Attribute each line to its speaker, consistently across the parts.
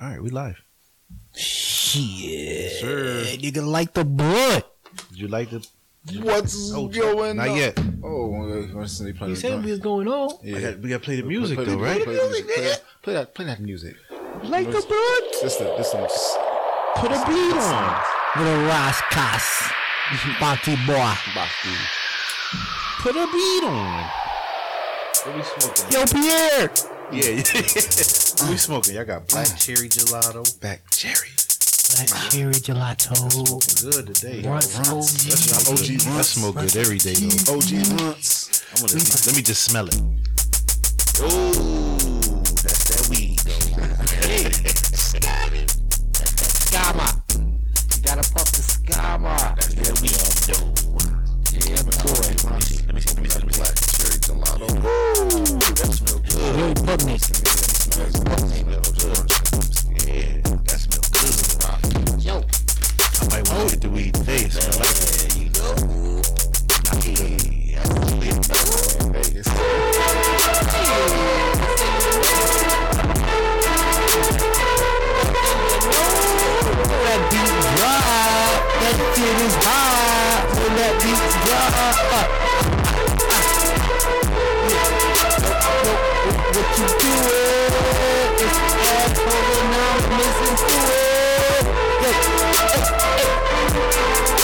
Speaker 1: All right, we live.
Speaker 2: Shit.
Speaker 1: Sure.
Speaker 2: Nigga like the blood.
Speaker 1: Did you like the?
Speaker 3: What's
Speaker 1: Oh,
Speaker 3: going
Speaker 1: not
Speaker 3: on?
Speaker 1: yet.
Speaker 3: Oh, that's they play
Speaker 2: He
Speaker 3: the
Speaker 2: said
Speaker 3: drum.
Speaker 2: we was going on.
Speaker 3: Yeah.
Speaker 1: I got, we got to play the music
Speaker 3: play,
Speaker 1: though,
Speaker 3: play,
Speaker 1: right?
Speaker 3: Play, the music, play, play that, play that music.
Speaker 2: Like the blood.
Speaker 3: This, the, this some.
Speaker 2: Put a beat on. Little Roscos. Bonky boy. Put a beat on.
Speaker 1: What we smoking?
Speaker 2: Yo, Pierre.
Speaker 1: Yeah, yeah. What we smoking? Y'all got black cherry gelato. Black cherry.
Speaker 2: Black cherry gelato.
Speaker 1: Smoking good today.
Speaker 2: Runts,
Speaker 1: That's
Speaker 2: OG.
Speaker 1: not OG.
Speaker 3: OG
Speaker 1: I smoke good every day though.
Speaker 3: OG Runts.
Speaker 1: I'm gonna let, me, let me just smell it. Oh, that's that weed though.
Speaker 2: Gamma. You gotta pop the scammer.
Speaker 1: That's that weed though.
Speaker 3: Yeah, boy.
Speaker 1: Let me see. Let me see. Let me see.
Speaker 3: Black cherry gelato. Woo! That smells good.
Speaker 2: Yo, Putney.
Speaker 1: Yeah, that smells good.
Speaker 2: Yo.
Speaker 1: I might want to get the weed today. It smell like it. You know. Yeah, that's the weed.
Speaker 3: Vegas.
Speaker 2: That beat drop. That shit is hot. When that beat drop. What you doing? It's all over now. Listen to it. Hey, hey, hey.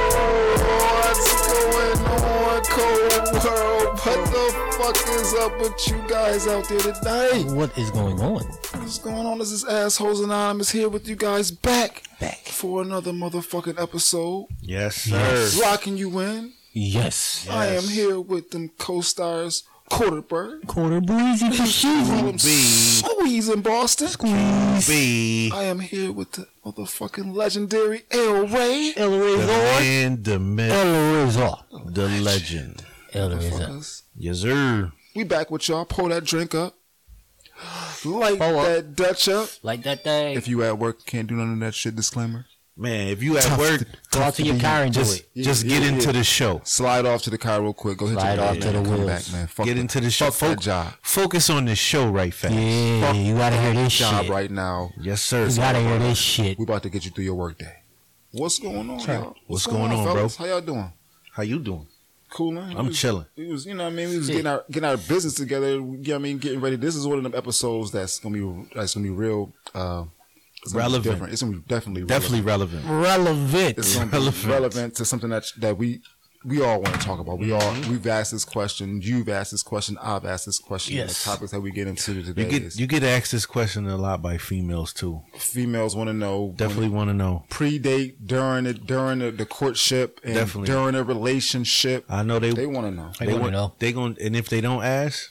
Speaker 3: What's going on, cold world? What the fuck is up with you guys out there today?
Speaker 2: What is going on?
Speaker 3: What's going on? This is Assholes Anonymous here with you guys back. Back. For another motherfucking episode.
Speaker 1: Yes, sir.
Speaker 3: Rocking you in.
Speaker 2: Yes.
Speaker 3: I am here with them co-stars Quarterbird.
Speaker 2: Quarter breezy to shoes.
Speaker 3: From Squeeze in Boston.
Speaker 1: B.
Speaker 3: I am here with the motherfucking legendary L Ray.
Speaker 2: El
Speaker 1: The
Speaker 2: Razor.
Speaker 1: man, the myth,
Speaker 2: El Razor.
Speaker 1: the legend.
Speaker 2: El Razor.
Speaker 3: Fuckers.
Speaker 1: Yes, sir.
Speaker 3: We back with y'all. Pour that drink up. Light
Speaker 2: Pour up.
Speaker 3: that Dutch up.
Speaker 2: Like that thing.
Speaker 3: If you at work, can't do none of that shit. Disclaimer.
Speaker 1: Man, if you at work,
Speaker 2: Go out to your car and do
Speaker 1: just
Speaker 2: it.
Speaker 1: just
Speaker 3: Yeah,
Speaker 1: get
Speaker 3: yeah,
Speaker 1: into
Speaker 3: yeah.
Speaker 1: the show.
Speaker 3: Slide off to the car real quick. Go hit
Speaker 2: Slide
Speaker 3: your
Speaker 2: off
Speaker 3: bed,
Speaker 2: to
Speaker 3: man.
Speaker 2: the
Speaker 3: Come
Speaker 2: wheels.
Speaker 3: back, man. Fuck
Speaker 1: Get
Speaker 3: that-
Speaker 1: into the show.
Speaker 3: Fuck that
Speaker 1: Fo-
Speaker 3: job.
Speaker 1: Focus on the show right fast.
Speaker 2: Yeah, you gotta hear this
Speaker 3: Job
Speaker 2: shit.
Speaker 3: right now.
Speaker 1: Yes, sir.
Speaker 2: You gotta hear this shit.
Speaker 3: We about to get you through your workday. What's going on, y'all?
Speaker 1: What's going on, bro?
Speaker 3: fellas? How y'all doing?
Speaker 1: How you doing?
Speaker 3: Cool, man.
Speaker 1: I'm
Speaker 3: We was-
Speaker 1: chilling.
Speaker 3: We was, you know, what I mean, we was getting our getting our business together. We- You know what I mean, getting ready. This is one of them episodes that's gonna be that's gonna be real. Uh, it's gonna be
Speaker 1: Relevant.
Speaker 3: different. It's gonna be definitely
Speaker 1: Definitely relevant.
Speaker 2: Relevant.
Speaker 3: it's gonna
Speaker 1: Relevant.
Speaker 3: be relevant to something that that we we all want to talk about. We all
Speaker 1: Mm-hmm.
Speaker 3: we've asked this question. You've asked this question. I've asked this question. and
Speaker 2: Yes.
Speaker 3: The topics that we get into today
Speaker 1: You get
Speaker 3: is
Speaker 1: you get asked this question a lot by females too.
Speaker 3: females want to know
Speaker 1: Definitely want to know.
Speaker 3: predate during it during the, the courtship and
Speaker 1: Definitely.
Speaker 3: during a relationship.
Speaker 1: I know they
Speaker 3: They want to know.
Speaker 2: They
Speaker 1: they
Speaker 2: wanna
Speaker 1: want
Speaker 2: know.
Speaker 1: They going and if they don't ask,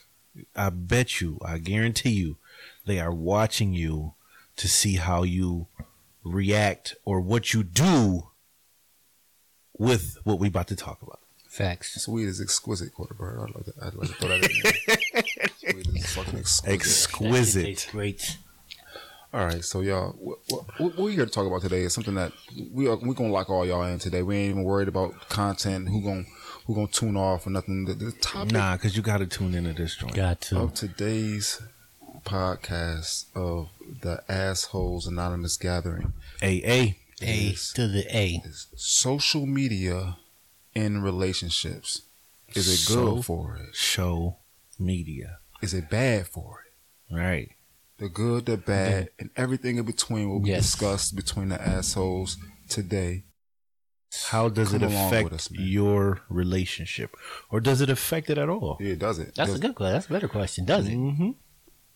Speaker 1: I bet you, I guarantee you, they are watching you to see how you react or what you do with what we about to talk about.
Speaker 2: Facts.
Speaker 3: Sweet is exquisite, quarterbird. I'd like to, I'd like to throw that in there. Sweet is fucking exquisite.
Speaker 1: Exquisite.
Speaker 2: Great.
Speaker 3: all right, so y'all, what, what, what we're here to talk about today is something that we are we gonna lock all y'all in today. We ain't even worried about content. Who gonna who gonna tune off or nothing. The, the topic
Speaker 1: Nah, because you got to tune into this joint.
Speaker 2: Got to.
Speaker 3: of today's podcast of the assholes anonymous gathering
Speaker 1: AA.
Speaker 2: A
Speaker 3: is,
Speaker 2: to the A.
Speaker 3: is social media in relationships. Is it good
Speaker 1: So-
Speaker 3: for it?
Speaker 1: Show media.
Speaker 3: Is it bad for it?
Speaker 1: Right.
Speaker 3: the good, the bad, and everything in between will be
Speaker 2: Yes.
Speaker 3: discussed between the assholes today.
Speaker 1: How does
Speaker 3: Come
Speaker 1: it
Speaker 3: along with
Speaker 1: affect
Speaker 3: us, man.
Speaker 1: your relationship? Or does it affect it at all?
Speaker 3: Yeah, does it?
Speaker 2: That's a
Speaker 3: does
Speaker 2: good question. That's a better question, does it?
Speaker 1: Mm-hmm.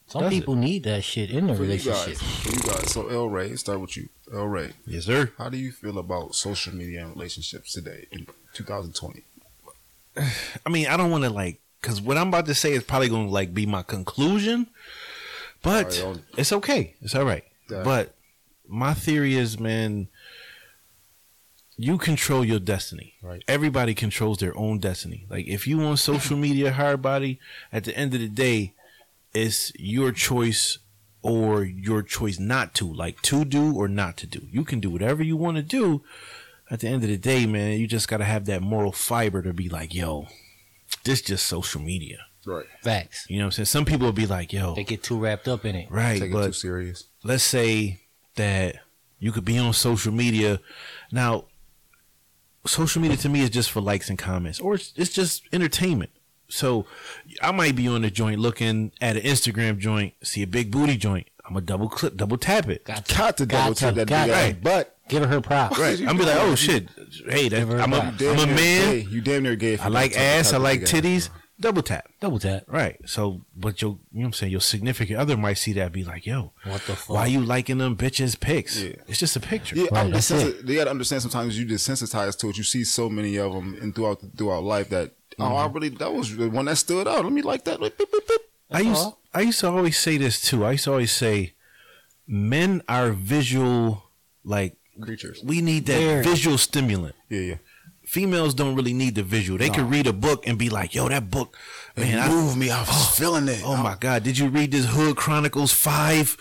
Speaker 2: Some
Speaker 1: Does it?
Speaker 2: people need that shit in the
Speaker 3: for you guys.
Speaker 2: relationship.
Speaker 3: For you guys. So, El Ray, start with you. El Ray,
Speaker 1: Yes, sir.
Speaker 3: how do you feel about social media and relationships today in 2020?
Speaker 1: I mean, I don't want to like, because what I'm about to say is probably going to like be my conclusion, but
Speaker 3: All right, I'll-
Speaker 1: it's okay. It's all right.
Speaker 3: Yeah.
Speaker 1: But my theory is, man, you control your destiny.
Speaker 3: Right.
Speaker 1: Everybody controls their own destiny. Like if you on social media, hard body, at the end of the day, it's your choice or your choice not to. Like to do or not to do. You can do whatever you want to do. at the end of the day, man, you just gotta have that moral fiber to be like, yo, this just social media.
Speaker 3: Right.
Speaker 2: Facts.
Speaker 1: You know what I'm saying? Some people will be like, yo,
Speaker 2: They get too wrapped up in it.
Speaker 1: right,
Speaker 3: Take it too
Speaker 1: but
Speaker 3: serious.
Speaker 1: let's say that you could be on social media. Now, social media to me is just for likes and comments, or it's, it's just entertainment. So I might be on the joint looking at an Instagram joint, see a big booty joint. I'm gonna double clip, double tap it.
Speaker 2: Got to,
Speaker 3: Got to double tap that
Speaker 2: got
Speaker 3: big ass
Speaker 2: to.
Speaker 3: butt.
Speaker 2: Give her props.
Speaker 1: Right. I'm be like, oh shit, hey, that,
Speaker 2: Never
Speaker 1: I'm a,
Speaker 2: mind.
Speaker 1: I'm a man.
Speaker 3: near Gay. You damn near gay. if
Speaker 1: I
Speaker 3: you
Speaker 1: like
Speaker 3: don't tap-
Speaker 1: ass.
Speaker 3: tap
Speaker 1: I
Speaker 3: the
Speaker 1: like
Speaker 3: big ass.
Speaker 1: titties. Double tap.
Speaker 2: Double tap.
Speaker 1: Right. So, but your, you know what I'm saying, your significant other might see that and be like, yo,
Speaker 2: What the fuck?
Speaker 1: why you liking them bitches pics?
Speaker 3: Yeah.
Speaker 1: It's just a picture.
Speaker 3: Yeah,
Speaker 2: Right,
Speaker 3: I'm
Speaker 2: that's
Speaker 3: desensi- they got to understand. Sometimes you desensitized to it. You see so many of them, and throughout throughout life, that oh,
Speaker 1: Mm-hmm.
Speaker 3: I really that was the one that stood out. Let me like that. Like, beep, beep, beep.
Speaker 1: I
Speaker 2: That's
Speaker 1: used
Speaker 2: all.
Speaker 1: I used to always say this too. I used to always say, men are visual. Like
Speaker 3: Creatures.
Speaker 1: we need that
Speaker 2: Very.
Speaker 1: visual stimulant.
Speaker 3: Yeah, yeah.
Speaker 1: Females don't really need the visual. They can read a book and be like, "Yo, that book, man, I,
Speaker 3: moved me. I was feeling it.
Speaker 1: oh my god, did you read this Hood Chronicles five?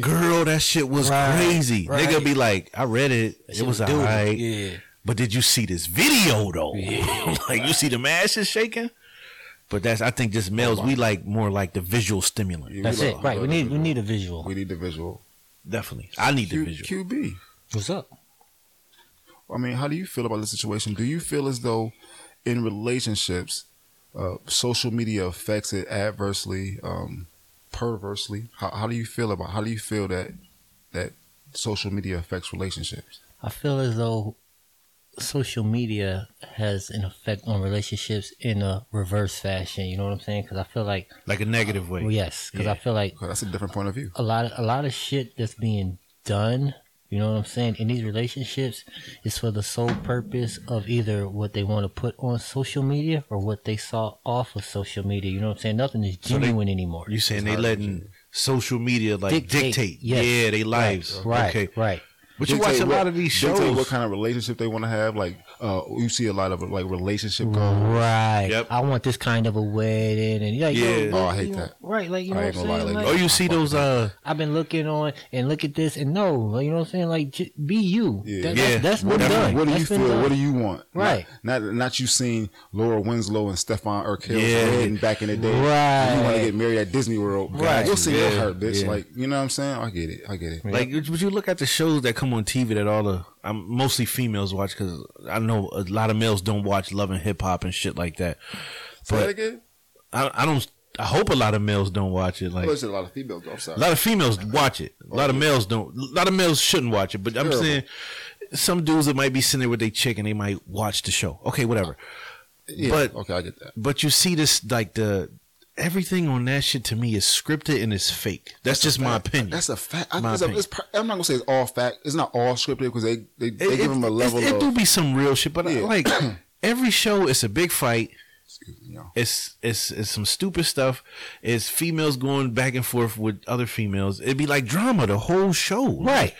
Speaker 1: Girl, that shit was
Speaker 2: Right,
Speaker 1: crazy.
Speaker 2: right.
Speaker 1: Nigga be like, I read it. it
Speaker 2: shit
Speaker 1: was
Speaker 2: was dope.
Speaker 1: alright.
Speaker 2: Yeah.
Speaker 1: But did you see this video though? like you see the ashes shaking. But that's I think
Speaker 2: Oh
Speaker 1: just males we like more like the visual stimulant.
Speaker 3: Yeah, we
Speaker 2: That's
Speaker 3: love-
Speaker 2: it. Right. We
Speaker 3: love
Speaker 2: need
Speaker 3: the
Speaker 2: we need a
Speaker 3: visual.
Speaker 2: visual.
Speaker 3: We need the visual.
Speaker 1: Definitely, I need the
Speaker 3: Q,
Speaker 1: visual.
Speaker 3: QB.
Speaker 2: What's up?
Speaker 3: I mean, how do you feel about the situation? Do you feel as though in relationships, uh, social media affects it adversely, um, perversely? How, how do you feel about? How do you feel that that social media affects relationships?
Speaker 2: I feel as though social media has an effect on relationships in a reverse fashion. You know what I'm saying? Because I feel like
Speaker 1: like a negative way.
Speaker 2: well, yes, because I feel like
Speaker 3: Okay, that's a different point of view.
Speaker 2: a lot of a lot of shit that's being done. You know what I'm saying? In these relationships, is for the sole purpose of either what they want to put on social media or what they saw off of social media. You know what I'm saying? Nothing is
Speaker 1: they-
Speaker 2: genuine anymore.
Speaker 1: You saying they letting social media like dictate?
Speaker 2: Dictate, yes.
Speaker 1: Yeah, they lives.
Speaker 2: Right.
Speaker 1: Okay.
Speaker 2: Right.
Speaker 1: But you
Speaker 3: Dictate
Speaker 1: watch a
Speaker 3: what-
Speaker 1: lot of these
Speaker 3: dictate
Speaker 1: shows.
Speaker 3: What kind of relationship they want to have? Like, uh, you see a lot of like relationship goals.
Speaker 2: Right.
Speaker 1: Yep.
Speaker 2: I want this kind of a wedding, and like,
Speaker 1: Yeah.
Speaker 2: yo,
Speaker 3: Oh, I hate
Speaker 2: you know,
Speaker 3: that.
Speaker 2: Right, like you
Speaker 3: I
Speaker 2: know
Speaker 3: ain't
Speaker 2: what I'm
Speaker 3: gonna lie,
Speaker 2: saying.
Speaker 3: lady.
Speaker 2: Like,
Speaker 1: Oh, you see those? Uh,
Speaker 2: I've been looking on and look at this and no, like, you know what I'm saying? Like, j- be you.
Speaker 3: Yeah.
Speaker 2: That-
Speaker 1: Yeah.
Speaker 2: That's, that's been
Speaker 1: What-
Speaker 2: done.
Speaker 3: What do
Speaker 2: That's
Speaker 3: you
Speaker 2: been
Speaker 3: feel?
Speaker 2: done.
Speaker 3: What do you want?
Speaker 2: Right.
Speaker 3: Not, not not you seen Laura Winslow and Stefan Urkel
Speaker 1: Yeah.
Speaker 3: dating back in the day.
Speaker 2: Right.
Speaker 3: You want to get married at Disney World?
Speaker 2: Right.
Speaker 3: You'll see
Speaker 1: Yeah.
Speaker 3: her, bitch.
Speaker 1: Yeah.
Speaker 3: Like you know what I'm saying? I get it. I get it.
Speaker 1: like, would you look at the shows that come on TV that all the I'm mostly females watch because I know a lot of males don't watch Love and Hip Hop and shit like that.
Speaker 3: Say that
Speaker 1: But
Speaker 3: again?
Speaker 1: I, I don't. I hope a lot of males don't watch it. Like
Speaker 3: Well, it's a lot of females. though, I'm sorry.
Speaker 1: A lot of females watch it. A lot
Speaker 3: Oh,
Speaker 1: of males don't. A lot of males shouldn't watch it. But I'm
Speaker 3: Terrible.
Speaker 1: saying some dudes that might be sitting there with their chick and they might watch the show. Okay, whatever.
Speaker 3: yeah.
Speaker 1: but-
Speaker 3: okay, I get that.
Speaker 1: But you see this like the everything on that shit to me is scripted and it's fake. That's, just my opinion.
Speaker 3: That's a fact. I,
Speaker 1: My
Speaker 3: it's a-
Speaker 1: opinion.
Speaker 3: it's pr- I'm not gonna say it's all fact. It's not all scripted because they they, they
Speaker 1: It-
Speaker 3: give
Speaker 1: it-
Speaker 3: them a level
Speaker 1: It, it
Speaker 3: of
Speaker 1: do be some real shit, but I-
Speaker 3: Yeah.
Speaker 1: like every show, it's a big fight.
Speaker 3: excuse me, y'all.
Speaker 1: It's it's it's some stupid stuff. It's females going back and forth with other females. It'd be like drama the whole show.
Speaker 2: Right.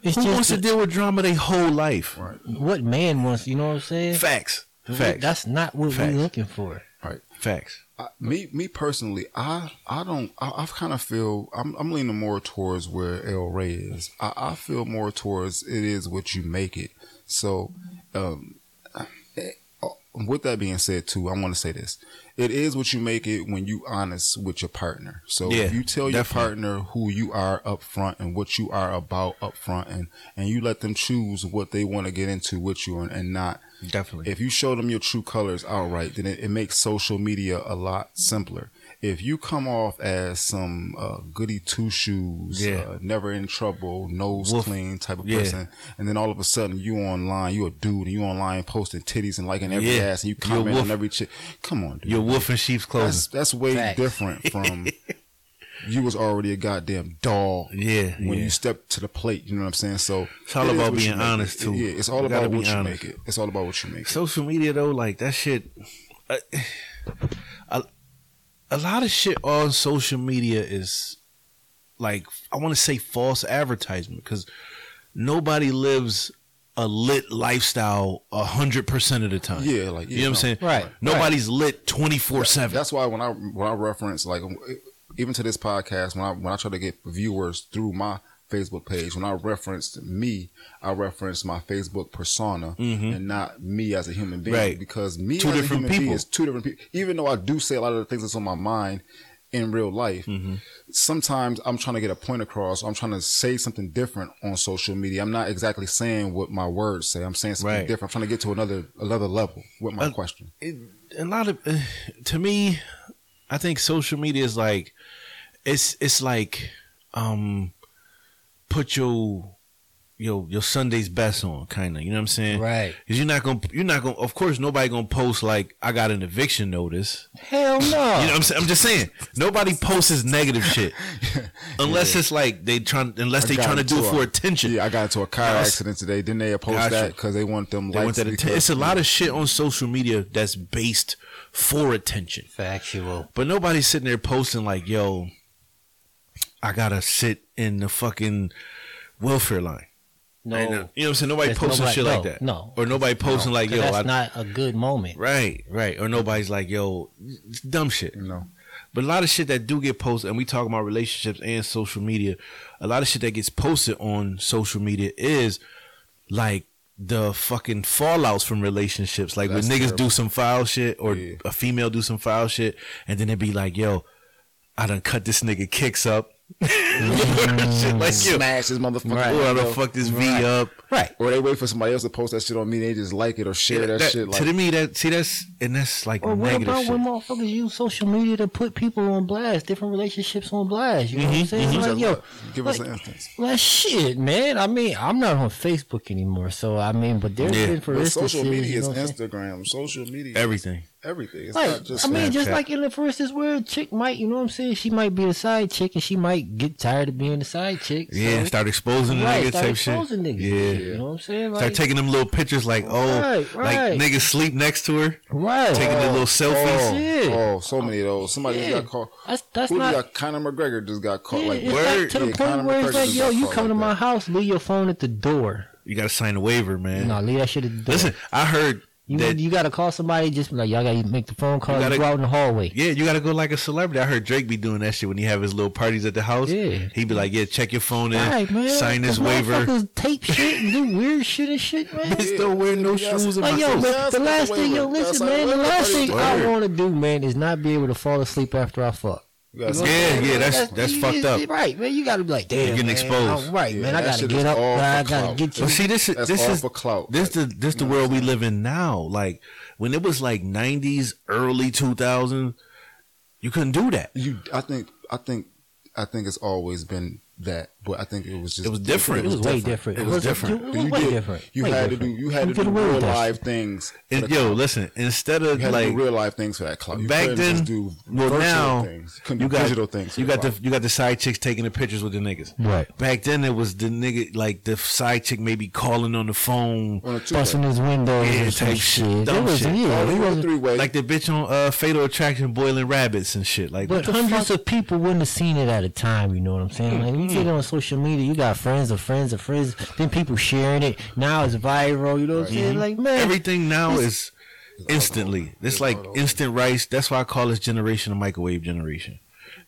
Speaker 2: It's
Speaker 1: Who wants
Speaker 2: just
Speaker 1: to deal with drama their whole life?
Speaker 2: what man wants, you know what I'm saying?
Speaker 1: Facts. Facts.
Speaker 2: That's not what
Speaker 1: Facts.
Speaker 2: we're looking for.
Speaker 3: All right.
Speaker 1: Facts.
Speaker 3: I, me me personally, I I don't. I, I kind of feel I'm I'm leaning more towards where El Rey is. I, I feel more towards it is what you make it. So, um, eh, uh, with that being said, too, I want to say this: it is what you make it when you honest with your partner. So
Speaker 1: Yeah,
Speaker 3: if you tell your
Speaker 1: definitely.
Speaker 3: partner who you are up front and what you are about up front, and and you let them choose what they want to get into with you and, and not
Speaker 1: Definitely.
Speaker 3: if you show them your true colors outright, then it, it makes social media a lot simpler. If you come off as some uh, goody two shoes,
Speaker 1: Yeah.
Speaker 3: uh, never in trouble, nose
Speaker 1: Wolf.
Speaker 3: clean type of
Speaker 1: Yeah.
Speaker 3: person, and then all of a sudden you online, you a dude, and you online posting titties and liking every
Speaker 1: Yeah.
Speaker 3: ass, and you
Speaker 1: You a
Speaker 3: comment
Speaker 1: wolf.
Speaker 3: on every chick. Come on, dude.
Speaker 1: Your wolf in sheep's
Speaker 3: that's
Speaker 1: clothing.
Speaker 3: that's way
Speaker 2: Facts.
Speaker 3: different from you was already a goddamn dog
Speaker 1: Yeah,
Speaker 3: when
Speaker 1: yeah.
Speaker 3: you stepped to the plate. You know what I'm saying? So
Speaker 1: It's all
Speaker 3: it is
Speaker 1: about
Speaker 3: what you
Speaker 1: being
Speaker 3: make it.
Speaker 1: honest, too.
Speaker 3: Yeah, it's all
Speaker 1: You gotta
Speaker 3: about
Speaker 1: be
Speaker 3: what you
Speaker 1: honest.
Speaker 3: make it. It's all about what you make it.
Speaker 1: Social media though, like that shit. I- A, a lot of shit on social media is like I want to say false advertisement because nobody lives a lit lifestyle hundred percent of the time.
Speaker 3: Yeah, like,
Speaker 1: you
Speaker 3: yeah,
Speaker 1: know what I'm
Speaker 3: no.
Speaker 1: saying.
Speaker 2: Right,
Speaker 1: Nobody's lit twenty four seven.
Speaker 3: That's why when I when I reference like even to this podcast when I when I try to get viewers through my Facebook page. When I referenced me, I referenced my Facebook persona
Speaker 1: Mhm.
Speaker 3: and not me as a human being.
Speaker 1: Right.
Speaker 3: Because me
Speaker 1: Two
Speaker 3: as
Speaker 1: different
Speaker 3: a human
Speaker 1: people.
Speaker 3: being is two different people. Even though I do say a lot of the things that's on my mind in real life,
Speaker 1: Mm-hmm.
Speaker 3: sometimes I'm trying to get a point across. I'm trying to say something different on social media. I'm not exactly saying what my words say. I'm saying something
Speaker 1: Right.
Speaker 3: different. I'm trying to get to another another level with my
Speaker 1: Uh,
Speaker 3: question.
Speaker 1: it, a lot of uh, to me i think social media is like it's it's like um put your your your sunday's best on kind of you know what i'm saying
Speaker 2: Right.
Speaker 1: Cause you're not gonna, you're not gonna. Of course, nobody gonna post like I got an eviction notice.
Speaker 2: Hell no.
Speaker 1: You know, what I'm saying, I'm just saying, nobody posts this negative shit unless it's like they trying, unless
Speaker 3: I
Speaker 1: they
Speaker 3: got
Speaker 1: trying to
Speaker 3: it
Speaker 1: do
Speaker 3: too. uh,
Speaker 1: it for attention.
Speaker 3: Yeah, I got into a car
Speaker 1: Yes.
Speaker 3: accident today. Didn't they post
Speaker 1: Gotcha.
Speaker 3: that because they want them
Speaker 1: They
Speaker 3: likes?
Speaker 1: want that atten-
Speaker 3: because-
Speaker 1: It's a lot of shit on social media that's based for attention.
Speaker 2: Factual.
Speaker 1: But nobody's sitting there posting like, yo, I gotta sit in the fucking welfare line.
Speaker 2: No.
Speaker 1: And, uh, you know what I'm saying? Nobody
Speaker 2: There's
Speaker 1: posting
Speaker 2: nobody-
Speaker 1: shit like
Speaker 2: no,
Speaker 1: that.
Speaker 2: no.
Speaker 1: Or nobody posting
Speaker 2: No,
Speaker 1: like,
Speaker 2: 'cause
Speaker 1: yo,
Speaker 2: that's
Speaker 1: I,
Speaker 2: not a good moment.
Speaker 1: right, right. Or nobody's like, yo, it's dumb shit.
Speaker 3: You know,
Speaker 1: But a lot of shit that do get posted, and we talk about relationships and social media, a lot of shit that gets posted on social media is like the fucking fallouts from relationships. Like
Speaker 3: That's
Speaker 1: when niggas
Speaker 3: terrible.
Speaker 1: do some foul shit or
Speaker 3: Yeah.
Speaker 1: a female do some foul shit, and then it be like, yo, I done cut this nigga kicks up. shit like yo,
Speaker 3: smash this motherfucker.
Speaker 1: or I done fucked this V up.
Speaker 2: Right.
Speaker 3: Or they wait for somebody else to post that shit on me. They just like it or share that,
Speaker 1: That-
Speaker 3: shit. Like,
Speaker 1: to me, that see that's and that's like
Speaker 2: Or what
Speaker 1: negative
Speaker 2: about
Speaker 1: shit.
Speaker 2: when motherfuckers use social media to put people on blast, different relationships on blast? You know
Speaker 1: Mm-hmm,
Speaker 2: what I'm saying? Like,
Speaker 3: Just
Speaker 2: yo,
Speaker 3: like- give us an instance.
Speaker 2: like shit, man. I mean, I'm not on Facebook anymore, so I mean, but there's
Speaker 1: Yeah.
Speaker 2: been for
Speaker 3: But
Speaker 2: instances,
Speaker 3: social media
Speaker 2: you
Speaker 3: is
Speaker 2: know what I'm saying?
Speaker 3: Instagram. Social media,
Speaker 1: Everything.
Speaker 3: everything. It's
Speaker 2: Like,
Speaker 3: not just.
Speaker 2: I mean, just
Speaker 1: Snapchat.
Speaker 2: like in the for instance, where a chick might, you know what I'm saying? She might be a side chick, and she might get tired of being the side chick. so-
Speaker 1: Yeah, start exposing the
Speaker 2: right,
Speaker 1: nigga
Speaker 2: start
Speaker 1: type shit.
Speaker 2: exposing niggas.
Speaker 1: Yeah.
Speaker 2: you know what I'm saying?
Speaker 1: Start
Speaker 2: Like,
Speaker 1: taking them little pictures like, oh,
Speaker 2: Right, right.
Speaker 1: like niggas sleep next to her,
Speaker 2: right,
Speaker 1: taking the little selfies.
Speaker 2: shit.
Speaker 3: oh, so many of those. Somebody
Speaker 2: Yeah.
Speaker 3: just got caught.
Speaker 2: That's that's
Speaker 3: Who
Speaker 2: not.
Speaker 3: just got Conor McGregor just got caught.
Speaker 2: yeah,
Speaker 3: like,
Speaker 2: it's
Speaker 1: word-
Speaker 2: like to the
Speaker 3: yeah,
Speaker 2: point
Speaker 3: Conor
Speaker 2: where
Speaker 3: McGregor
Speaker 2: it's like,
Speaker 3: just
Speaker 2: yo,
Speaker 3: got
Speaker 2: you
Speaker 3: caught
Speaker 2: come to
Speaker 3: like
Speaker 2: my
Speaker 3: that.
Speaker 2: house, leave your phone at the door.
Speaker 1: You gotta sign a waiver, man.
Speaker 2: No, leave that shit at the door.
Speaker 1: Listen, I heard
Speaker 2: you,
Speaker 1: that.
Speaker 2: you gotta call somebody. Just be like y'all gotta make the phone call.
Speaker 1: You
Speaker 2: and
Speaker 1: gotta-
Speaker 2: go out in the hallway.
Speaker 1: yeah, you gotta go like a celebrity. I heard Drake be doing that shit when he have his little parties at the house.
Speaker 2: Yeah.
Speaker 1: He'd be like, "Yeah, check your phone in,
Speaker 2: Right, man.
Speaker 1: sign this
Speaker 2: Cause
Speaker 1: waiver."
Speaker 2: motherfuckers Tape shit and do weird shit and shit, man.
Speaker 1: Bitch, don't wear no
Speaker 3: Yeah.
Speaker 1: shoes. in
Speaker 2: Like
Speaker 1: my-
Speaker 2: yo,
Speaker 3: Yeah,
Speaker 2: the
Speaker 3: that's
Speaker 2: last
Speaker 3: the
Speaker 2: thing, yo,
Speaker 3: waiver.
Speaker 2: listen,
Speaker 3: That's
Speaker 2: man. The
Speaker 3: like
Speaker 2: last
Speaker 3: waiver.
Speaker 2: thing I
Speaker 1: Word.
Speaker 2: want to do, man, is not be able to fall asleep after I fuck.
Speaker 3: You gotta-
Speaker 1: Yeah, yeah, that's that's
Speaker 2: you-
Speaker 1: fucked
Speaker 2: you-
Speaker 1: up.
Speaker 2: Right, man. You gotta be like, damn,
Speaker 1: You're getting
Speaker 2: man,
Speaker 1: exposed.
Speaker 2: I'm right,
Speaker 3: Yeah,
Speaker 2: man. I
Speaker 3: that
Speaker 2: gotta
Speaker 3: shit
Speaker 2: get
Speaker 3: is
Speaker 2: up.
Speaker 3: all
Speaker 2: man, I
Speaker 3: for
Speaker 2: gotta
Speaker 3: clout.
Speaker 2: get you.
Speaker 1: But see, this is
Speaker 3: That's
Speaker 1: this
Speaker 3: all
Speaker 1: is
Speaker 3: for clout.
Speaker 1: this the this the world we live in now. Like when it was like '90s, early 2000s, you couldn't do that.
Speaker 3: You, I think, I think, I think it's always been that, but I think it was just
Speaker 1: It was different.
Speaker 2: It was way different.
Speaker 1: It was different.
Speaker 2: It was
Speaker 3: You
Speaker 2: way
Speaker 3: did-
Speaker 2: different.
Speaker 3: You
Speaker 2: Way
Speaker 3: had
Speaker 2: different.
Speaker 3: to do. You had to
Speaker 2: get
Speaker 3: do
Speaker 2: away with
Speaker 3: real
Speaker 2: that shit.
Speaker 3: life things. for
Speaker 1: And,
Speaker 3: the
Speaker 1: yo,
Speaker 3: clout.
Speaker 1: listen. Instead
Speaker 3: You
Speaker 1: of
Speaker 3: had to
Speaker 1: like
Speaker 3: do real life things for that clout. You
Speaker 1: back
Speaker 3: couldn't
Speaker 1: then,
Speaker 3: just do
Speaker 1: well
Speaker 3: virtual
Speaker 1: now,
Speaker 3: things. Couldn't
Speaker 1: you
Speaker 3: do
Speaker 1: got
Speaker 3: digital things. for
Speaker 1: You got the
Speaker 3: clout.
Speaker 1: you got the side chicks taking the pictures with the niggas.
Speaker 2: Right.
Speaker 1: Back then, it was the nigga like the side chick maybe calling on the phone,
Speaker 3: on a two
Speaker 2: Busting his windows
Speaker 1: Yeah,
Speaker 2: and some
Speaker 1: type
Speaker 2: shit.
Speaker 1: shit.
Speaker 2: It
Speaker 1: Dumb
Speaker 2: was
Speaker 1: shit.
Speaker 2: yeah, it
Speaker 3: way.
Speaker 2: wasn't-
Speaker 3: Three way.
Speaker 1: like the bitch on uh, Fatal Attraction boiling rabbits and shit. Like what
Speaker 2: But
Speaker 1: the
Speaker 2: hundreds of people wouldn't have seen it at a time, you know what I'm saying? Like, you
Speaker 1: Mm-hmm.
Speaker 2: get on social media, you got friends of friends of friends, then people sharing it. Now it's viral, you know what I'm saying? Like, man,
Speaker 1: everything now is instantly. It's like instant rice. That's why I call this generation a microwave generation.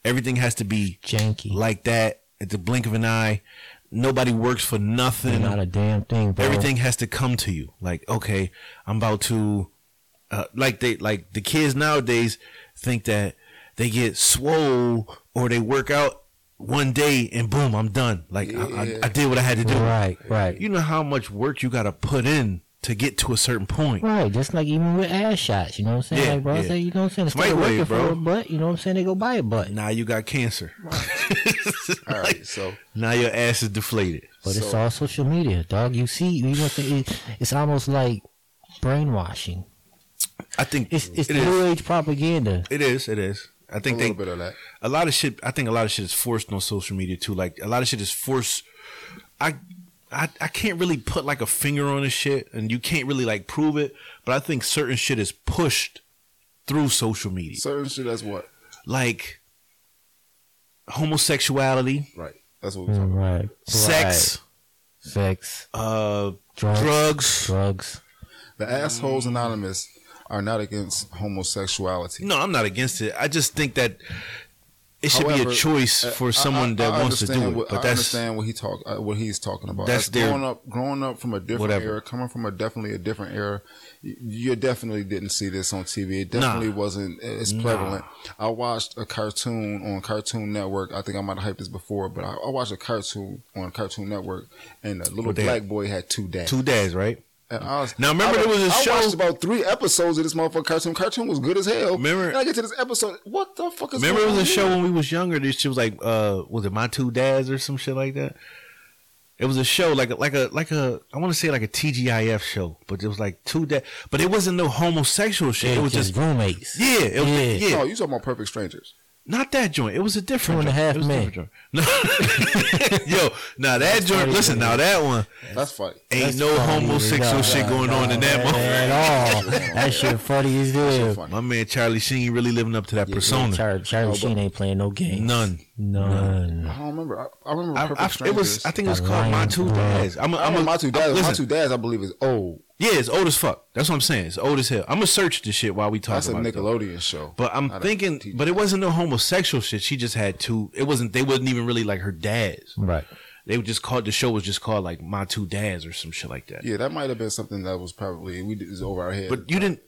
Speaker 1: Everything has to be
Speaker 2: janky.
Speaker 1: like that at the blink of an eye. Nobody works for nothing.
Speaker 2: Not a damn thing, bro.
Speaker 1: everything has to come to you. Like, okay, I'm about to, uh, like they like the kids nowadays think that they get swole or they work out one day and boom, I'm done. Like I, I, I did what I had to do.
Speaker 2: Right, right.
Speaker 1: You know how much work you got to put in to get to a certain point.
Speaker 2: Right, just like even with ass shots, you know what I'm saying?
Speaker 1: Yeah,
Speaker 2: like, bro, I
Speaker 1: yeah.
Speaker 2: say, you know what I'm saying? Instead of
Speaker 1: Microwave,
Speaker 2: working for
Speaker 1: bro.
Speaker 2: a butt, you know what I'm saying? They go buy a butt.
Speaker 1: Now you got cancer.
Speaker 3: All right, so
Speaker 1: Now your ass is deflated.
Speaker 2: But it's
Speaker 3: So-
Speaker 2: all social media, dog. You see, you know, what I'm saying? It- it's almost like brainwashing.
Speaker 1: I think
Speaker 2: It's it's
Speaker 1: it is.
Speaker 2: new age propaganda.
Speaker 1: It is. It is. I
Speaker 3: a
Speaker 1: think
Speaker 3: little
Speaker 1: they
Speaker 3: bit of that.
Speaker 1: a lot of shit I think a lot of shit is forced on social media too. Like a lot of shit is forced I I, I can't really put like a finger on this shit and you can't really like prove it, but I think certain shit is pushed through social media.
Speaker 3: Certain shit. That's what.
Speaker 1: like homosexuality,
Speaker 3: Right. That's what we're talking.
Speaker 2: Mm, Right.
Speaker 1: sex,
Speaker 2: Right. Sex.
Speaker 1: uh
Speaker 2: Drugs.
Speaker 1: drugs.
Speaker 2: drugs.
Speaker 3: about. The assholes anonymous are not against homosexuality.
Speaker 1: No, I'm not against it. I just think that It should
Speaker 3: However,
Speaker 1: be a choice
Speaker 3: Uh,
Speaker 1: for
Speaker 3: I-
Speaker 1: someone
Speaker 3: I-
Speaker 1: that
Speaker 3: I
Speaker 1: wants to do
Speaker 3: understand
Speaker 1: it.
Speaker 3: what-
Speaker 1: but
Speaker 3: I
Speaker 1: that's
Speaker 3: understand what he talk uh, what he's talking about.
Speaker 1: that's their-
Speaker 3: growing up, growing up from a different
Speaker 1: Whatever.
Speaker 3: era, coming from a definitely a different era. y- You definitely didn't see this on TV. It
Speaker 1: Nah.
Speaker 3: definitely wasn't as prevalent. I watched a cartoon on Cartoon Network. I think I might have hyped this before, but I, I watched a cartoon on Cartoon Network, and a little
Speaker 1: With that-
Speaker 3: black boy had two dads.
Speaker 1: two dads, right?
Speaker 3: And I was,
Speaker 1: Now, remember
Speaker 3: I,
Speaker 1: there was a
Speaker 3: I
Speaker 1: show-
Speaker 3: watched about three episodes of this motherfucking cartoon. Cartoon was good as hell.
Speaker 1: Remember-
Speaker 3: And I get to this episode. What the fuck is
Speaker 1: Remember, it
Speaker 3: going
Speaker 1: was
Speaker 3: on
Speaker 1: a show
Speaker 3: here?
Speaker 1: when we was younger. This shit was like, uh, was it my two dads or some shit like that? It was a show like a like a like a I want to say like a TGIF show, but it was like two dad. But it wasn't no homosexual shit. it was just,
Speaker 2: roommates.
Speaker 1: yeah, it was, yeah.
Speaker 2: Yeah.
Speaker 3: Oh, you talking about Perfect Strangers?
Speaker 1: Not that joint. It was a different
Speaker 2: Two and a
Speaker 1: joint.
Speaker 2: half
Speaker 1: It was a
Speaker 2: men.
Speaker 1: different joint. No. Yo, now that joint.
Speaker 2: funny,
Speaker 1: Listen,
Speaker 2: man.
Speaker 1: now that one
Speaker 3: That's funny.
Speaker 1: ain't
Speaker 2: That's
Speaker 1: no
Speaker 2: funny.
Speaker 1: homosexual
Speaker 2: No,
Speaker 1: shit
Speaker 2: no,
Speaker 1: going
Speaker 2: no,
Speaker 1: on in that
Speaker 2: at-
Speaker 1: moment.
Speaker 2: At all. that shit funny as hell.
Speaker 3: Funny.
Speaker 1: My man Charlie Sheen ain't really living up to that persona.
Speaker 2: Charlie, Charlie Sheen ain't playing no games.
Speaker 1: None.
Speaker 2: None.
Speaker 3: I don't remember. I, I remember
Speaker 1: I,
Speaker 3: Perfect
Speaker 1: I, it
Speaker 3: Strangers.
Speaker 1: was. I think it was
Speaker 2: The
Speaker 1: called My
Speaker 2: Lions
Speaker 1: Two
Speaker 2: Den.
Speaker 1: Dads. I'm. A,
Speaker 3: I'm
Speaker 1: I'm.
Speaker 3: a,
Speaker 1: A,
Speaker 3: my two dads.
Speaker 1: I'm-
Speaker 3: my
Speaker 1: listen,
Speaker 3: two dads, I believe, is old.
Speaker 1: Yeah, it's old as fuck. That's what I'm saying. It's old as hell. I'm gonna search this shit while we talk
Speaker 3: That's a
Speaker 1: about it. though.
Speaker 3: Nickelodeon show.
Speaker 1: But I'm
Speaker 3: Not a
Speaker 1: thinking,
Speaker 3: TV.
Speaker 1: but it wasn't no homosexual shit. She just had two. It wasn't. They wasn't even really like her dads.
Speaker 2: Right.
Speaker 1: They were just called. The show was just called like My Two Dads or some shit like that.
Speaker 3: yeah, that might have been something that was probably we did, it was over our head.
Speaker 1: But you didn't.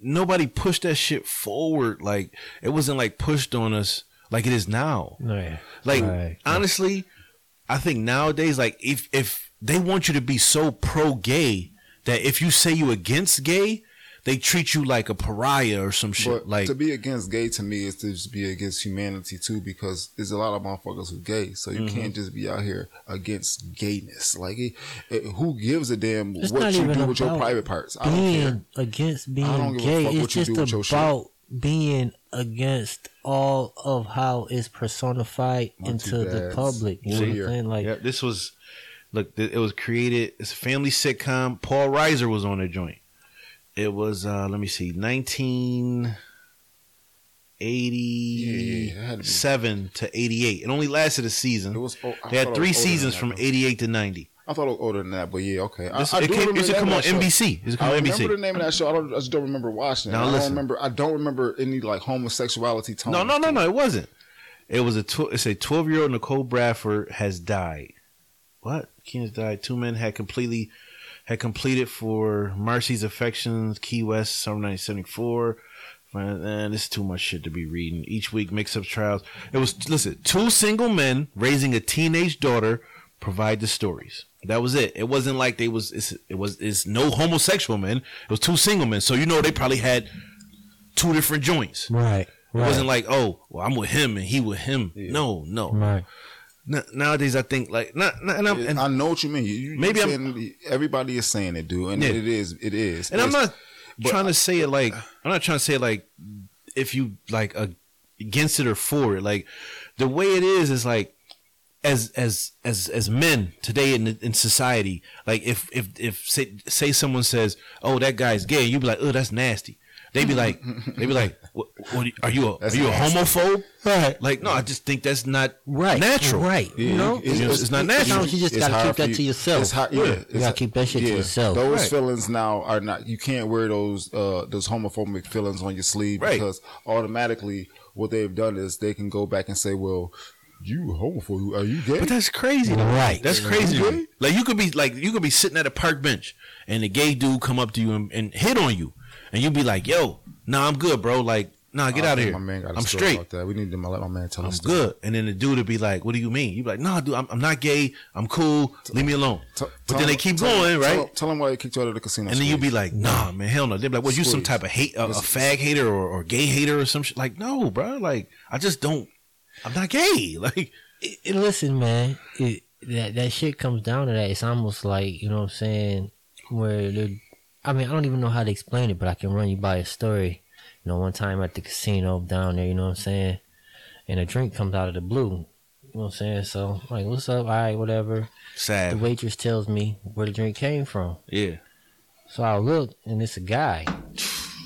Speaker 1: Nobody pushed that shit forward. Like it wasn't like pushed on us like it is now.
Speaker 2: Right.
Speaker 1: Like
Speaker 2: Right.
Speaker 1: honestly, I think nowadays, like if if they want you to be so pro gay that if you say you against gay, they treat you like a pariah or some shit.
Speaker 3: But
Speaker 1: like
Speaker 3: to be against gay to me is to just be against humanity too, because there's a lot of motherfuckers who gay. So
Speaker 1: Mm-hmm.
Speaker 3: you can't just be out here against gayness. Like, it, it- who gives a damn
Speaker 2: It's
Speaker 3: what
Speaker 2: not
Speaker 3: you
Speaker 2: even
Speaker 3: do with your
Speaker 2: about
Speaker 3: private parts? I don't care.
Speaker 2: Being against
Speaker 3: I
Speaker 2: being
Speaker 3: don't give a
Speaker 2: gay.
Speaker 3: fuck what
Speaker 2: It's
Speaker 3: you do with
Speaker 2: just
Speaker 3: your shit.
Speaker 2: about being against all of how it's personified
Speaker 3: My two
Speaker 2: into the
Speaker 3: dads.
Speaker 2: public. You know what
Speaker 3: See?
Speaker 2: I'm saying? Like,
Speaker 1: yeah, this was look. th- It was created. It's a family sitcom. Paul Reiser was on the joint. It was uh let me see, nineteen eighty
Speaker 3: Yeah, it had to be.
Speaker 1: seven to eighty eight. It only lasted a season.
Speaker 3: It was, oh, I
Speaker 1: they
Speaker 3: thought
Speaker 1: had
Speaker 3: it
Speaker 1: three
Speaker 3: was older than
Speaker 1: seasons
Speaker 3: that,
Speaker 1: from
Speaker 3: though.
Speaker 1: eighty eight to ninety.
Speaker 3: I thought it was older than that, but yeah, okay.
Speaker 1: This-
Speaker 3: I, I
Speaker 1: it
Speaker 3: do
Speaker 1: came-
Speaker 3: remember
Speaker 1: it should
Speaker 3: the
Speaker 1: come
Speaker 3: name
Speaker 1: on
Speaker 3: of that show.
Speaker 1: NBC. It should come
Speaker 3: I
Speaker 1: on
Speaker 3: remember
Speaker 1: NBC.
Speaker 3: the name of that show. I, don't, I just don't remember watching it.
Speaker 1: Now
Speaker 3: I don't
Speaker 1: listen.
Speaker 3: remember. I don't remember any like homosexuality tone.
Speaker 1: No, no, no, no. It wasn't. It was a. Tw- it's a twelve-year-old Nicole Bradford has died. What? Keenan's died. Two men had completely had completed for Marcy's affections. Key West, summer nineteen seventy-four. Man, this is too much shit to be reading. Each week, mix-up trials. It was listen. Two single men raising a teenage daughter provide the stories. That was it. It wasn't like they was. It's, it was. It's no homosexual men. It was two single men. So you know they probably had two different joints.
Speaker 2: right.
Speaker 1: It
Speaker 2: Right.
Speaker 1: wasn't like, oh, well, I'm with him and he with him. No, no.
Speaker 2: right.
Speaker 1: N- nowadays, I think like not, not- and I'm and,
Speaker 3: I know what you mean. You, you,
Speaker 1: Maybe
Speaker 3: maybe
Speaker 1: I'm-
Speaker 3: saying, everybody is saying it, dude, and
Speaker 1: Yeah.
Speaker 3: it is. It is.
Speaker 1: and I'm
Speaker 3: It's-
Speaker 1: not trying to say it like I'm not trying to say it like if you like a, against it or for it. Like the way it is is like as as as as men today in in society. Like if if if say, say someone says, oh, that guy's gay, you be like, oh, that's nasty. They be like, they be like, what, what are you- are you a, are
Speaker 3: That's
Speaker 1: you a
Speaker 3: nasty.
Speaker 1: homophobe?
Speaker 2: Right.
Speaker 1: Like, no, I just think that's not
Speaker 2: Right.
Speaker 1: natural.
Speaker 2: Right.
Speaker 3: Yeah,
Speaker 2: you know?
Speaker 1: it's- it's not natural.
Speaker 2: Sometimes you just
Speaker 3: it's
Speaker 2: gotta
Speaker 3: hard
Speaker 2: keep
Speaker 3: for
Speaker 2: that
Speaker 3: you-
Speaker 2: to yourself.
Speaker 3: It's hard, yeah,
Speaker 2: You
Speaker 3: it's-
Speaker 2: gotta keep that shit to yourself.
Speaker 3: Those
Speaker 1: Right.
Speaker 3: feelings now are not. You can't wear those uh, those homophobic feelings on your sleeve
Speaker 1: Right.
Speaker 3: because automatically what they've done is they can go back and say, "Well, you homophobe? Are you gay?"
Speaker 1: But that's crazy. to me.
Speaker 2: Right.
Speaker 1: That's crazy. to me. Like you could be like you could be sitting at a park bench and a gay dude come up to you and, and hit on you, and you be like, "Yo, nah, I'm good, bro. Like, nah, get
Speaker 3: I
Speaker 1: out of
Speaker 3: think
Speaker 1: here.
Speaker 3: My man got a
Speaker 1: I'm
Speaker 3: story
Speaker 1: straight.
Speaker 3: About that. We need to let my man tell
Speaker 1: I'm
Speaker 3: us. story.
Speaker 1: good." And then the dude would be like, "What do you mean?" You be like, "Nah, dude, I'm, I'm not gay. I'm cool. Leave me alone."
Speaker 3: T-
Speaker 1: but
Speaker 3: tell
Speaker 1: then they
Speaker 3: him-
Speaker 1: keep
Speaker 3: tell
Speaker 1: going,
Speaker 3: him-
Speaker 1: right?
Speaker 3: Tell him, tell him why they kicked you out of the casino.
Speaker 1: and then you'd be like, "Nah, man, hell no." They'd be like, "Well, you some
Speaker 3: Squeeze.
Speaker 1: type of hate, a, a fag hater or, or gay hater or some shit." Like, no, bro. Like, I just don't. I'm not gay. Like,
Speaker 2: it- it- listen, man, it, that that shit comes down to that. It's almost like you know what I'm saying, where they're. I mean, I don't even know how to explain it, but I can run you by a story. You know, one time at the casino down there, you know what I'm saying, and a drink comes out of the blue. You know what I'm saying? So, like, what's up? All right, whatever. The
Speaker 1: sad.
Speaker 2: waitress tells me where the drink came from.
Speaker 1: Yeah.
Speaker 2: So I look, and it's a guy.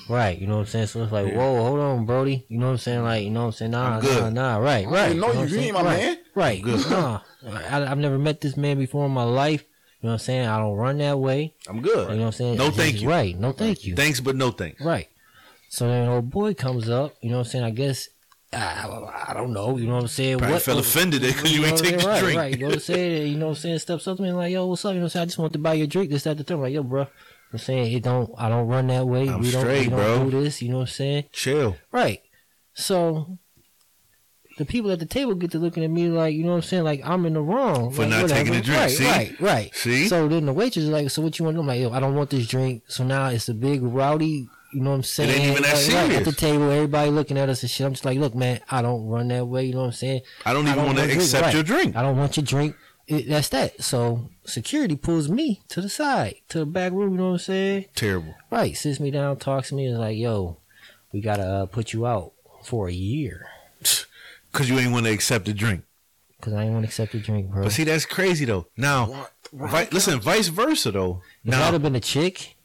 Speaker 2: Right, you know what I'm saying? So it's like, whoa, hold on, Brody. You know what I'm saying? Like, you know what I'm saying? Nah,
Speaker 1: I'm good.
Speaker 2: nah, nah. Right, right.
Speaker 3: didn't know you.
Speaker 2: what I'm
Speaker 3: You
Speaker 2: saying?
Speaker 3: ain't my
Speaker 2: right,
Speaker 3: man.
Speaker 2: Right, nah. I, I've never met this man before in my life. You know what I'm saying? I don't run that way.
Speaker 1: I'm good.
Speaker 2: You know what I'm saying?
Speaker 1: No,
Speaker 2: He's
Speaker 1: thank you.
Speaker 2: Right, no, thank you.
Speaker 1: Thanks, but no thanks.
Speaker 2: Right. So then old boy comes up. You know what I'm saying? I guess I, I don't know. You know what I'm saying?
Speaker 1: Probably
Speaker 2: what
Speaker 1: felt
Speaker 2: was-
Speaker 1: offended because you, ain't
Speaker 2: know what I'm
Speaker 1: take the
Speaker 2: saying? right,
Speaker 1: drink.
Speaker 2: Right, you know what I'm saying? You know what I'm saying? Steps up to me and like, yo, what's up? You know what I'm saying? I just want to buy your drink. This, that, the third. I'm like, yo, bro. I'm saying it don't. I don't run that way.
Speaker 1: I'm
Speaker 2: we don't,
Speaker 1: straight,
Speaker 2: we don't
Speaker 1: bro.
Speaker 2: do this. You know what I'm saying?
Speaker 1: Chill.
Speaker 2: Right. So the people at the table get to looking at me like, you know what I'm saying? Like I'm in the wrong
Speaker 1: For
Speaker 2: Like,
Speaker 1: not taking the drink,
Speaker 2: Right,
Speaker 1: see?
Speaker 2: right, right.
Speaker 1: See?
Speaker 2: So then the waitress is like, so what you want? to do? I'm like, yo, I don't want this drink. So now it's a big rowdy. You know what I'm saying?
Speaker 1: even that
Speaker 2: Like, right, at
Speaker 1: serious.
Speaker 2: the table, everybody looking at us and shit. I'm just like, look, man, I don't run that way. You know what I'm saying?
Speaker 1: I don't even want to
Speaker 2: your drink,
Speaker 1: accept
Speaker 2: right.
Speaker 1: your drink.
Speaker 2: I don't want your drink. It, that's that. So security pulls me to the side, to the back room. You know what I'm saying?
Speaker 1: Terrible.
Speaker 2: Right. Sits me down, talks to me, and is like, "Yo, we gotta uh, put you out for a year
Speaker 1: Because you ain't want to accept the drink.
Speaker 2: because I ain't want to accept your drink, bro."
Speaker 1: But see, that's crazy, though. Now, vi- listen, vice versa, though.
Speaker 2: if that'd
Speaker 1: Now,
Speaker 2: have been a chick,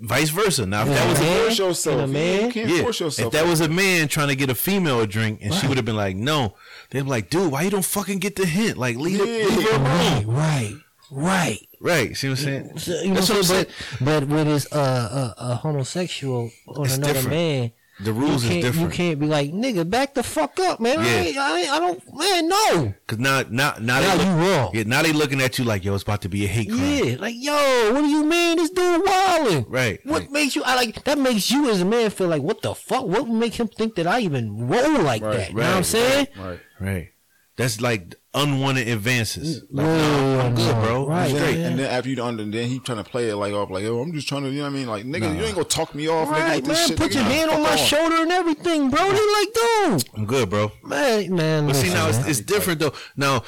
Speaker 1: vice versa. Now, if that was
Speaker 2: Yeah.
Speaker 1: a
Speaker 2: Man,
Speaker 3: force yourself.
Speaker 2: and a man?
Speaker 3: You can't
Speaker 1: Yeah.
Speaker 3: force
Speaker 1: If
Speaker 3: yourself.
Speaker 1: that was a man trying to get a female a drink and she would have been like, no, they'd be like, dude, why you don't fucking get the hint? Like, leave, it
Speaker 3: Yeah.
Speaker 1: leave her alone.
Speaker 2: right, right, right.
Speaker 1: Right. See what I'm saying?
Speaker 2: So, you know
Speaker 1: That's
Speaker 2: what I'm
Speaker 1: what I'm
Speaker 2: saying? But, but when it's uh, uh, a homosexual on
Speaker 1: It's
Speaker 2: another
Speaker 1: different.
Speaker 2: man,
Speaker 1: The
Speaker 2: you
Speaker 1: rules
Speaker 2: can't,
Speaker 1: is
Speaker 2: you
Speaker 1: different.
Speaker 2: can't be like, nigga, back the fuck up, man. I,
Speaker 1: Yeah.
Speaker 2: ain't, I, ain't, I don't, man, no.
Speaker 1: Because now, now, now,
Speaker 2: Now
Speaker 1: they
Speaker 2: you
Speaker 1: look,
Speaker 2: wrong.
Speaker 1: yeah, now they looking at you like, yo, it's about to be a hate crime.
Speaker 2: Yeah, like yo, what do you mean this dude wilding?
Speaker 1: Right.
Speaker 2: What
Speaker 1: Right.
Speaker 2: makes you? I like that makes you as a man feel like what the fuck? What would make him think that I even roll like that? you know what I'm
Speaker 1: right,
Speaker 2: saying?
Speaker 3: Right.
Speaker 1: Right. That's like unwanted advances. Like,
Speaker 2: Whoa,
Speaker 1: nah, I'm good,
Speaker 2: no.
Speaker 1: bro.
Speaker 2: Right,
Speaker 1: I'm straight.
Speaker 2: man.
Speaker 3: And then after you done, and then he trying to play it like off, like yo, I'm just trying to, you know what I mean? Like nigga, you ain't gonna talk me off, nigga.
Speaker 2: Right,
Speaker 3: with this
Speaker 2: man.
Speaker 3: shit,
Speaker 2: Put
Speaker 3: nigga.
Speaker 2: your
Speaker 3: Nah,
Speaker 2: hand on
Speaker 3: fuck
Speaker 2: my shoulder and everything, bro. They like, dude,
Speaker 1: I'm good, bro.
Speaker 2: man, man.
Speaker 1: But see,
Speaker 2: listen,
Speaker 1: now it's,
Speaker 2: man.
Speaker 1: it's different though. Now,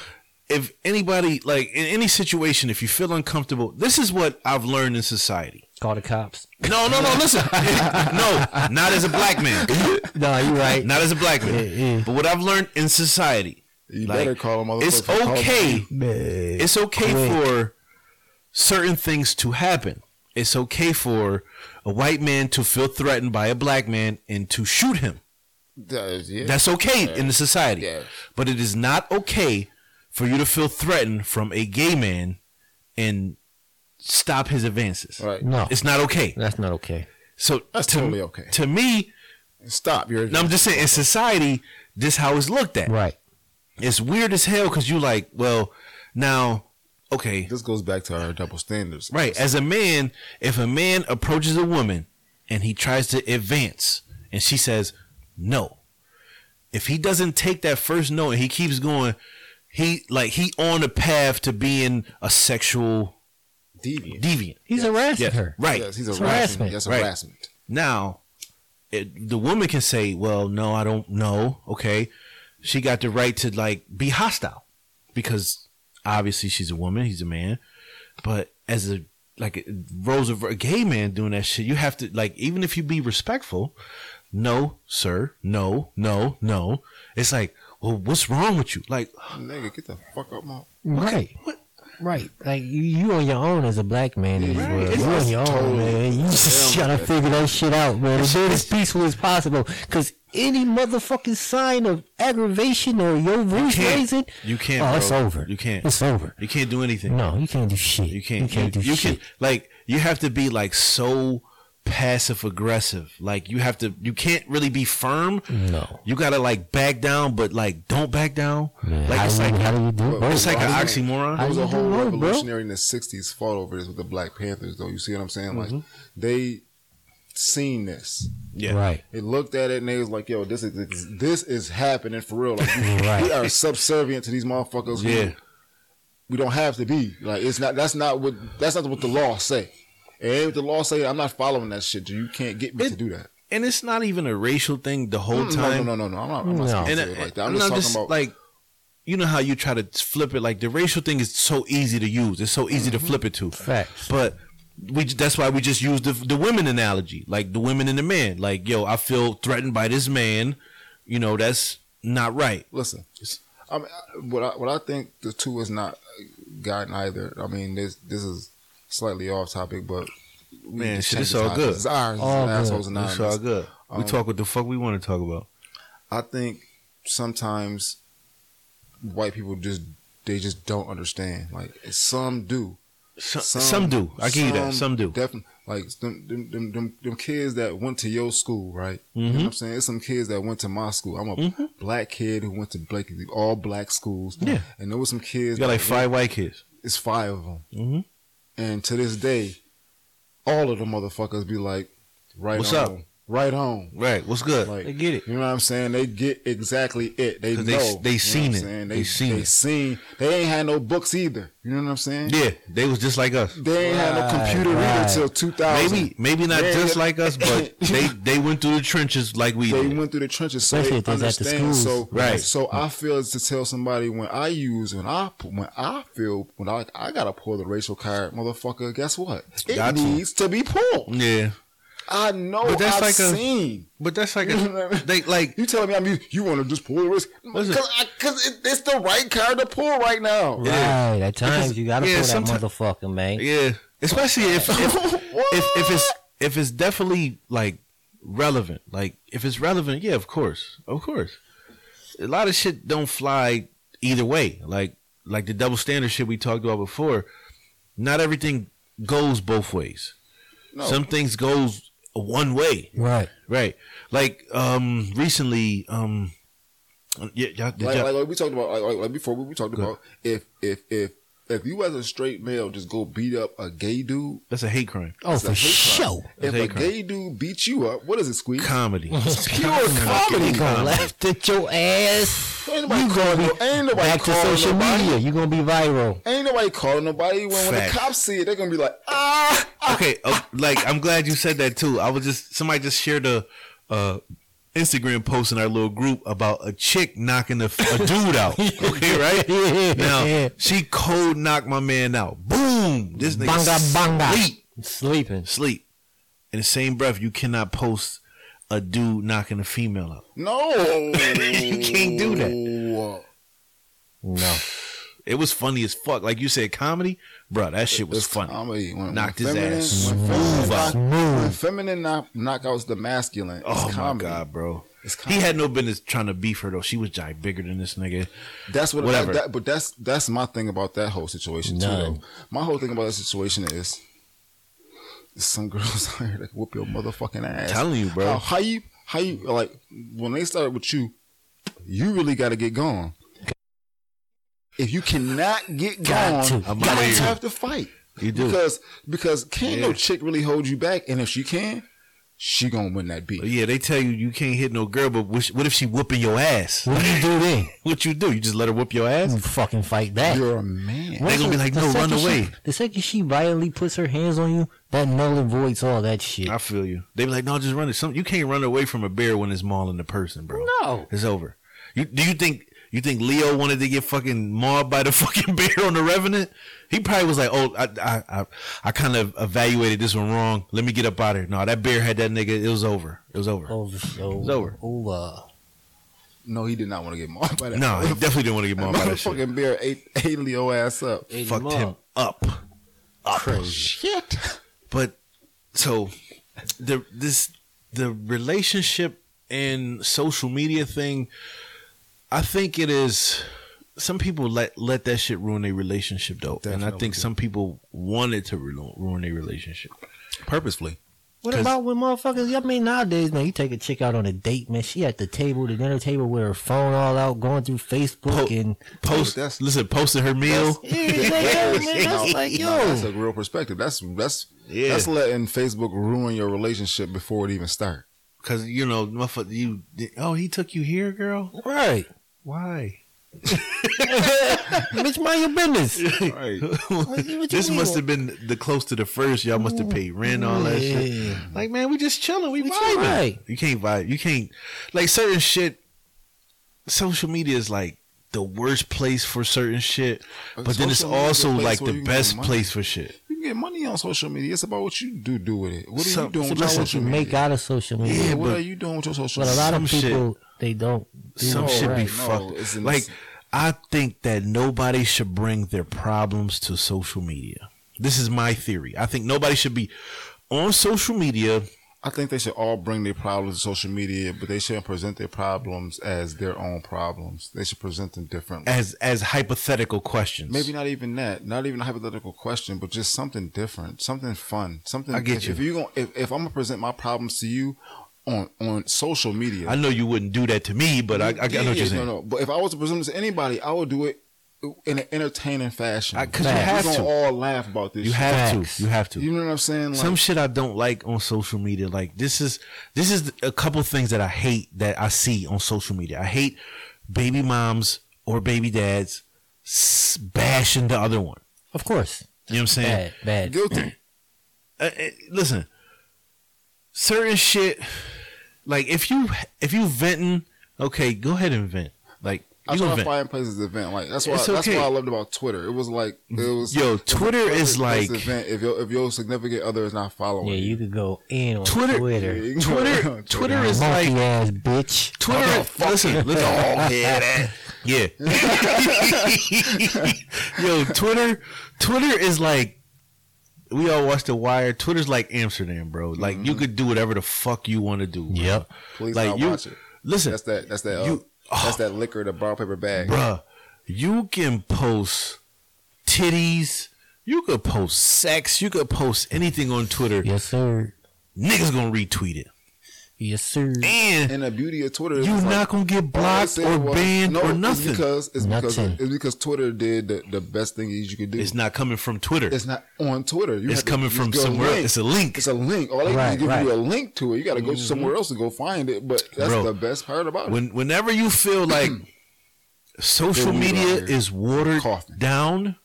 Speaker 1: if anybody, like in any situation, if you feel uncomfortable, this is what I've learned in society.
Speaker 2: call the cops.
Speaker 1: No, no, no. Listen, no, not as a black man,
Speaker 2: No, you right.
Speaker 1: not as a black
Speaker 2: Yeah, Oh, yeah.
Speaker 1: man. But what I've learned in society,
Speaker 3: You better call a motherfucker.
Speaker 1: It's
Speaker 3: Call
Speaker 1: okay.
Speaker 2: Man.
Speaker 1: It's okay for certain things to happen. It's okay for a white man to feel threatened by a black man and to shoot him.
Speaker 3: That is- yeah.
Speaker 1: That's okay in the society.
Speaker 3: Yeah.
Speaker 1: But it is not okay for you to feel threatened from a gay man and stop his advances.
Speaker 3: right.
Speaker 2: No,
Speaker 1: It's not okay.
Speaker 2: that's not okay.
Speaker 1: So
Speaker 3: That's
Speaker 1: to,
Speaker 3: totally okay.
Speaker 1: To me,
Speaker 3: Stop. You're
Speaker 1: no, I'm just saying in society, this how it's looked at.
Speaker 2: Right.
Speaker 1: It's weird as hell because you like, well, now, okay,
Speaker 3: this goes back to our double standards.
Speaker 1: right. As a man, if a man approaches a woman and he tries to advance and she says no, if he doesn't take that first no and he keeps going, he like he on a path to being a sexual
Speaker 3: Deviant.
Speaker 1: deviant.
Speaker 2: He's harassing
Speaker 1: Yes,
Speaker 2: her.
Speaker 1: right.
Speaker 3: Yes, he's
Speaker 2: It's harassment.
Speaker 3: harassment. That's
Speaker 1: Right.
Speaker 3: harassment.
Speaker 1: Now, it, the woman can say, "Well, no, I don't know." Okay, she got the right to like be hostile because obviously she's a woman, he's a man. But as a like roles of a gay man doing that shit, you have to like even if you be respectful, no, sir, no, no, no. It's like, well, what's wrong with you? Like,
Speaker 3: Nigga, get the fuck up, my.
Speaker 2: Right. Right. Like you, you on your own as a black man in this
Speaker 1: Right.
Speaker 2: world.
Speaker 1: It's
Speaker 2: You on
Speaker 1: just
Speaker 2: your own,
Speaker 3: totally-
Speaker 2: man. You just
Speaker 3: Yeah,
Speaker 2: gotta figure that shit out, man. And do it as peaceful as possible. Cause any motherfucking sign of aggravation or your voice
Speaker 1: can't.
Speaker 2: raising,
Speaker 1: You can't,
Speaker 2: Oh,
Speaker 1: bro.
Speaker 2: it's over.
Speaker 1: You can't.
Speaker 2: It's over.
Speaker 1: you can't do anything.
Speaker 2: No, you can't do shit.
Speaker 1: You can't.
Speaker 2: You can't
Speaker 1: you,
Speaker 2: do
Speaker 1: you
Speaker 2: shit.
Speaker 1: can like you have to be like so passive aggressive. Like you have to. You can't really be firm.
Speaker 3: Mm.
Speaker 2: No.
Speaker 1: You gotta like back down, but like don't back down.
Speaker 2: Man,
Speaker 1: like
Speaker 2: how,
Speaker 1: it's
Speaker 2: do you-
Speaker 1: like
Speaker 2: how do you do both?
Speaker 1: it's like an
Speaker 3: How do
Speaker 1: oxymoron.
Speaker 2: How
Speaker 3: There was
Speaker 2: you
Speaker 3: a whole
Speaker 2: doing, bro?
Speaker 3: revolutionary in the '60s fought over this with the Black Panthers, though. You see what I'm saying?
Speaker 1: Mm-hmm.
Speaker 3: Like they seen this.
Speaker 1: yeah.
Speaker 2: Right.
Speaker 3: They looked at it and they was like, "Yo, this is this is happening for real. Like,
Speaker 2: Right.
Speaker 3: We are subservient to these motherfuckers. who
Speaker 1: Yeah.
Speaker 3: we don't have to be. Like, it's not. That's not what. That's not what the law say. And what the law say, I'm not following that shit. You can't get me
Speaker 1: It-
Speaker 3: to do that.
Speaker 1: And it's not even a racial thing the whole
Speaker 3: Mm, No,
Speaker 1: time.
Speaker 3: no, no, no, no. I'm not, I'm
Speaker 2: No.
Speaker 3: not speaking
Speaker 1: And
Speaker 3: to it
Speaker 1: I-
Speaker 3: like that. I'm,
Speaker 1: I'm
Speaker 3: just
Speaker 1: not
Speaker 3: talking
Speaker 1: just
Speaker 3: about
Speaker 1: like. You know how you try to flip it? Like the racial thing is so easy to use. It's so easy
Speaker 3: Mm-hmm.
Speaker 1: to flip it to.
Speaker 2: Facts.
Speaker 1: But we that's why we just use the the women analogy, like the women and the man. Like, yo, I feel threatened by this man. You know, that's not right.
Speaker 3: listen. I mean, I- what I, what I think the two is not gotten either. I mean, this this is slightly off topic, but we
Speaker 1: Man,
Speaker 3: just
Speaker 1: shit,
Speaker 3: change
Speaker 1: it's
Speaker 3: the
Speaker 1: all
Speaker 3: topic.
Speaker 1: good.
Speaker 3: It's ours.
Speaker 2: All
Speaker 3: It's Um,
Speaker 2: good.
Speaker 3: assholes and
Speaker 1: It's
Speaker 3: ours.
Speaker 1: all good. we talk what the fuck we want to talk about.
Speaker 3: I think sometimes white people just they just don't understand. Like some do,
Speaker 1: Some, some do. I give you that. Some do.
Speaker 3: Definitely, Like them them, them, them, them kids that went to your school, right? You know
Speaker 1: Mm-hmm.
Speaker 3: what I'm saying? It's some kids that went to my school. I'm a black kid who went to Blake, all black schools.
Speaker 1: Yeah.
Speaker 3: And there was some kids.
Speaker 1: You got like
Speaker 3: that-
Speaker 1: five white kids.
Speaker 3: It's five of them.
Speaker 1: Mm-hmm.
Speaker 3: And to this day, all of the motherfuckers be like, right
Speaker 1: What's
Speaker 3: on. Right on.
Speaker 1: Right. What's good?
Speaker 3: Like-
Speaker 1: they get it.
Speaker 3: You know what I'm saying? They get exactly it. They know.
Speaker 1: 'Cause they-
Speaker 3: You know
Speaker 1: they
Speaker 3: what
Speaker 1: seen
Speaker 3: I'm
Speaker 1: it.
Speaker 3: saying?
Speaker 1: They seen
Speaker 3: they
Speaker 1: it.
Speaker 3: seen. They ain't had no books either. You know what I'm saying?
Speaker 1: Yeah, they was just like us.
Speaker 3: They ain't had no
Speaker 2: Right,
Speaker 3: computer
Speaker 2: right.
Speaker 3: either till 2000.
Speaker 1: Maybe, maybe not
Speaker 3: Yeah,
Speaker 1: just
Speaker 3: yeah.
Speaker 1: like us, but they they went through the trenches like we
Speaker 3: They
Speaker 1: did.
Speaker 3: went through the trenches, so
Speaker 2: Especially
Speaker 3: they
Speaker 2: if it's at the
Speaker 3: understand.
Speaker 2: schools.
Speaker 3: so
Speaker 1: Right.
Speaker 3: So I feel to tell somebody when I use when I when I feel when I I gotta pull the racial card, motherfucker. Guess what? It
Speaker 1: Got to.
Speaker 3: needs to be pulled.
Speaker 1: Yeah,
Speaker 3: I know.
Speaker 1: But that's
Speaker 3: I've
Speaker 1: like a-
Speaker 3: seen.
Speaker 1: but that's like a, they like
Speaker 3: You telling me I'm you, you want to just pull the race?
Speaker 1: Listen.
Speaker 3: Because it, it's the right card to pull right now.
Speaker 2: Right. At times you gotta
Speaker 1: yeah,
Speaker 2: pull that
Speaker 1: someti-
Speaker 2: motherfucker, man.
Speaker 1: yeah, especially if if,
Speaker 3: What?
Speaker 1: if if it's if it's definitely like relevant. Like if it's relevant, yeah, of course, of course. A lot of shit don't fly either way. Like like the double standard shit we talked about before. Not everything goes both ways.
Speaker 3: No.
Speaker 1: Some things goes one way.
Speaker 2: Right.
Speaker 1: Right. Like um recently um yeah, y'all, did
Speaker 3: like,
Speaker 1: y'all-
Speaker 3: like, like we talked about like, like, like before we, we talked about if if if if you as a straight male just go beat up a gay dude
Speaker 1: that's a hate crime.
Speaker 2: Oh,
Speaker 3: It's
Speaker 2: for
Speaker 3: a hate crime.
Speaker 2: sure.
Speaker 1: That's
Speaker 3: if
Speaker 1: hate
Speaker 3: a
Speaker 1: crime.
Speaker 3: gay dude beats you up what is it squeeze
Speaker 1: Comedy.
Speaker 3: It's pure comedy
Speaker 2: You gonna laugh at your ass.
Speaker 3: ain't nobody
Speaker 2: You gonna
Speaker 3: calling
Speaker 2: be
Speaker 3: no, ain't nobody
Speaker 2: back to
Speaker 3: calling
Speaker 2: social
Speaker 3: nobody
Speaker 2: media. You gonna be viral.
Speaker 3: ain't nobody calling nobody when, when the
Speaker 1: Facts.
Speaker 3: cops see it they're gonna be like ah
Speaker 1: okay, uh, like I'm glad you said that too. I was just somebody just shared a uh, Instagram post in our little group about a chick knocking a, a dude out. Okay, right?
Speaker 2: Yeah.
Speaker 1: Now she cold knocked my man out. Boom! This nigga
Speaker 2: Banga banga.
Speaker 1: sleep,
Speaker 2: Sleeping.
Speaker 1: sleep. In the same breath, you cannot post a dude knocking a female out.
Speaker 3: no
Speaker 1: You can't do
Speaker 3: that
Speaker 2: No.
Speaker 1: It was funny as fuck. Like you said, comedy, bro. That shit was funny.
Speaker 3: comedy when,
Speaker 1: Knocked his
Speaker 3: when feminine,
Speaker 1: ass
Speaker 3: when feminine,
Speaker 1: smooth out.
Speaker 3: knock, when
Speaker 2: Move.
Speaker 3: feminine knock, knockouts the masculine it's
Speaker 1: Oh my
Speaker 3: comedy.
Speaker 1: god, bro.
Speaker 3: It's
Speaker 1: He had no business trying to beef her though. She was giant bigger than this nigga.
Speaker 3: That's what.
Speaker 1: Whatever.
Speaker 3: that- but that's that's my thing about that whole situation too.
Speaker 2: None.
Speaker 3: Though. My whole thing about that situation is there's some girls out here that whoop your motherfucking ass.
Speaker 1: Telling you, bro.
Speaker 3: How, how you how you like when they start with you? You really got to get gone. If you cannot get
Speaker 2: Got
Speaker 3: gone,
Speaker 2: to.
Speaker 1: I'm
Speaker 3: you
Speaker 1: outta
Speaker 3: guys
Speaker 1: here.
Speaker 3: have to fight.
Speaker 1: You do.
Speaker 3: because because can't
Speaker 1: Yeah.
Speaker 3: no chick really hold you back, and if she can, she gonna win that beat.
Speaker 1: Oh, Yeah, they tell you you can't hit no girl, but wish, what if she whooping your ass?
Speaker 2: What do you do then?
Speaker 1: What you do? You just let her whoop your ass?
Speaker 2: You fucking fight back.
Speaker 3: You're a man.
Speaker 1: They gonna be like, no, run
Speaker 2: second she-
Speaker 1: away.
Speaker 2: the second she violently puts her hands on you, that null and voids all that shit.
Speaker 1: I feel you. They be like, no, just run it. Some you can't run away from a bear when it's mauling the person, bro.
Speaker 2: No.
Speaker 1: it's over. You do you think you think Leo wanted to get fucking mauled by the fucking bear on the Revenant? He probably was like, oh, I I I, I kind of evaluated this one wrong. Let me get up out of here. No, that bear had that nigga. It was over. It was over.
Speaker 2: Over.
Speaker 1: It's over.
Speaker 2: Over.
Speaker 3: No, he did not want to get mauled by that.
Speaker 1: No, he definitely didn't want to get mauled by that shit.
Speaker 3: Motherfucking bear ate, ate Leo ass up.
Speaker 2: Ate
Speaker 1: Fucked
Speaker 2: him
Speaker 1: him
Speaker 2: up.
Speaker 1: up.
Speaker 2: Crazy.
Speaker 3: Shit.
Speaker 1: but so the this the relationship and social media thing i think it is some people let let that shit ruin their relationship though and i
Speaker 3: Definitely.
Speaker 1: think some people wanted to ruin, ruin their relationship
Speaker 3: Purposefully.
Speaker 2: What
Speaker 1: 'Cause-
Speaker 2: about when motherfuckers? I mean, nowadays, man, you take a chick out on a date, man. She at the table, the dinner table, with her phone all out, going through Facebook
Speaker 1: Po-
Speaker 2: and
Speaker 1: post
Speaker 3: that's-
Speaker 1: listen posted her meal
Speaker 2: yeah, yeah, man, that's like
Speaker 3: No, that's
Speaker 2: yo,
Speaker 3: a real perspective. That's that's
Speaker 1: Yeah.
Speaker 3: that's letting Facebook ruin your relationship before it even starts.
Speaker 1: because you know motherfucker you oh he took you here girl
Speaker 2: right,
Speaker 1: why
Speaker 2: bitch, mind your business.
Speaker 3: Right.
Speaker 2: Like, what
Speaker 1: this
Speaker 2: you
Speaker 1: must
Speaker 2: mean?
Speaker 1: have been the close to the first y'all must have paid rent all that shit
Speaker 2: Yeah.
Speaker 1: Like, man, we just chilling. We,
Speaker 2: We just
Speaker 1: vibing.
Speaker 2: vibe.
Speaker 1: You can't vibe. You can't like certain shit. Social media is like the worst place for certain shit,
Speaker 3: But
Speaker 1: but then it's
Speaker 3: social media is a
Speaker 1: also
Speaker 3: place
Speaker 1: like
Speaker 3: where
Speaker 1: the
Speaker 3: you can get
Speaker 1: best
Speaker 3: money.
Speaker 1: place for shit.
Speaker 3: You can get money on social media. It's about what you do do with it. What are
Speaker 1: Some-
Speaker 3: you doing
Speaker 1: some-
Speaker 3: with your
Speaker 2: That's
Speaker 1: listen,
Speaker 2: what
Speaker 3: social
Speaker 2: you
Speaker 3: media?
Speaker 2: make out of social media.
Speaker 1: Yeah,
Speaker 3: yeah, what
Speaker 1: but-
Speaker 3: are you doing with your social
Speaker 2: But a
Speaker 3: media?
Speaker 2: lot of
Speaker 1: Some shit-
Speaker 2: people they don't. Do
Speaker 1: Some
Speaker 2: it
Speaker 1: shit
Speaker 2: right.
Speaker 1: be
Speaker 3: no,
Speaker 1: fucked.
Speaker 3: it's an-
Speaker 1: like, I think that nobody should bring their problems to social media. This is my theory. I think nobody should be on social media
Speaker 3: I think they should all bring their problems to social media, but they shouldn't present their problems as their own problems. They should present them differently.
Speaker 1: as as hypothetical questions.
Speaker 3: Maybe not even that, not even a hypothetical question, but just something different, something fun, something.
Speaker 1: I get
Speaker 3: if,
Speaker 1: you.
Speaker 3: If you going if, if I'm gonna present my problems to you on on social media,
Speaker 1: I know you wouldn't do that to me, but I, I, I know
Speaker 3: Yeah,
Speaker 1: what you're
Speaker 3: yeah,
Speaker 1: saying.
Speaker 3: No, no. But if I was to present this to anybody, I would do it in an entertaining fashion.
Speaker 1: I- 'cause you
Speaker 3: We're
Speaker 1: have
Speaker 3: gonna
Speaker 1: to.
Speaker 3: all laugh about this.
Speaker 1: You
Speaker 3: shit.
Speaker 1: have
Speaker 2: Facts.
Speaker 1: to. You have to.
Speaker 3: You know what I'm saying? Like,
Speaker 1: Some shit I don't like on social media. Like this is this is a couple things that I hate that I see on social media. I hate baby moms or baby dads s- bashing the other one.
Speaker 2: Of course.
Speaker 1: You know what I'm saying?
Speaker 2: Bad, bad.
Speaker 3: guilty.
Speaker 1: uh, uh, listen, certain shit, like if you if you venting, okay, go ahead and vent. Like you
Speaker 3: That's
Speaker 1: gonna
Speaker 3: what I
Speaker 1: vent.
Speaker 3: find places event like. That's why.
Speaker 1: It's
Speaker 3: That's
Speaker 1: okay.
Speaker 3: what I loved about Twitter. It was like it was.
Speaker 1: Yo,
Speaker 3: it's a
Speaker 1: Twitter
Speaker 3: perfect
Speaker 1: is like-
Speaker 3: place to vent if your if your significant other is not following.
Speaker 2: Yeah, you could go in on
Speaker 1: Twitter,
Speaker 2: Twitter.
Speaker 1: Twitter,
Speaker 3: Twitter.
Speaker 1: Twitter, is
Speaker 2: Monkey
Speaker 1: like
Speaker 2: ass bitch.
Speaker 1: Twitter. listen, listen. yeah. Yo, Twitter, Twitter is like we all watch The Wire. Twitter's like Amsterdam, bro. Like
Speaker 3: Mm-hmm.
Speaker 1: you could do whatever the fuck you want to do. bro.
Speaker 2: Yep.
Speaker 3: Please
Speaker 1: like
Speaker 3: not
Speaker 1: you
Speaker 3: watch it.
Speaker 1: listen.
Speaker 3: That's that. That's that. Uh,
Speaker 1: You- oh.
Speaker 3: that's that liquor. The brown paper bag.
Speaker 1: bruh, you can post titties, you could post sex, you could post anything on Twitter.
Speaker 2: Yes, sir.
Speaker 1: Niggas gonna retweet it,
Speaker 2: Yes, sir.
Speaker 1: and
Speaker 3: And the beauty of Twitter is
Speaker 1: you
Speaker 3: it's like,
Speaker 1: not gonna get
Speaker 3: all I
Speaker 1: blocked
Speaker 3: said
Speaker 1: or
Speaker 3: was-
Speaker 1: banned
Speaker 3: no,
Speaker 1: or
Speaker 3: it's
Speaker 1: nothing. It's,
Speaker 3: because it's because
Speaker 2: Nothing.
Speaker 3: it's because Twitter did the, the best thing you could do.
Speaker 1: not coming from Twitter.
Speaker 3: It's
Speaker 1: It's,
Speaker 3: not on Twitter. You have to-
Speaker 1: coming
Speaker 3: you
Speaker 1: from
Speaker 3: go
Speaker 1: somewhere.
Speaker 3: link.
Speaker 1: It's a link.
Speaker 3: It's a link. All they do is
Speaker 2: Right,
Speaker 3: give
Speaker 2: right.
Speaker 3: you a link to it. You got to go somewhere else to go find it. But that's
Speaker 1: Bro.
Speaker 3: the best part about it.
Speaker 1: when whenever you feel like social
Speaker 3: Dude, we
Speaker 1: media
Speaker 3: out here
Speaker 1: is watered
Speaker 3: coughing.
Speaker 1: down,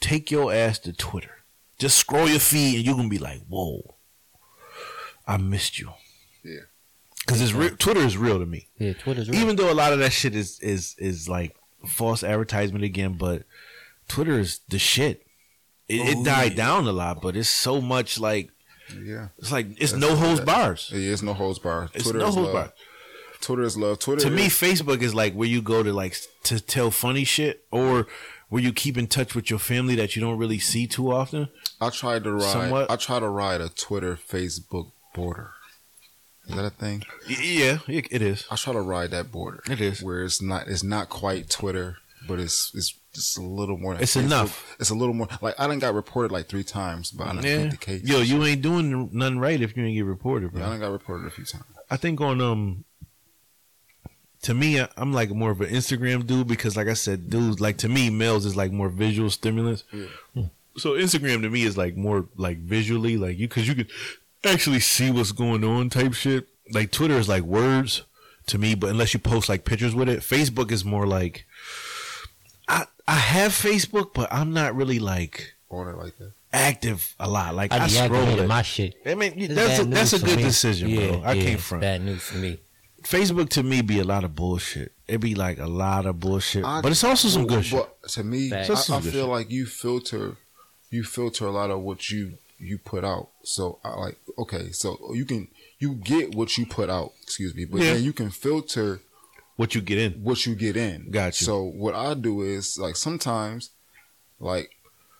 Speaker 1: take your ass to Twitter. Just scroll your feed, and you're gonna be like, "Whoa, I missed you."
Speaker 3: Yeah.
Speaker 1: because it's real Twitter is real to me.
Speaker 2: Yeah, Twitter's real.
Speaker 1: even though a lot of that shit is is is like false advertisement again, but Twitter is the shit. It,
Speaker 3: Oh,
Speaker 1: it died down a lot, but it's so much like
Speaker 3: Yeah,
Speaker 1: it's like it's no holds bars.
Speaker 3: yeah. It's no holds bar.
Speaker 1: It's
Speaker 3: Twitter
Speaker 1: no
Speaker 3: is
Speaker 1: holds
Speaker 3: love.
Speaker 1: bars.
Speaker 3: Twitter is love. Twitter
Speaker 1: To me,
Speaker 3: is-
Speaker 1: Facebook is like where you go to like s- to tell funny shit or where you keep in touch with your family that you don't really see too often.
Speaker 3: I tried to ride.
Speaker 1: somewhat-
Speaker 3: I tried to ride a Twitter Facebook border. Is that a thing?
Speaker 1: Y- Yeah, it, it is.
Speaker 3: I try to ride that border.
Speaker 1: It is.
Speaker 3: where it's not. It's not quite Twitter, but it's it's just a little more. than
Speaker 1: It's
Speaker 3: Facebook.
Speaker 1: enough.
Speaker 3: It's a little more. Like I done got reported like three times, but I done yeah.
Speaker 1: Yeah.
Speaker 3: the case.
Speaker 1: Yo, you ain't doing nothing right if you ain't get reported, bro.
Speaker 3: Yeah, I done got reported a few times.
Speaker 1: I think on um to me I- I'm like more of an Instagram dude because like I said dudes like to me males is like more visual stimulants. So Instagram to me is like more like visually like you cuz you can actually see what's going on type shit. Like Twitter is like words to me but unless you post like pictures with it. Facebook is more like I I have Facebook but I'm not really like
Speaker 3: On it like that.
Speaker 1: active a lot. Like I,
Speaker 2: I be
Speaker 1: scroll
Speaker 2: activated
Speaker 1: it.
Speaker 2: my shit.
Speaker 1: I mean
Speaker 2: It's
Speaker 1: that's a,
Speaker 2: bad
Speaker 1: that's a
Speaker 2: news for
Speaker 1: good
Speaker 2: me.
Speaker 1: decision,
Speaker 2: Yeah,
Speaker 1: bro. I
Speaker 2: yeah,
Speaker 1: can't
Speaker 2: it's
Speaker 1: front.
Speaker 2: Bad news for me.
Speaker 1: Facebook to me be a lot of bullshit. It be like a lot of bullshit, but it's also some good shit.
Speaker 3: But to me, I,
Speaker 2: Facts.
Speaker 3: I
Speaker 1: That's some
Speaker 3: feel
Speaker 1: good shit.
Speaker 3: like you filter, you filter a lot of what you you put out. So I like okay, so you can you get what you put out. Excuse me, but
Speaker 1: Yeah.
Speaker 3: then you can filter
Speaker 1: What you get in?
Speaker 3: what you get in.
Speaker 1: Got you.
Speaker 3: So what I do is like sometimes, like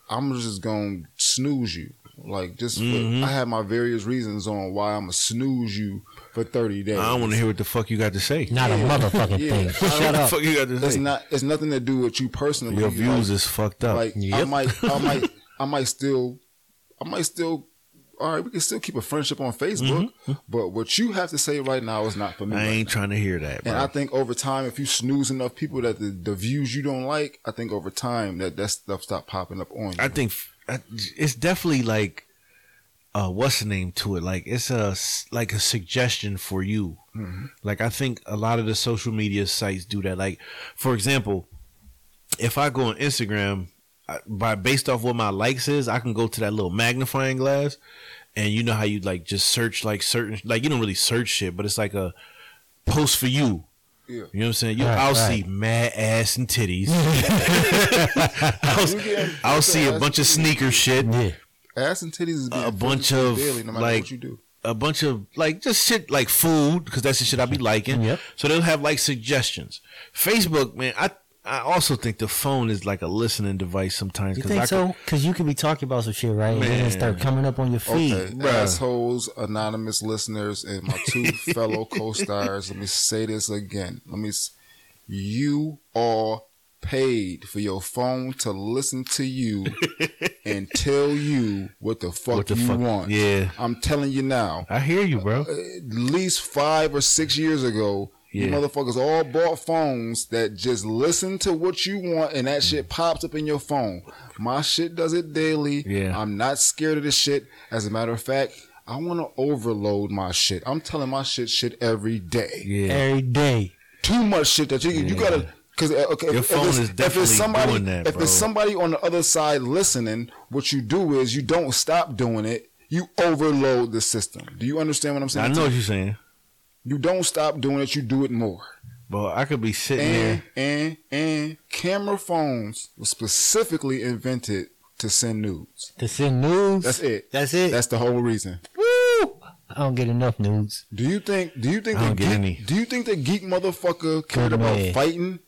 Speaker 3: I'm just gonna snooze you. Like just for-
Speaker 1: Mm-hmm.
Speaker 3: I have my various reasons on why I'm gonna snooze you for thirty days.
Speaker 1: I don't want to hear what the fuck you got to say.
Speaker 2: Not a motherfucking
Speaker 3: Yeah.
Speaker 2: thing.
Speaker 3: I
Speaker 2: Shut
Speaker 1: what the
Speaker 2: up.
Speaker 1: fuck you got to
Speaker 3: It's
Speaker 1: say?
Speaker 3: not. It's nothing to do with you personally.
Speaker 1: Your
Speaker 3: Like,
Speaker 1: views is fucked up.
Speaker 3: Like I
Speaker 2: Yep.
Speaker 3: might, I might, I might still, I might still. All right, we can still keep a friendship on Facebook, but what you have to say right now is not for me.
Speaker 1: Mm-hmm. I
Speaker 3: right
Speaker 1: ain't trying to hear that, bro.
Speaker 3: and I think over time, if you snooze enough people that the, the views you don't like, I think over time that that stuff stop popping up on you.
Speaker 1: I think f- I- it's definitely like uh what's the name to it? Like it's a s- like a suggestion for you. Like I think a lot of the social media sites do that. Like for example, if I go on Instagram I, by based off what my likes is, I can go to that little magnifying glass and you know how you like just search like certain like you don't really search shit, but it's like a post for you.
Speaker 3: Yeah.
Speaker 1: You know what I'm saying? You,
Speaker 2: Right,
Speaker 1: I'll see
Speaker 2: right.
Speaker 1: mad ass and titties. I'll,
Speaker 3: You get- you
Speaker 1: I'll
Speaker 3: get
Speaker 1: see a
Speaker 3: ass
Speaker 1: bunch of
Speaker 3: and
Speaker 1: sneaker shit,
Speaker 2: Yeah.
Speaker 3: ass and titties is being
Speaker 1: a bunch
Speaker 3: filtered
Speaker 1: of,
Speaker 3: daily, no matter
Speaker 1: like-
Speaker 3: what you do.
Speaker 1: a bunch of like just shit like food because that's the shit I be liking.
Speaker 2: Yep.
Speaker 1: So they'll have like suggestions. Facebook, man, I I also think the phone is like a listening device sometimes.
Speaker 2: You
Speaker 1: 'cause
Speaker 2: think
Speaker 1: I
Speaker 2: so? Because you could be talking about some shit, right? And then start coming up on your feet.
Speaker 3: Okay, assholes, anonymous listeners, and my two fellow co-stars. Let me say this again. Let me. s- You are paid for your phone to listen to you and tell you what the fuck
Speaker 1: What the
Speaker 3: you
Speaker 1: fuck-
Speaker 3: want.
Speaker 1: yeah.
Speaker 3: I'm telling you now.
Speaker 1: I hear you, bro.
Speaker 3: At least five or six years ago. You
Speaker 1: Yeah.
Speaker 3: motherfuckers all bought phones that just listen to what you want and that shit pops up in your phone. My shit does it daily.
Speaker 1: Yeah.
Speaker 3: I'm not scared of this shit. As a matter of fact, I want to overload my shit. I'm telling my shit shit every day.
Speaker 1: Yeah.
Speaker 2: Every day.
Speaker 3: Too much shit that you you gotta because okay
Speaker 1: Your phone is definitely
Speaker 3: somebody
Speaker 1: doing that,
Speaker 3: if
Speaker 1: bro.
Speaker 3: it's somebody on the other side listening, what you do is you don't stop doing it. You overload the system. Do you understand what I'm saying?
Speaker 1: I
Speaker 3: to
Speaker 1: know
Speaker 3: you?
Speaker 1: what you're saying.
Speaker 3: You don't stop doing it, you do it more.
Speaker 1: But I could be sitting
Speaker 3: And
Speaker 1: there.
Speaker 3: and and camera phones were specifically invented to send nudes.
Speaker 2: To send news.
Speaker 3: That's it.
Speaker 2: That's it.
Speaker 3: That's the whole reason.
Speaker 2: Woo! I don't get enough news.
Speaker 3: Do you think do you think
Speaker 1: I
Speaker 3: the
Speaker 1: don't get
Speaker 3: geek,
Speaker 1: any.
Speaker 3: do you think the geek motherfucker cared
Speaker 2: Good
Speaker 3: about
Speaker 2: way.
Speaker 3: fighting?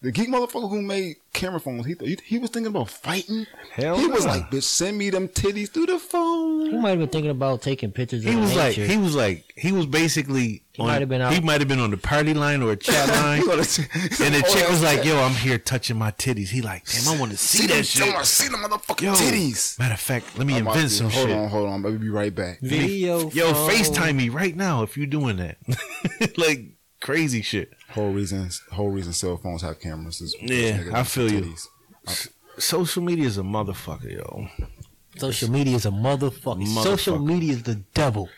Speaker 3: The geek motherfucker who made camera phones, he th- he was thinking about fighting.
Speaker 1: Hell Oh
Speaker 3: he was
Speaker 1: nah.
Speaker 3: like, "Bitch, send me them titties through the phone."
Speaker 2: He might have been thinking about taking pictures
Speaker 1: He
Speaker 2: of
Speaker 1: was like,
Speaker 2: nature.
Speaker 1: he was like, he was basically.
Speaker 2: He
Speaker 1: on-
Speaker 2: might have been out-
Speaker 1: He might have been on the party line or a chat line.
Speaker 3: and
Speaker 1: And the
Speaker 3: the
Speaker 1: chick was like, "Yo, I'm here touching my titties." He like, "Damn, I want to see that shit."
Speaker 3: Oh, See the motherfucking
Speaker 1: Yo,
Speaker 3: titties."
Speaker 1: Matter of fact, let me
Speaker 3: I'm out
Speaker 1: invent
Speaker 3: here.
Speaker 1: some
Speaker 3: hold
Speaker 1: shit.
Speaker 3: on, hold on. Let me be right back.
Speaker 2: Video
Speaker 1: Yo,
Speaker 2: phone.
Speaker 1: FaceTime me right now if you're doing that. like crazy shit.
Speaker 3: Whole reason, whole reason cell phones have cameras. Is
Speaker 1: Yeah,
Speaker 3: nigga,
Speaker 1: I feel you.
Speaker 3: titties.
Speaker 1: Social media is a motherfucker, yo.
Speaker 2: Social media is a motherfucker. Social
Speaker 1: Motherfucker.
Speaker 2: media is the devil.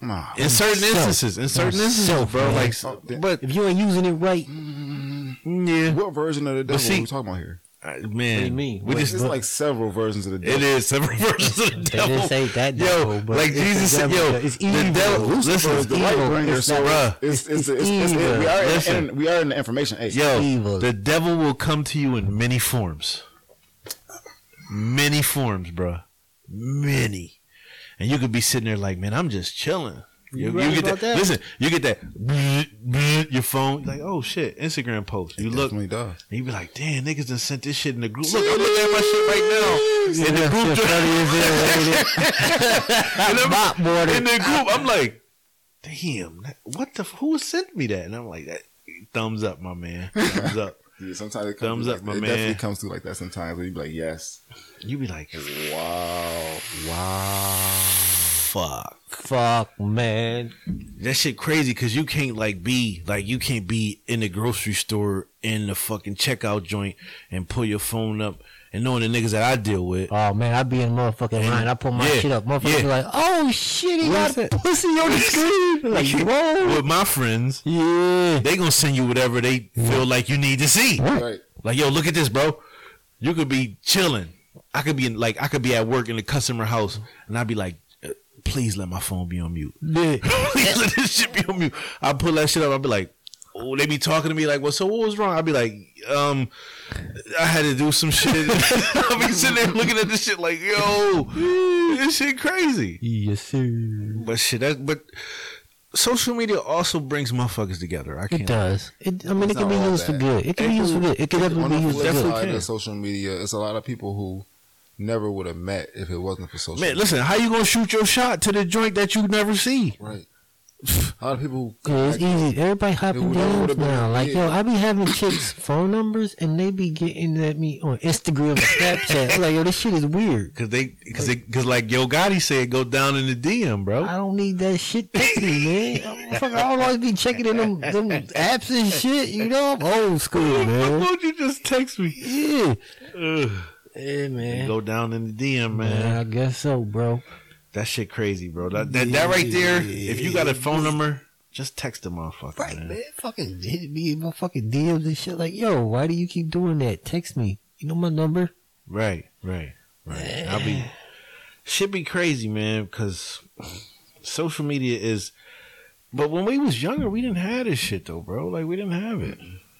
Speaker 3: Nah,
Speaker 1: In certain
Speaker 2: Self.
Speaker 1: instances, in certain
Speaker 2: Self,
Speaker 1: instances, bro.
Speaker 2: man.
Speaker 1: Like,
Speaker 3: Oh, yeah.
Speaker 1: but
Speaker 2: If you ain't using it right,
Speaker 1: yeah,
Speaker 3: what version of the devil
Speaker 1: see-
Speaker 3: are we talking about here?
Speaker 1: I-
Speaker 2: What do
Speaker 1: man.
Speaker 2: you mean?
Speaker 1: We
Speaker 2: What-
Speaker 1: just
Speaker 3: It's like several versions of the devil.
Speaker 1: it is several versions of the
Speaker 2: they
Speaker 1: devil.
Speaker 2: didn't say that.
Speaker 1: yo,
Speaker 2: devil, but
Speaker 1: like
Speaker 2: it's the
Speaker 1: Jesus said,
Speaker 2: devil.
Speaker 1: yo,
Speaker 2: it's
Speaker 1: the
Speaker 2: evil.
Speaker 1: devil. Listen,
Speaker 3: Lucifer is the light bringer,
Speaker 1: it's
Speaker 3: so
Speaker 1: bruh.
Speaker 3: It's, it's, it's,
Speaker 2: It's
Speaker 3: it's, it's,
Speaker 2: evil.
Speaker 3: we, are in,
Speaker 1: Listen.
Speaker 3: in- we are in the information age.
Speaker 1: Yo,
Speaker 2: evil.
Speaker 1: the devil will come to you in many forms. Many forms, bruh. Many. And you could be sitting there like, man, I'm just chilling. You,
Speaker 2: You right
Speaker 1: get
Speaker 2: about
Speaker 1: that,
Speaker 2: that?
Speaker 1: Listen, you get that. bleh, bleh, your phone, like, oh shit, Instagram post. You look,
Speaker 3: definitely does.
Speaker 1: and you be like, damn, niggas done sent this shit in the group. Look, I'm looking at my shit right now. In the group, and I'm-
Speaker 2: Bot boarded.
Speaker 1: in the group, I'm like, damn, that- what the? f- Who sent me that? And I'm like, that thumbs up, my man. Thumbs up.
Speaker 3: Yeah, sometimes it
Speaker 1: Thumbs
Speaker 3: comes through
Speaker 1: up,
Speaker 3: like,
Speaker 1: my
Speaker 3: It
Speaker 1: man.
Speaker 3: definitely comes through like that sometimes. Where you be like, yes,
Speaker 1: You be like,
Speaker 3: wow, wow.
Speaker 1: fuck.
Speaker 2: Fuck, man.
Speaker 1: That shit crazy because you can't like be like you can't be in the grocery store in the fucking checkout joint and pull your phone up and knowing the niggas that I deal with.
Speaker 2: Oh man, I be in motherfucking line. I put my
Speaker 1: Yeah,
Speaker 2: shit up. Motherfucker
Speaker 1: yeah.
Speaker 2: be like, oh shit, he
Speaker 1: What
Speaker 2: got
Speaker 1: is
Speaker 2: a
Speaker 1: that?
Speaker 2: pussy on the screen. Like, whoa.
Speaker 1: With my friends,
Speaker 2: Yeah.
Speaker 1: they gonna send you whatever they feel like you need to see.
Speaker 3: Right.
Speaker 1: Like, yo, look at this, bro. You could be chilling. I could be in, like, I could be at work in the customer house, and I'd be like, uh, please let my phone be on mute. please let this shit be on mute. I pull that shit up. I'd be like, oh, they be talking to me like, well, so what was wrong? I'd be like, um, I had to do some shit. I'll be sitting there looking at this shit like, yo, this shit crazy.
Speaker 2: Yes, sir.
Speaker 1: But shit, that but. Social media also brings motherfuckers together. I
Speaker 2: It
Speaker 1: can't.
Speaker 2: does. It, I mean, it
Speaker 3: It's
Speaker 2: can
Speaker 3: not
Speaker 2: be
Speaker 3: all
Speaker 2: used for
Speaker 3: bad.
Speaker 2: good. It can be used for good. It can
Speaker 3: On
Speaker 2: definitely
Speaker 3: the
Speaker 2: be used for
Speaker 3: flip
Speaker 2: good.
Speaker 3: side
Speaker 1: can.
Speaker 3: of social media, it's a lot of people who never would have met if it wasn't for social.
Speaker 1: Man,
Speaker 3: media.
Speaker 1: listen, how you gonna shoot your shot to the joint that you never see?
Speaker 3: Right. A lot of people who
Speaker 2: Yeah, it's easy. Everybody
Speaker 3: It
Speaker 2: hopping
Speaker 3: would've-
Speaker 2: down
Speaker 3: would've been-
Speaker 2: now. Like, yo,
Speaker 3: yeah.
Speaker 2: I be having chicks' phone numbers and they be getting at me on Instagram and Snapchat. like, yo, this shit is weird.
Speaker 1: Cause they, cause they, cause like Yo Gotti said, go down in the DM, bro.
Speaker 2: I don't need that shit to me, man. Fuck, I don't always be checking in them, them apps and shit. You know, I'm old school, man.
Speaker 1: Why'd you just text me?
Speaker 2: Yeah.
Speaker 1: Ugh.
Speaker 2: Yeah,
Speaker 1: You
Speaker 2: man.
Speaker 1: Go down in the DM, man.
Speaker 2: Yeah, I guess so, bro.
Speaker 1: That shit crazy, bro. That, that, that right there. If you got a phone number, just text the motherfucker,
Speaker 2: Right,
Speaker 1: man.
Speaker 2: man. Fucking hit me in my fucking DMs and shit. Like, yo, why do you keep doing that? Text me. You know my number?
Speaker 1: Right, right, right. I'll be should be crazy, man, because social media is. But when we was younger, we didn't have this shit though, bro. Like we didn't have it.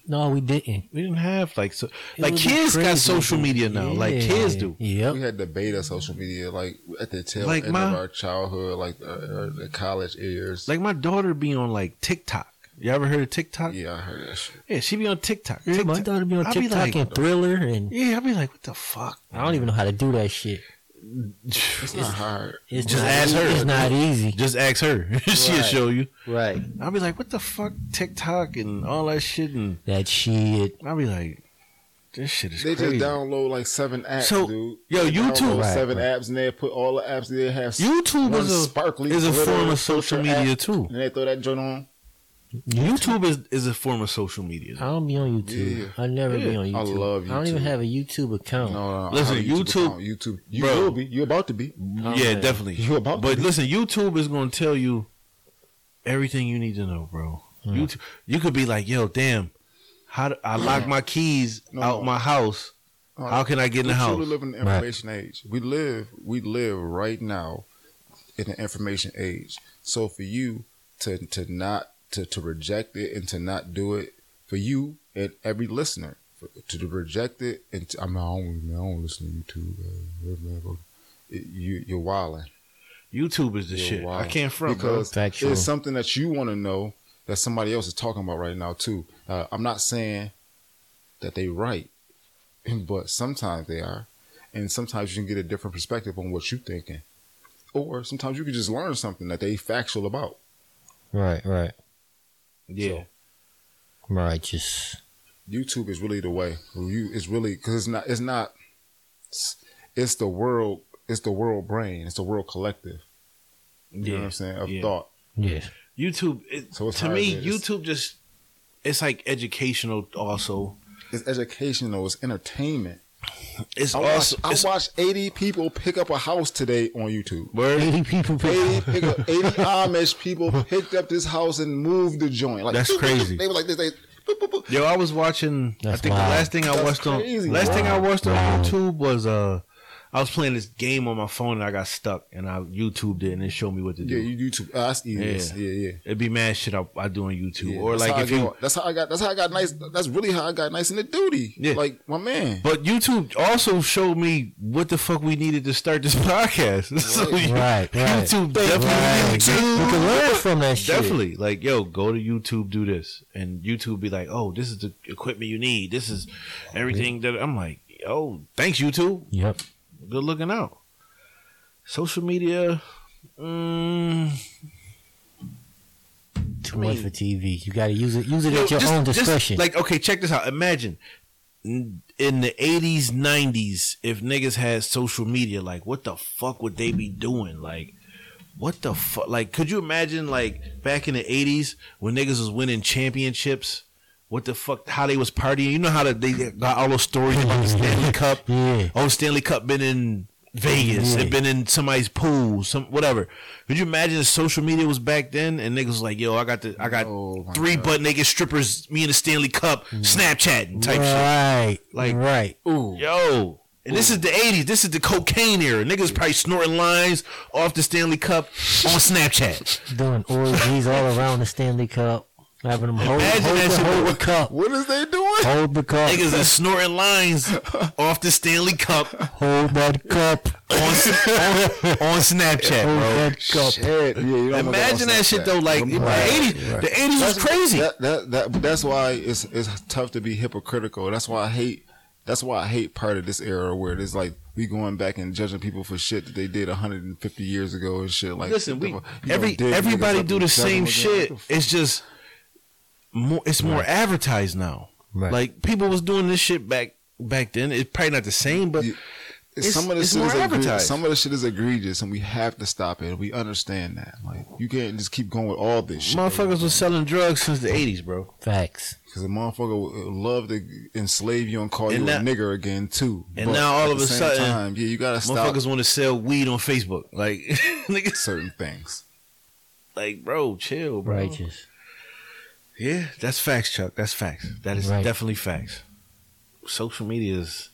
Speaker 2: No, we didn't.
Speaker 1: We didn't have like so.
Speaker 2: It
Speaker 1: like
Speaker 2: would be
Speaker 1: kids got
Speaker 2: crazy,
Speaker 1: social
Speaker 2: dude.
Speaker 1: media now. Like
Speaker 2: Yeah.
Speaker 1: kids do.
Speaker 3: we
Speaker 2: Yep.
Speaker 3: had the beta social media like at the tail
Speaker 1: Like
Speaker 3: end
Speaker 1: my-
Speaker 3: of our childhood, like uh, uh, the college years.
Speaker 1: Like my daughter be on like TikTok. You ever heard of TikTok? Yeah,
Speaker 3: Yeah, I heard that shit.
Speaker 1: she be on TikTok.
Speaker 2: Yeah, my
Speaker 1: TikTok.
Speaker 2: daughter be on
Speaker 1: I be
Speaker 2: TikTok
Speaker 1: like-
Speaker 2: and Thriller, and
Speaker 1: Yeah, I'll be like, what the fuck?
Speaker 2: I don't even know how to do that shit.
Speaker 3: It's not hard.
Speaker 2: It's
Speaker 1: Just
Speaker 2: not,
Speaker 1: ask her.
Speaker 2: It's not easy.
Speaker 1: Just ask her. She'll
Speaker 2: Right.
Speaker 1: show you.
Speaker 2: Right.
Speaker 1: I'll be like, what the fuck? TikTok and all that shit. And
Speaker 2: That shit.
Speaker 1: I'll be like, this shit is
Speaker 3: They
Speaker 1: crazy.
Speaker 3: just download like seven apps,
Speaker 1: So,
Speaker 3: dude.
Speaker 1: yo,
Speaker 3: They
Speaker 1: YouTube-
Speaker 3: download
Speaker 2: Right,
Speaker 3: seven
Speaker 2: right.
Speaker 3: apps in there, put all the apps in there, have s-
Speaker 1: YouTube
Speaker 3: one
Speaker 1: is a,
Speaker 3: sparkly
Speaker 1: is a
Speaker 3: glitter
Speaker 1: form of social
Speaker 3: filter
Speaker 1: media
Speaker 3: app,
Speaker 1: too.
Speaker 3: and they throw that joint on.
Speaker 1: YouTube is, is a form of social media.
Speaker 2: I don't be on YouTube. I never be
Speaker 1: Yeah.
Speaker 2: on YouTube.
Speaker 3: I love
Speaker 2: I don't even
Speaker 3: YouTube.
Speaker 2: have a YouTube account.
Speaker 3: No, no, no.
Speaker 1: Oh. Listen,
Speaker 3: How do
Speaker 1: YouTube-
Speaker 3: account? YouTube, you
Speaker 1: Bro.
Speaker 3: will be, you about to be.
Speaker 2: Oh,
Speaker 1: yeah,
Speaker 2: man.
Speaker 1: definitely.
Speaker 3: You about to
Speaker 1: but
Speaker 3: be.
Speaker 1: listen, YouTube is going to tell you everything you need to know, bro.
Speaker 2: Hmm.
Speaker 1: YouTube, you could be like, yo, damn, how do I lock my keys
Speaker 3: No,
Speaker 1: out
Speaker 3: no.
Speaker 1: my house?
Speaker 3: Uh,
Speaker 1: How can I get in
Speaker 3: We
Speaker 1: the
Speaker 3: truly
Speaker 1: house?
Speaker 3: live in the information age. We live, we live right now in the information age. So for you to to not to to reject it and to not do it for you and every listener for, to reject it and to, I'm not only I don't listen to YouTube. uh, blah, blah, blah. It- You you're wilding.
Speaker 1: YouTube is the
Speaker 3: Yeah,
Speaker 1: shit.
Speaker 3: wow.
Speaker 1: I can't front, bro.
Speaker 3: because
Speaker 2: Factual.
Speaker 3: it's something that you want to know that somebody else is talking about right now too. Uh, I'm not saying that they right, but sometimes they are, and sometimes you can get a different perspective on what you're thinking, or sometimes you can just learn something that they factual about.
Speaker 2: Right, right,
Speaker 1: Yeah.
Speaker 2: right. Just
Speaker 3: YouTube is really the way. You it's really because it's not it's not it's, it's the world it's the world brain it's the world collective. You know
Speaker 1: Yeah.
Speaker 3: what I'm saying of
Speaker 1: yeah.
Speaker 3: thought.
Speaker 2: yeah,
Speaker 1: YouTube, it,
Speaker 3: So it's
Speaker 1: to
Speaker 3: hard,
Speaker 1: me,
Speaker 3: man. It's-
Speaker 1: YouTube just, it's like educational also.
Speaker 3: It's educational. It's entertainment.
Speaker 1: It's
Speaker 3: I watched,
Speaker 1: also, it's,
Speaker 3: I watched 80 people pick up a house today on YouTube.
Speaker 1: word,
Speaker 2: eighty people. per-
Speaker 3: 80, pick up, 80 Amish people picked up this house and moved the joint. Like
Speaker 1: That's crazy.
Speaker 3: They were like this. They, boop, boop, boop.
Speaker 1: Yo, I was watching. I
Speaker 2: That's
Speaker 1: think
Speaker 2: wild.
Speaker 1: the last thing I
Speaker 3: That's
Speaker 1: watched
Speaker 3: crazy.
Speaker 1: on last thing I
Speaker 2: Wow.
Speaker 1: watched on
Speaker 2: Wow.
Speaker 1: YouTube was uh, I was playing this game on my phone and I got stuck and I YouTubed it and it showed me what to do.
Speaker 3: Yeah, you YouTube. Uh, that's easy. Yeah, yeah. yeah.
Speaker 1: It'd be mad shit I, I do on YouTube
Speaker 3: Yeah,
Speaker 1: or
Speaker 3: that's
Speaker 1: like
Speaker 3: how
Speaker 1: if
Speaker 3: I
Speaker 1: you.
Speaker 3: got- that's how I got that's how I got nice that's really how I got nice in the duty.
Speaker 1: Yeah.
Speaker 3: Like my man.
Speaker 1: But YouTube also showed me what the fuck we needed to start this podcast. so
Speaker 3: Right,
Speaker 1: you-
Speaker 2: right.
Speaker 1: YouTube definitely,
Speaker 2: Right. You
Speaker 1: YouTube
Speaker 2: can learn from that shit.
Speaker 1: definitely. Like yo, go to YouTube, do this, and YouTube be like, oh, this is the equipment you need. This is everything that I'm like, oh, thanks YouTube.
Speaker 2: Yep.
Speaker 1: good looking out. Social media, mm,
Speaker 2: Too
Speaker 1: I mean-
Speaker 2: much for TV. You gotta use it. Use it
Speaker 1: yo,
Speaker 2: at your
Speaker 1: just-
Speaker 2: own
Speaker 1: just,
Speaker 2: discretion.
Speaker 1: like, okay, check this out. Imagine n- in the eighties, nineties, if niggas had social media, like, what the fuck would they be doing? Like, what the fuck? Like, could you imagine, like, back in the eighties when niggas was winning championships? What the fuck? How they was partying? You know how that they got all those stories about the Stanley Cup.
Speaker 2: yeah.
Speaker 1: Oh, Stanley Cup been in Vegas
Speaker 2: Yeah.
Speaker 1: and been in somebody's pool, some whatever. Could you imagine if social media was back then and niggas was like, yo, I got the I got
Speaker 3: Oh, my
Speaker 1: three butt naked strippers, me and the Stanley Cup, Snapchatting type shit.
Speaker 2: Right.
Speaker 1: Like-
Speaker 2: Like right.
Speaker 3: Ooh.
Speaker 1: Yo. And this is the 80s. This is the cocaine era. Niggas probably snorting lines off the Stanley Cup on Snapchat.
Speaker 2: Doing orgies all around the Stanley Cup. Having them hold,
Speaker 1: Imagine
Speaker 2: hold,
Speaker 1: that
Speaker 2: the,
Speaker 1: shit.
Speaker 2: hold the cup.
Speaker 3: What is they doing?
Speaker 2: Hold the cup.
Speaker 1: Niggas is snorting lines off the Stanley Cup on,
Speaker 2: Hold that cup.
Speaker 1: on Snapchat,
Speaker 2: Hold
Speaker 1: bro.
Speaker 2: that cup.
Speaker 3: Shit. Yeah, you don't want
Speaker 1: Imagine
Speaker 3: on
Speaker 1: that shit
Speaker 3: Snapchat.
Speaker 1: though. Like the
Speaker 2: Oh Right,
Speaker 1: 80s, the 80s was
Speaker 3: That's-
Speaker 1: crazy.
Speaker 3: That, that, that, but that's why it's it's tough to be hypocritical. That's why I hate. That's why I hate part of this era where it's like we going back and judging people for shit that they did 150 years ago and shit. Like
Speaker 1: Listen, we
Speaker 3: you know,
Speaker 1: every
Speaker 3: dig niggas
Speaker 1: everybody
Speaker 3: up
Speaker 1: do
Speaker 3: and
Speaker 1: the
Speaker 3: judge them
Speaker 1: same
Speaker 3: again.
Speaker 1: shit. It's just more. It's more advertised now.
Speaker 2: Right.
Speaker 1: Like people was doing this shit back back then. It's probably not the same, but
Speaker 3: Yeah.
Speaker 1: it's-
Speaker 3: some of the
Speaker 1: it's
Speaker 3: shit
Speaker 1: more
Speaker 3: is egre-
Speaker 1: advertised.
Speaker 3: some of the shit is egregious, and we have to stop it. We understand that. Like you can't just keep going with all this shit.
Speaker 1: motherfuckers was selling drugs since the eighties, bro.
Speaker 2: Facts.
Speaker 3: Because a motherfucker would love to enslave you and call
Speaker 1: And
Speaker 3: you
Speaker 1: now-
Speaker 3: a nigger again too.
Speaker 1: and now all
Speaker 3: at
Speaker 1: of
Speaker 3: the
Speaker 1: a
Speaker 3: same
Speaker 1: sudden,
Speaker 3: time, yeah, you gotta stop
Speaker 1: Motherfuckers want to sell weed on Facebook. Like niggas,
Speaker 3: certain things.
Speaker 1: like bro, chill, bro.
Speaker 2: Righteous.
Speaker 1: Yeah, that's facts, Chuck. That's facts. That is
Speaker 2: Right.
Speaker 1: definitely facts. Social media is.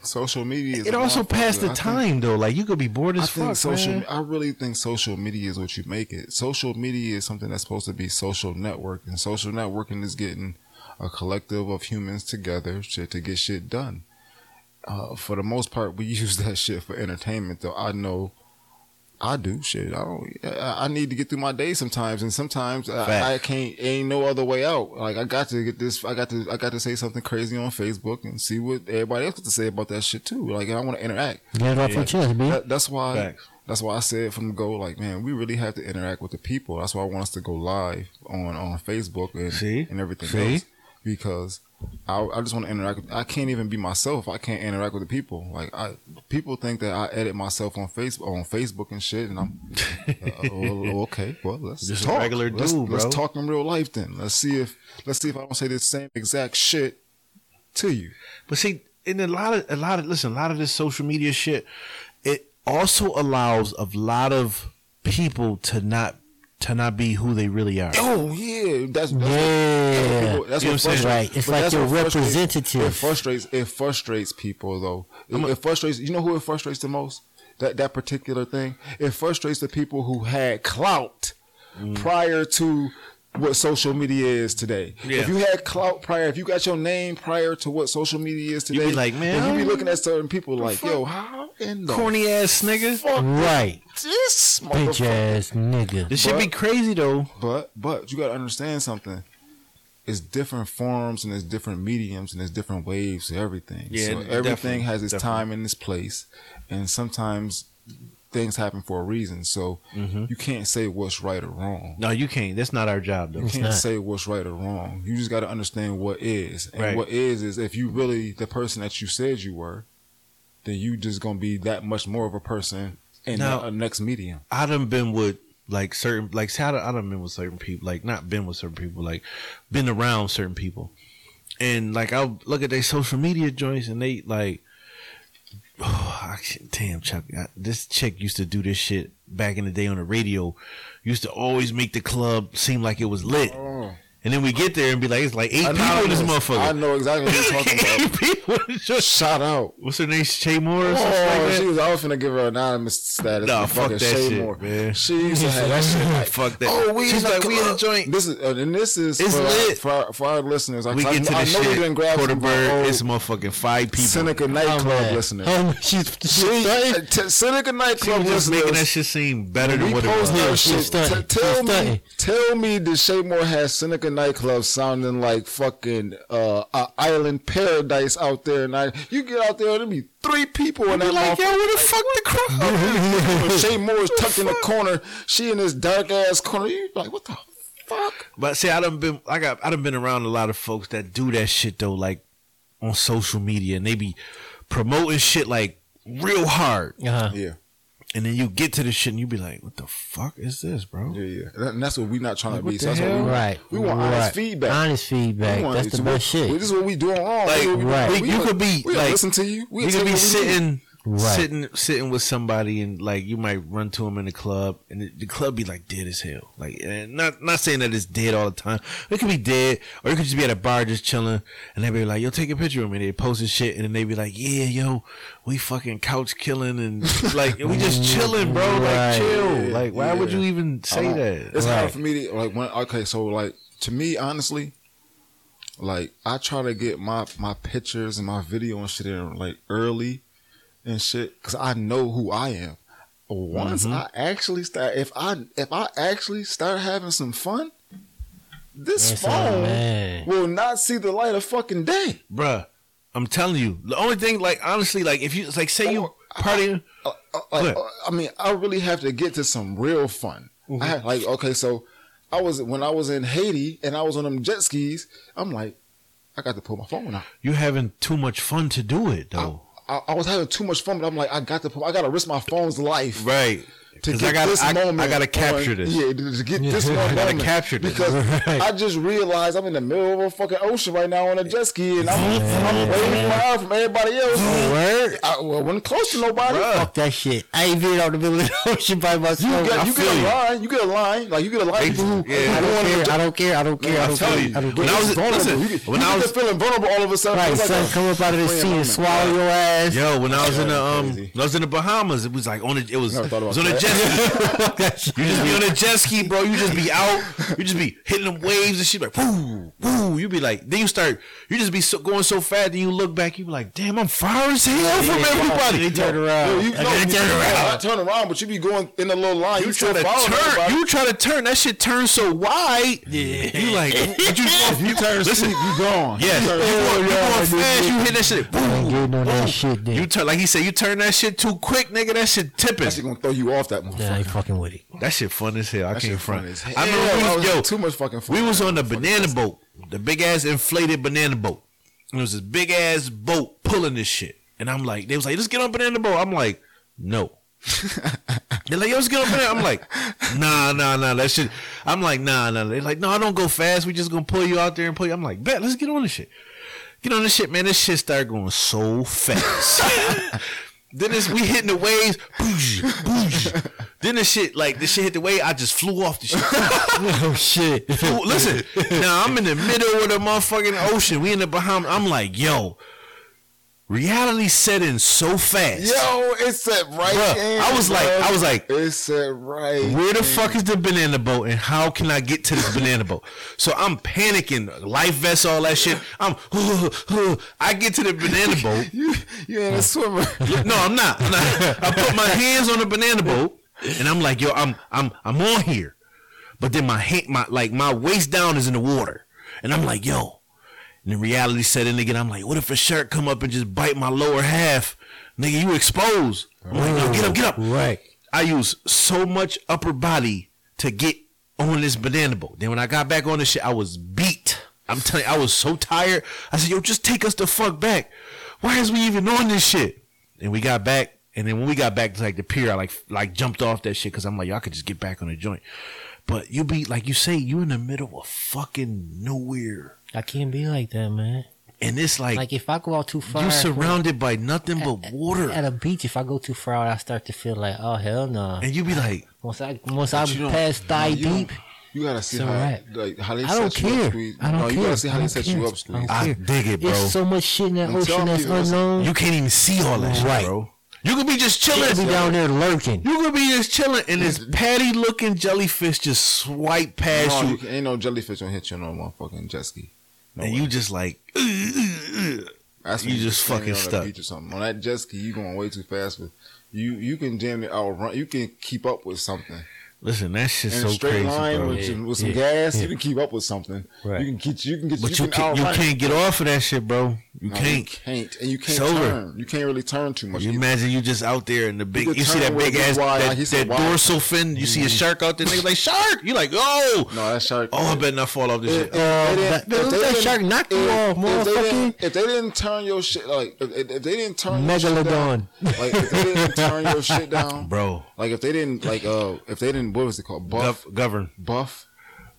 Speaker 3: social media. Is
Speaker 1: It
Speaker 3: a
Speaker 1: also
Speaker 3: motherfucker.
Speaker 1: passed the
Speaker 3: I think-
Speaker 1: time though. Like you could be bored
Speaker 3: I
Speaker 1: as
Speaker 3: think
Speaker 1: fuck,
Speaker 3: social.
Speaker 1: man.
Speaker 3: I really think social media is what you make it. Social media is something that's supposed to be social networking. Social networking is getting a collective of humans together to, to get shit done. Uh, for the most part, we use that shit for entertainment. Though I know I do shit. I don't. I, I need to get through my day sometimes, and sometimes
Speaker 1: Fact.
Speaker 3: I, I can't. Ain't no other way out. Like I got to get this. I got to. I got to say something crazy on Facebook and see what everybody else has to say about that shit too. Like and I want to interact.
Speaker 2: Get it off your chest, B.
Speaker 3: That, that's why.
Speaker 1: Facts.
Speaker 3: That's why I said from the go, like, man, we really have to interact with the people. That's why I want us to go live on on Facebook and
Speaker 1: See?
Speaker 3: and everything
Speaker 1: See?
Speaker 3: else because I, I just want to interact. With, I can't even be myself. if I can't interact with the people. Like, I people think that I edit myself on Facebook on Facebook and shit, and I'm uh, oh, okay. Well, let's
Speaker 1: Just a
Speaker 3: talk.
Speaker 1: regular
Speaker 3: let's,
Speaker 1: dude,
Speaker 3: Let's
Speaker 1: bro.
Speaker 3: talk in real life then. Let's see if let's see if I don't say the same exact shit to you.
Speaker 1: But see, in a lot of a lot of listen, a lot of this social media shit, it also allows a lot of people to not to not be who they really are.
Speaker 3: Oh yeah, that's, that's what-
Speaker 2: Yeah.
Speaker 3: people- that's
Speaker 1: You know what
Speaker 3: what
Speaker 1: I'm saying?
Speaker 3: frustrates.
Speaker 2: Right. It's
Speaker 3: but
Speaker 2: like
Speaker 3: that's
Speaker 2: your
Speaker 3: what frustrates-
Speaker 2: representative.
Speaker 3: It frustrates. It frustrates people though. It, it frustrates. You know who it frustrates the most? That that particular thing. It frustrates the people who had clout prior to what social media is today.
Speaker 1: Yeah.
Speaker 3: If you had clout prior, if you got your name prior to what social media is
Speaker 1: be
Speaker 3: today,
Speaker 1: like, man,
Speaker 3: then you
Speaker 1: I-
Speaker 3: be looking at certain people like, yo, how in the
Speaker 1: Corny ass nigga.
Speaker 2: Right.
Speaker 3: this
Speaker 2: Bitch
Speaker 3: motherfucker?
Speaker 2: ass nigga.
Speaker 1: This should be crazy though.
Speaker 3: But but you gotta understand something. It's different forms and there's different mediums and there's different waves to everything.
Speaker 1: Yeah,
Speaker 3: so
Speaker 1: definitely,
Speaker 3: everything has its
Speaker 1: definitely.
Speaker 3: time and its place, and sometimes things happen for a reason. So
Speaker 1: Mm-hmm.
Speaker 3: you can't say what's right or wrong.
Speaker 1: No, you can't. That's not our job though.
Speaker 3: You can't
Speaker 2: not.
Speaker 3: say what's right or wrong. You just gotta understand what is, and
Speaker 1: Right.
Speaker 3: what is is if you really the person that you said you were, then you just gonna be that much more of a person in
Speaker 1: Now-
Speaker 3: the uh, next medium.
Speaker 1: I done been with like certain like see, I done, I done been with certain people like not been with certain people like been around certain people and like I'll look at their social media joints and they like oh I can't, damn Chuck I, this chick used to do this shit back in the day on the radio used to always make the club seem like it was lit and then we get there and be like it's like eight
Speaker 3: Oh. I
Speaker 1: people
Speaker 3: know,
Speaker 1: in this
Speaker 3: I
Speaker 1: motherfucker
Speaker 3: know exactly what you're talking about.
Speaker 1: eight people in this shit.
Speaker 3: Shout out.
Speaker 1: what's her name Shay Moore or something
Speaker 3: Oh,
Speaker 1: like that?
Speaker 3: she was. I was finna give her anonymous status.
Speaker 1: Nah,
Speaker 3: but
Speaker 1: fuck
Speaker 3: fucking
Speaker 1: that
Speaker 3: Shay
Speaker 1: shit,
Speaker 3: Moore.
Speaker 1: man.
Speaker 3: She used to have that shit. Like,
Speaker 1: fuck that
Speaker 3: Oh, we
Speaker 1: she's
Speaker 3: in the
Speaker 1: like we in the
Speaker 3: club.
Speaker 1: joint
Speaker 3: This is uh, and this is
Speaker 1: It's
Speaker 3: for, our-
Speaker 1: lit.
Speaker 3: for, our, for our listeners. I,
Speaker 1: We
Speaker 3: I,
Speaker 1: get to
Speaker 3: I
Speaker 1: the
Speaker 3: know we
Speaker 1: shit.
Speaker 3: didn't grab some of our
Speaker 1: Quarterberg
Speaker 3: old
Speaker 1: is motherfucking five people.
Speaker 3: Seneca nightclub listeners.
Speaker 2: Oh, she's
Speaker 3: She,
Speaker 2: she's
Speaker 3: uh,
Speaker 2: stunting.
Speaker 3: t- Seneca
Speaker 1: She was
Speaker 3: nightclub
Speaker 1: just making that
Speaker 3: listeners.
Speaker 1: shit seem better than
Speaker 3: We
Speaker 1: what it
Speaker 3: post
Speaker 1: was.
Speaker 2: Yeah,
Speaker 3: that
Speaker 2: she's
Speaker 3: shit.
Speaker 2: stunting.
Speaker 3: T- tell
Speaker 2: She's stunting.
Speaker 3: me, tell me, that Shay Moore has Seneca nightclub sounding like fucking uh, a island paradise out there, and I, you get out there, there'll be three people in that motherfucker.
Speaker 1: where the fuck the crowd?
Speaker 3: when Shay Moore's tucked in the corner. She in this dark ass corner. You like, what the fuck?
Speaker 1: But see, I done been, I got, I done been around a lot of folks that do that shit though, like on social media, and they be promoting shit like real hard,
Speaker 2: Uh-huh.
Speaker 3: Yeah,
Speaker 1: and then you get to the shit and you be like, what the fuck is this, bro?
Speaker 3: yeah, yeah. And that- and that's what we're not trying to
Speaker 1: Like,
Speaker 3: be.
Speaker 1: what
Speaker 3: So
Speaker 1: the
Speaker 3: that's what we,
Speaker 1: hell?
Speaker 3: want.
Speaker 2: Right.
Speaker 3: We want
Speaker 2: right.
Speaker 3: honest feedback.
Speaker 2: Honest feedback.
Speaker 3: We want-
Speaker 2: That's the
Speaker 3: we-
Speaker 2: best shit.
Speaker 3: This is what we doing wrong. This is
Speaker 1: Like,
Speaker 3: what we doing.
Speaker 2: right.
Speaker 3: We
Speaker 1: you
Speaker 3: gonna-
Speaker 1: could be,
Speaker 3: we gonna
Speaker 1: like-
Speaker 3: listen to you. We
Speaker 1: you
Speaker 3: tell
Speaker 1: could be
Speaker 3: what we doing.
Speaker 1: sitting,
Speaker 2: Right.
Speaker 1: sitting, sitting with somebody, and like you might run to them in the club, and the, the club be like dead as hell. Like, and not not saying that it's dead all the time. It could be dead, or it could just be at a bar just chilling, and they be like, "Yo, take a picture of me." They post this shit, and then they be like, "Yeah, yo, we fucking couch killing, and like we just chilling, bro.
Speaker 2: Right.
Speaker 1: Like chill. Like, why would
Speaker 3: Yeah.
Speaker 1: you even
Speaker 3: I
Speaker 1: say
Speaker 3: don't-
Speaker 1: that?"
Speaker 3: It's
Speaker 2: Right.
Speaker 3: hard for me to like when okay, so like to me, honestly, like I try to get my my pictures and my video and shit in like early and shit because I know who I am. Once
Speaker 2: Mm-hmm.
Speaker 3: I actually start, if I if I actually start having some fun, this
Speaker 2: That's all,
Speaker 3: phone
Speaker 2: man.
Speaker 3: will not see the light of fucking day.
Speaker 1: Bruh, I'm telling you, the only thing, like honestly, like if you it's like say you
Speaker 3: Or-
Speaker 1: partying,
Speaker 3: Uh, uh, like,
Speaker 1: Good.
Speaker 3: uh, I mean, I really have to get to some real fun.
Speaker 1: Mm-hmm.
Speaker 3: I had, like, okay, so I was when I was in Haiti and I was on them jet skis. I'm like, I got to pull my phone out.
Speaker 1: you having too much fun to do it though.
Speaker 3: I, I was having too much fun, but I'm like, I got to, pull, I got to risk my phone's life.
Speaker 1: Right.
Speaker 3: To
Speaker 1: 'Cause
Speaker 3: get
Speaker 1: I gotta-
Speaker 3: this
Speaker 1: I-
Speaker 3: moment,
Speaker 1: I gotta capture
Speaker 3: on-
Speaker 1: this.
Speaker 3: Yeah, to, to get this
Speaker 2: I
Speaker 3: one
Speaker 2: gotta
Speaker 3: moment.
Speaker 1: capture this.
Speaker 3: because
Speaker 2: Right.
Speaker 3: I just realized I'm in the middle of a fucking ocean right now on a jet ski, and I'm, I'm way far from everybody else.
Speaker 2: Word.
Speaker 3: I, well, wasn't close to nobody.
Speaker 2: Fuck that shit. I ain't been out the middle of the ocean by myself.
Speaker 3: You get,
Speaker 2: I
Speaker 3: you
Speaker 2: feel
Speaker 3: get a line. You get a line. Like you get a line. of people who-
Speaker 1: Yeah.
Speaker 2: I
Speaker 3: who
Speaker 2: don't
Speaker 3: wanna
Speaker 2: care.
Speaker 3: do-
Speaker 2: I don't care. I don't care. I
Speaker 3: I'm
Speaker 2: don't
Speaker 3: telling
Speaker 2: care.
Speaker 3: you,
Speaker 2: I don't
Speaker 1: when
Speaker 2: care.
Speaker 1: I was-
Speaker 3: vulnerable.
Speaker 1: listen,
Speaker 3: you get,
Speaker 1: when
Speaker 3: you
Speaker 1: I
Speaker 3: get
Speaker 1: was-
Speaker 3: the feeling vulnerable all of a sudden.
Speaker 2: Right,
Speaker 3: It's like
Speaker 2: son,
Speaker 3: a-
Speaker 2: come up out of the
Speaker 3: wait a
Speaker 2: sea and
Speaker 3: moment.
Speaker 2: swallow your ass.
Speaker 1: Yo, when I was in the
Speaker 3: Yeah,
Speaker 1: um,
Speaker 3: crazy.
Speaker 1: I was in the Bahamas. It was like on a, it was,
Speaker 3: Never
Speaker 1: it
Speaker 3: thought about
Speaker 1: was on a
Speaker 3: that.
Speaker 1: jet ski. you just be on a jet ski, bro. You just be out. You just be hitting them waves and shit like woo, woo. You be like, then you start. You just be so, going so fast. Then you look back. You be like, damn, I'm far as hell from everybody.
Speaker 2: They turn around.
Speaker 3: Yo, you,
Speaker 1: I
Speaker 3: no,
Speaker 1: gotta
Speaker 3: you-
Speaker 1: turn
Speaker 3: no,
Speaker 1: around.
Speaker 3: not turn around, but you be going in a little line.
Speaker 1: You
Speaker 3: still
Speaker 1: try to
Speaker 3: following
Speaker 1: turn.
Speaker 3: everybody.
Speaker 1: You try to turn. That shit turns so wide. Yeah. You like. But you,
Speaker 3: if you turn
Speaker 1: listen.
Speaker 3: listen, you gone.
Speaker 1: Yes. You going,
Speaker 3: You turn-
Speaker 1: you
Speaker 2: yeah,
Speaker 1: going
Speaker 2: I did
Speaker 1: fast.
Speaker 2: get-
Speaker 1: You hit that shit. Boom,
Speaker 2: getting on that
Speaker 1: boom.
Speaker 2: shit then.
Speaker 1: You turn like he said. You turn that shit too quick, nigga. That shit tipping.
Speaker 3: That shit gonna throw you off that
Speaker 2: Nah, I
Speaker 3: motherfucker.
Speaker 2: ain't fucking with it.
Speaker 1: That shit fun as hell. I
Speaker 3: That
Speaker 1: can't
Speaker 3: shit
Speaker 1: front.
Speaker 3: fun as hell.
Speaker 1: I remember we
Speaker 3: That
Speaker 1: was,
Speaker 3: was
Speaker 1: yo,
Speaker 3: too much fucking fun.
Speaker 1: We was on the banana boat, the big ass inflated banana boat. It was this big ass boat pulling this shit, and I'm like, they was like, let's get on banana boat. I'm like, no. They're like, yo, let's get on banana. I'm like, nah, nah, nah. That shit. I'm like, nah, nah. They're like, no, I don't go fast. We just gonna pull you out there and pull you. I'm like, bet. Let's get on this shit. Get on this shit, man. This shit started going so fast. Then this, we hitting the waves, boosh, boosh. Then the shit, like the shit hit the wave, I just flew off the shit.
Speaker 2: Oh shit.
Speaker 1: Flew- Listen, now I'm in the middle of the motherfucking ocean. We in the Bahamas. I'm like, yo, reality set in so fast.
Speaker 3: Yo, it's set right.
Speaker 1: Bruh,
Speaker 3: in,
Speaker 1: I was like-
Speaker 3: bruh.
Speaker 1: I was like-
Speaker 3: it's set right.
Speaker 1: Where the
Speaker 3: in.
Speaker 1: fuck is the banana boat and how can I get to this banana boat? So I'm panicking, life vest, all that shit. I'm, I get to the banana boat.
Speaker 3: You, you ain't a swimmer.
Speaker 1: No, I'm not. I'm not. I put my hands on the banana boat, and I'm like, yo, I'm I'm I'm on here, but then my hand, my like my waist down is in the water, and I'm like, yo. And then reality set in again. I'm like, what if a shark come up and just bite my lower half, nigga? You exposed. I'm like, no, get up, get up.
Speaker 2: Right.
Speaker 1: I use so much upper body to get on this banana boat. Then when I got back on this shit, I was beat. I'm telling you, I was so tired. I said, yo, just take us the fuck back. Why is we even on this shit? And we got back. And then when we got back to like the pier, I like like jumped off that shit because I'm like, y'all could just get back on the joint. But you be like you say, you in the middle of fucking nowhere.
Speaker 2: I can't be like that, man.
Speaker 1: And it's like,
Speaker 2: Like if I go out too far,
Speaker 1: you surrounded by nothing but
Speaker 2: at-
Speaker 1: water.
Speaker 2: at a beach. If I go too far out, I start to feel like, oh hell no.
Speaker 1: and you be like,
Speaker 2: Once I once I
Speaker 3: you don't-
Speaker 2: pass thigh
Speaker 3: you don't-
Speaker 2: deep,
Speaker 3: You gotta see
Speaker 2: It's a
Speaker 3: how,
Speaker 2: wrap.
Speaker 3: like, how they
Speaker 2: I don't
Speaker 3: set you
Speaker 2: care.
Speaker 3: up, Squeeze.
Speaker 2: I don't
Speaker 3: no,
Speaker 2: care.
Speaker 3: you gotta see
Speaker 2: I
Speaker 3: how they
Speaker 2: don't
Speaker 3: set
Speaker 2: care.
Speaker 3: you up,
Speaker 2: I
Speaker 3: Squeeze.
Speaker 2: don't
Speaker 1: I
Speaker 2: care.
Speaker 1: dig it, bro.
Speaker 2: it's so much shit in that
Speaker 3: I'm
Speaker 2: ocean
Speaker 3: telling
Speaker 2: that's
Speaker 3: you, it's-
Speaker 2: unknown.
Speaker 1: You can't even see all that
Speaker 2: Right.
Speaker 1: shit, bro. You could be just
Speaker 2: You
Speaker 1: chilling.
Speaker 2: be down there lurking.
Speaker 1: You could be just chilling, and this patty looking jellyfish just swipe past
Speaker 3: No,
Speaker 1: you,
Speaker 3: you- ain't no jellyfish gonna hit you no motherfucking jet ski. No
Speaker 1: and
Speaker 3: way.
Speaker 1: you just like, "Ugh, ugh, ugh."
Speaker 3: That's
Speaker 1: you just fucking
Speaker 3: standing on the
Speaker 1: stuck.
Speaker 3: beach Or something. On that jet ski, you going way too fast. With you, you can jam it outrun. You can keep up with something.
Speaker 1: listen, that shit's
Speaker 3: In
Speaker 1: so
Speaker 3: a straight
Speaker 1: crazy,
Speaker 3: line
Speaker 1: bro.
Speaker 3: with,
Speaker 2: Yeah,
Speaker 3: you- with some
Speaker 2: yeah,
Speaker 3: gas,
Speaker 2: yeah.
Speaker 3: you can keep up with something.
Speaker 2: Right.
Speaker 3: You can get. You can get.
Speaker 1: But you
Speaker 3: can
Speaker 1: can't, you
Speaker 3: outrun it.
Speaker 1: can't get off of that shit, bro. You
Speaker 3: No,
Speaker 1: can't.
Speaker 3: can't, and you
Speaker 1: It's
Speaker 3: can't
Speaker 1: over.
Speaker 3: turn. You can't really turn too much.
Speaker 1: You
Speaker 3: either.
Speaker 1: imagine you just out there in the big,
Speaker 3: could
Speaker 1: you see
Speaker 3: turn
Speaker 1: that
Speaker 3: where
Speaker 1: big
Speaker 3: you
Speaker 1: ass,
Speaker 3: wide,
Speaker 1: that,
Speaker 3: like he
Speaker 1: that
Speaker 3: said, wide. Mm-hmm.
Speaker 1: dorsal fin. You see a shark out there, nigga, like shark. You like, oh,
Speaker 3: no, that shark.
Speaker 1: oh, I better not fall off this shit.
Speaker 2: Uh,
Speaker 3: They didn't-
Speaker 2: that,
Speaker 3: if
Speaker 2: that,
Speaker 3: they
Speaker 2: that
Speaker 3: didn't-
Speaker 2: shark knocked you
Speaker 3: if-
Speaker 2: off,
Speaker 3: if they
Speaker 2: motherfucking.
Speaker 3: didn't- If they didn't turn your shit, like if, if if they didn't turn your shit
Speaker 2: Megalodon.
Speaker 3: down, like if they didn't turn your shit down,
Speaker 1: Bro.
Speaker 3: Like if they didn't, like uh, if they didn't, what was it called? Buff,
Speaker 1: Gov- govern,
Speaker 3: buff.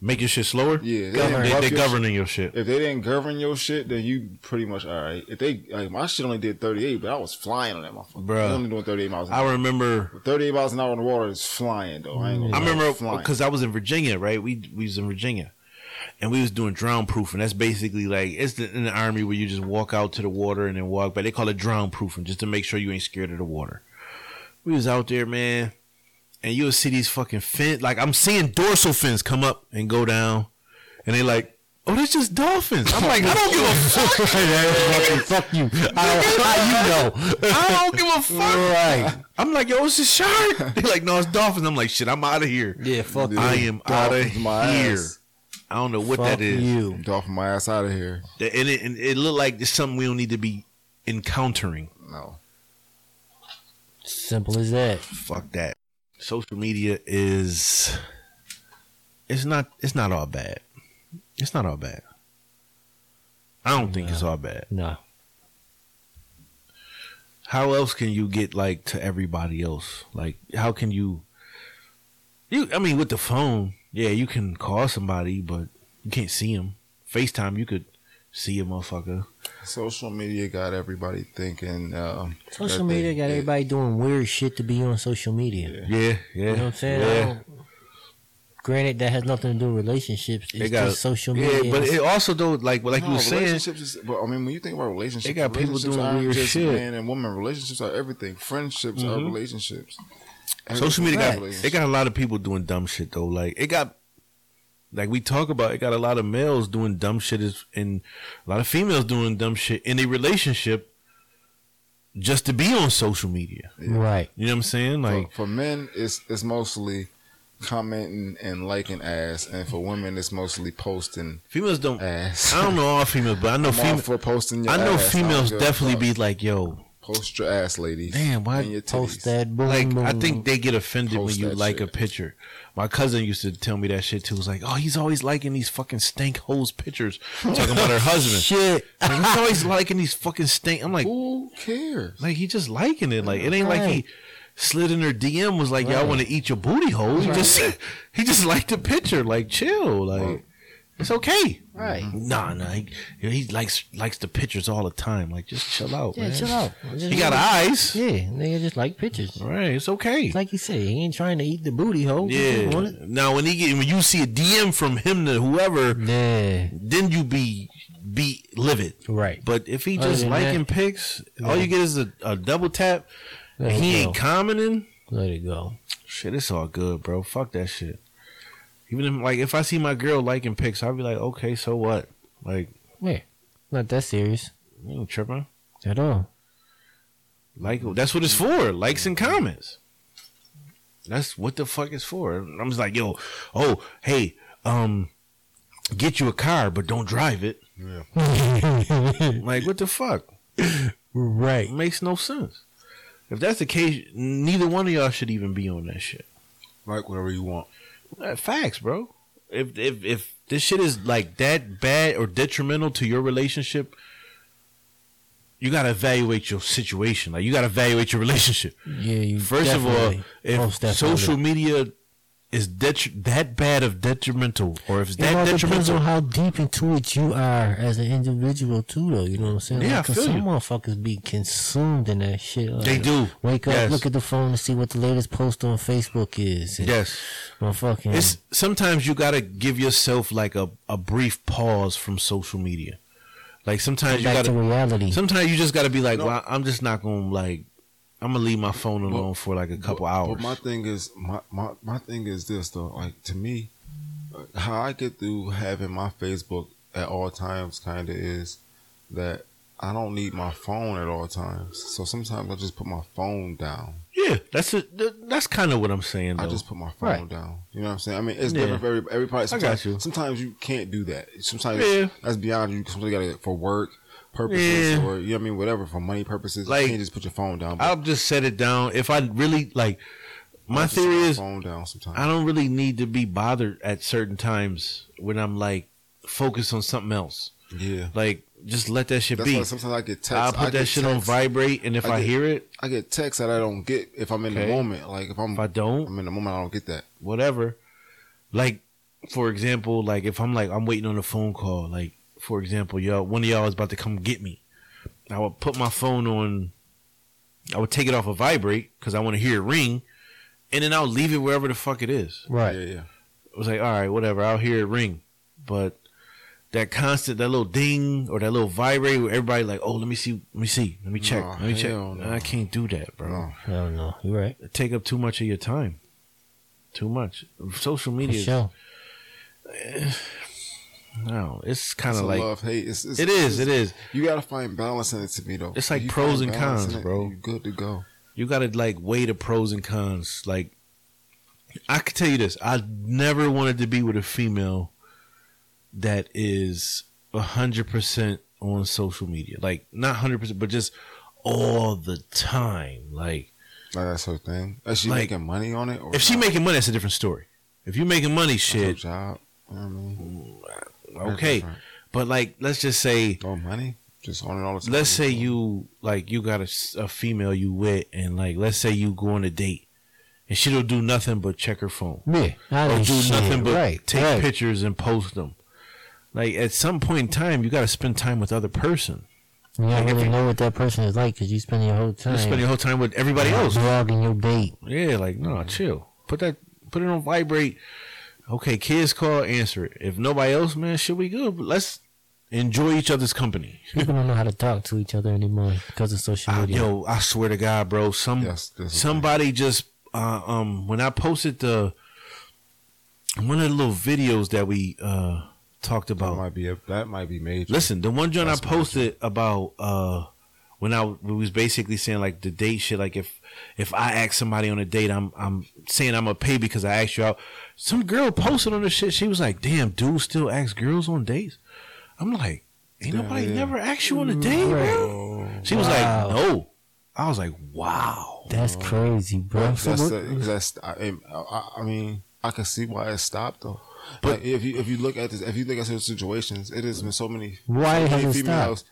Speaker 1: make your shit slower.
Speaker 3: Yeah, they
Speaker 1: govern.
Speaker 3: didn't
Speaker 1: They,
Speaker 3: buff
Speaker 1: they
Speaker 3: your
Speaker 1: governing your shit.
Speaker 3: If they didn't govern your shit, then you pretty much all right. If they, like my shit only did thirty eight, but I was flying on that motherfucker.
Speaker 1: Bruh.
Speaker 3: I only doing thirty eight miles. An hour.
Speaker 1: I remember
Speaker 3: Thirty eight miles an hour on the water is flying though. I, ain't gonna
Speaker 1: I
Speaker 3: lie,
Speaker 1: remember
Speaker 3: flying.
Speaker 1: because I was in Virginia, right? We we was in Virginia, and we was doing drown proof, and that's basically like it's the, in the army where you just walk out to the water and then walk back. They call it drown proofing, just to make sure you ain't scared of the water. We was out there, man, and you'll see these fucking fins. Like I'm seeing dorsal fins come up and go down, and they like. Oh, that's just dolphins. I'm like, I don't give a fuck.
Speaker 2: fuck you. I, I, you know.
Speaker 1: I don't give a fuck.
Speaker 2: right.
Speaker 1: I'm like, yo, it's a shark. They're like, no, it's dolphins. I'm like, shit, I'm out of here.
Speaker 2: Yeah, fuck
Speaker 1: I
Speaker 2: you.
Speaker 1: am out of
Speaker 3: Dolphins my
Speaker 1: here.
Speaker 3: ass.
Speaker 1: I don't know what
Speaker 2: fuck
Speaker 1: that is.
Speaker 2: you.
Speaker 3: Dolphin my ass out of here.
Speaker 1: Th- And it, and it looked like it's something we don't need to be encountering.
Speaker 3: No,
Speaker 2: Simple as that.
Speaker 1: Fuck that. Social media is it's not it's not all bad. It's not all bad. I don't think it's all bad.
Speaker 2: No.
Speaker 1: How else can you get like to everybody else? Like how can you you I mean with the phone, yeah, you can call somebody but you can't see them. FaceTime you could see a motherfucker.
Speaker 3: social media got everybody thinking. Uh,
Speaker 2: Social
Speaker 3: that
Speaker 2: media
Speaker 3: they-
Speaker 2: got
Speaker 3: they-
Speaker 2: everybody doing weird shit to be on social media.
Speaker 1: Yeah, yeah.
Speaker 2: You know what I'm saying? I
Speaker 1: Yeah.
Speaker 2: don't- Granted, that has nothing to do with relationships. It's
Speaker 1: They
Speaker 2: just social media.
Speaker 1: Yeah, but it also though, like like you
Speaker 3: No,
Speaker 1: were saying,
Speaker 3: relationships is, but I mean, when you think about relationships,
Speaker 1: They got people
Speaker 3: relationships
Speaker 1: doing
Speaker 3: aren't
Speaker 1: weird
Speaker 3: just
Speaker 1: shit. Mm-hmm.
Speaker 3: Man and woman, relationships are everything. Friendships are relationships.
Speaker 1: Social media got
Speaker 3: Facts.
Speaker 1: it got a lot of people doing dumb shit though. Like it got like we talk about it got a lot of males doing dumb shit is- and a lot of females doing dumb shit in a relationship just to be on social media.
Speaker 2: Right.
Speaker 1: You know what I'm saying? Like
Speaker 3: for, for men, it's it's mostly commenting and liking ass, and for women, it's mostly posting
Speaker 1: females don't
Speaker 3: ass.
Speaker 1: I don't know all females, but I know
Speaker 3: I'm all
Speaker 1: females
Speaker 3: for posting your
Speaker 1: I know
Speaker 3: ass.
Speaker 1: females
Speaker 3: don't give a
Speaker 1: definitely
Speaker 3: fuck.
Speaker 1: be like, yo,
Speaker 3: post your ass, ladies.
Speaker 1: damn, why
Speaker 3: and your
Speaker 2: Post
Speaker 3: titties.
Speaker 2: that boom.
Speaker 1: like I
Speaker 2: boom.
Speaker 1: think they get offended when
Speaker 3: Post
Speaker 1: you
Speaker 3: that
Speaker 1: like a
Speaker 3: shit.
Speaker 1: picture. My cousin used to tell me that shit too. It was like, oh, he's always liking these fucking stank hoes pictures, talking about her husband.
Speaker 2: shit.
Speaker 1: Like, he's always liking these fucking stank. I'm like,
Speaker 3: Who cares?
Speaker 1: like he just liking it. Like it ain't like he
Speaker 2: Right.
Speaker 1: slid in her DM was like, y'all want to eat your booty hole. He just he just liked the picture. Like chill. Like
Speaker 3: Right.
Speaker 1: it's okay.
Speaker 2: Right.
Speaker 1: Nah, nah. He, he likes likes the pictures all the time. Like just chill out.
Speaker 2: Yeah,
Speaker 1: man.
Speaker 2: chill out. Just,
Speaker 1: He got eyes.
Speaker 2: Yeah, nigga just like pictures.
Speaker 1: Right. It's okay.
Speaker 2: It's like you said, he ain't trying to eat the booty hole. He want
Speaker 1: Yeah.
Speaker 2: it.
Speaker 1: Now when he get, when you see a DM from him to whoever,
Speaker 2: Yeah.
Speaker 1: then you be be livid.
Speaker 2: Right.
Speaker 1: But if he
Speaker 2: Other
Speaker 1: just
Speaker 2: than
Speaker 1: liking pics, all you get is a, a double tap.
Speaker 2: There
Speaker 1: he
Speaker 2: you
Speaker 1: ain't
Speaker 2: go.
Speaker 1: commenting.
Speaker 2: Let it go.
Speaker 1: Shit, it's all good, bro. Fuck that shit. Even if, like if I see my girl liking pics, I'll be like, okay, so what? Like,
Speaker 2: Yeah. Not that serious
Speaker 1: you ain't tripping.
Speaker 2: at all.
Speaker 1: Like that's what it's for. Likes and comments. That's what the fuck it's for. I'm just like, yo, oh, hey, um, get you a car, but don't drive it. Like, what the fuck?
Speaker 2: right.
Speaker 1: It makes no sense. If that's the case, neither one of y'all should even be on that shit.
Speaker 3: Like whatever you want.
Speaker 1: Uh, Facts, bro. If if if this shit is like that bad or detrimental to your relationship, you gotta evaluate your situation. Like you gotta evaluate your relationship.
Speaker 2: Yeah, you
Speaker 1: First of all,
Speaker 2: definitely-
Speaker 1: if
Speaker 2: most definitely.
Speaker 1: social media is detri- that bad of detrimental, or if it's
Speaker 2: it all
Speaker 1: that
Speaker 2: depends on
Speaker 1: detrimental,
Speaker 2: how deep into it you are as an individual too, though. You know what I'm saying?
Speaker 1: Yeah, I
Speaker 2: 'cause
Speaker 1: feel
Speaker 2: some
Speaker 1: you.
Speaker 2: motherfuckers be consumed in that shit. Like,
Speaker 1: They do.
Speaker 2: Wake up,
Speaker 1: Yes.
Speaker 2: look at the phone, and see what the latest post on Facebook is. And
Speaker 1: yes,
Speaker 2: motherfucking.
Speaker 1: it's sometimes you gotta give yourself like a, a brief pause from social media. Like sometimes
Speaker 2: back
Speaker 1: you
Speaker 2: to
Speaker 1: gotta,
Speaker 2: reality.
Speaker 1: sometimes you just gotta be like, well, I'm just not gonna like, I'm gonna leave my phone alone for like a couple
Speaker 3: But-
Speaker 1: hours.
Speaker 3: But my thing is, my, my, my thing is this though. Like to me, uh, how I get through having my Facebook at all times kind of is that I don't need my phone at all times. So sometimes I just put my phone down.
Speaker 1: yeah, that's it. th- That's kind of what I'm saying. Though.
Speaker 3: I just put my phone
Speaker 2: Right.
Speaker 3: down. You know what I'm saying? I mean, it's
Speaker 1: Yeah.
Speaker 3: different for every, everybody.
Speaker 1: got
Speaker 3: Sometimes,
Speaker 1: you.
Speaker 3: Sometimes you can't do that. Sometimes
Speaker 1: Yeah.
Speaker 3: that's beyond you. Sometimes you gotta for work purposes
Speaker 1: Yeah.
Speaker 3: or you know what I mean, whatever for money purposes.
Speaker 1: Like,
Speaker 3: you can't just put your phone down.
Speaker 1: I'll just set it down if I really like. My
Speaker 3: just put
Speaker 1: theory
Speaker 3: my
Speaker 1: is
Speaker 3: phone down sometimes.
Speaker 1: I don't really need to be bothered at certain times when I'm like focused on something else.
Speaker 3: yeah.
Speaker 1: Like just let that shit
Speaker 3: That's
Speaker 1: be.
Speaker 3: why sometimes I get texts.
Speaker 1: I'll put
Speaker 3: I
Speaker 1: that
Speaker 3: get
Speaker 1: shit on
Speaker 3: texts-
Speaker 1: vibrate, and if I,
Speaker 3: I get-
Speaker 1: hear it,
Speaker 3: I get texts that I don't get if I'm in
Speaker 1: Okay.
Speaker 3: the moment. Like if I'm,
Speaker 1: if I don't,
Speaker 3: I'm in the moment, I don't get that.
Speaker 1: whatever. Like, for example, like if I'm like I'm waiting on a phone call. Like for example, y'all, one of y'all is about to come get me. I would put my phone on. I would take it off of vibrate because I want to hear it ring, and then I'll leave it wherever the fuck it is.
Speaker 2: right.
Speaker 3: Yeah, yeah.
Speaker 1: I was like, all right, whatever, I'll hear it ring. But that constant, that little ding or that little vibrate where everybody like, oh, let me see, let me see, let me check,
Speaker 3: No,
Speaker 1: let me check.
Speaker 3: hell no.
Speaker 1: I can't do that, bro.
Speaker 3: No.
Speaker 2: I don't know. You're right.
Speaker 1: It take up too much of your time. Too much. Social
Speaker 2: For
Speaker 1: media,
Speaker 2: sure.
Speaker 1: no, it's kind
Speaker 3: It's
Speaker 1: of
Speaker 3: a
Speaker 1: like,
Speaker 3: love hate. It's, it's,
Speaker 1: it is, it is.
Speaker 3: You gotta find balance in it to me though.
Speaker 1: It's like
Speaker 3: You
Speaker 1: pros and
Speaker 3: find balance
Speaker 1: cons,
Speaker 3: in it,
Speaker 1: bro.
Speaker 3: You good to go.
Speaker 1: You got to like weigh the pros and cons. Like, I could tell you this: I never wanted to be with a female that is hundred percent on social media. Like, not hundred percent, but just all the time. Like,
Speaker 3: Like that's her thing. Is she
Speaker 1: Like,
Speaker 3: making money on it? Or
Speaker 1: if she
Speaker 3: not?
Speaker 1: making money, that's a different story. If you making money,
Speaker 3: That's her
Speaker 1: shit,
Speaker 3: job, you know what I mean? That's
Speaker 1: okay.
Speaker 3: different.
Speaker 1: But like, let's just say
Speaker 3: Oh, money, just on it all the time.
Speaker 1: let's say you like you got a, s- a female you with and like let's say you go on a date and she'll do nothing but check her phone
Speaker 2: Yeah. I
Speaker 1: or
Speaker 2: don't
Speaker 1: do
Speaker 2: shit.
Speaker 1: nothing but
Speaker 2: right.
Speaker 1: take
Speaker 2: right.
Speaker 1: pictures and post them like at some point in time you got to spend time with other person
Speaker 2: You don't
Speaker 1: Like, if
Speaker 2: really
Speaker 1: you-
Speaker 2: know what that person is like because you spend your whole time
Speaker 1: you spend your whole time with everybody else
Speaker 2: vlogging your date.
Speaker 1: yeah like no chill put that put it on vibrate okay kids call answer it if nobody else man should we good but let's enjoy each other's company
Speaker 2: People don't know how to talk to each other anymore because of social
Speaker 1: I,
Speaker 2: media.
Speaker 1: yo, I swear to God, bro. Some
Speaker 3: Yes, this is
Speaker 1: somebody just uh, um when I posted the one of the little videos that we uh talked
Speaker 3: That
Speaker 1: about.
Speaker 3: might be a, that might be major.
Speaker 1: Listen, the one joint I
Speaker 3: That's magic.
Speaker 1: posted about uh when I we was basically saying like the date shit, like if if I ask somebody on a date, I'm I'm saying I'm gonna pay because I asked you out. Some girl posted on this shit. She was like, "Damn, dudes still ask girls on dates." I'm like, "Ain't
Speaker 3: Yeah,
Speaker 1: nobody
Speaker 3: yeah.
Speaker 1: never asked you on a date, bro."
Speaker 3: Oh,
Speaker 1: She was
Speaker 2: Wow.
Speaker 1: like, "No." I was like, "Wow."
Speaker 2: That's crazy, bro.
Speaker 3: that's the- that's I, I, I mean I can see why it stopped though. But
Speaker 1: But-
Speaker 3: if you if you look at this if you look at certain situations, it has been so many
Speaker 2: Why
Speaker 3: so
Speaker 2: has
Speaker 3: many
Speaker 2: it stopped?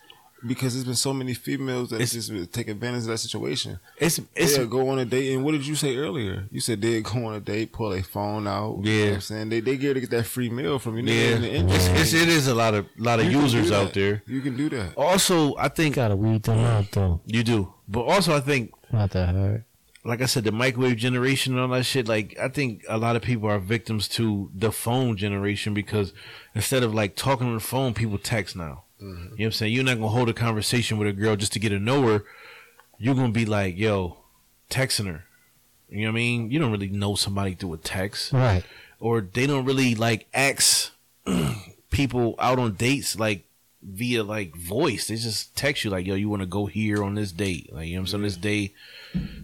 Speaker 3: because there's been so many females that
Speaker 1: It's-
Speaker 3: just take advantage of that situation.
Speaker 1: It's it's
Speaker 3: they'll go on a date, and what did you say earlier? You said they'd go on a date, pull their phone out. you know
Speaker 1: Yeah.
Speaker 3: what I'm saying they they get to get that free meal from you.
Speaker 1: yeah,
Speaker 3: Yeah, in the industry.
Speaker 1: it's, it's it is a lot of lot of
Speaker 3: You can
Speaker 1: users
Speaker 3: do
Speaker 1: out
Speaker 3: that.
Speaker 1: there.
Speaker 3: You can do that.
Speaker 1: Also, I think uh,
Speaker 2: gotta weed them out though.
Speaker 1: you do, but also I think
Speaker 2: Not that hard.
Speaker 1: like I said, the microwave generation and all that shit, like I think a lot of people are victims to the phone generation because instead of like talking on the phone, people text now. You know what I'm saying? You're not gonna hold a conversation with a girl just to get to know her. You're gonna be like, yo, texting her. You know what I mean? You don't really know somebody through a text.
Speaker 2: Right.
Speaker 1: Or they don't really like ask people out on dates like via like voice. They just text you like, yo, you wanna go here on this date. Like, you know what I'm saying? This day.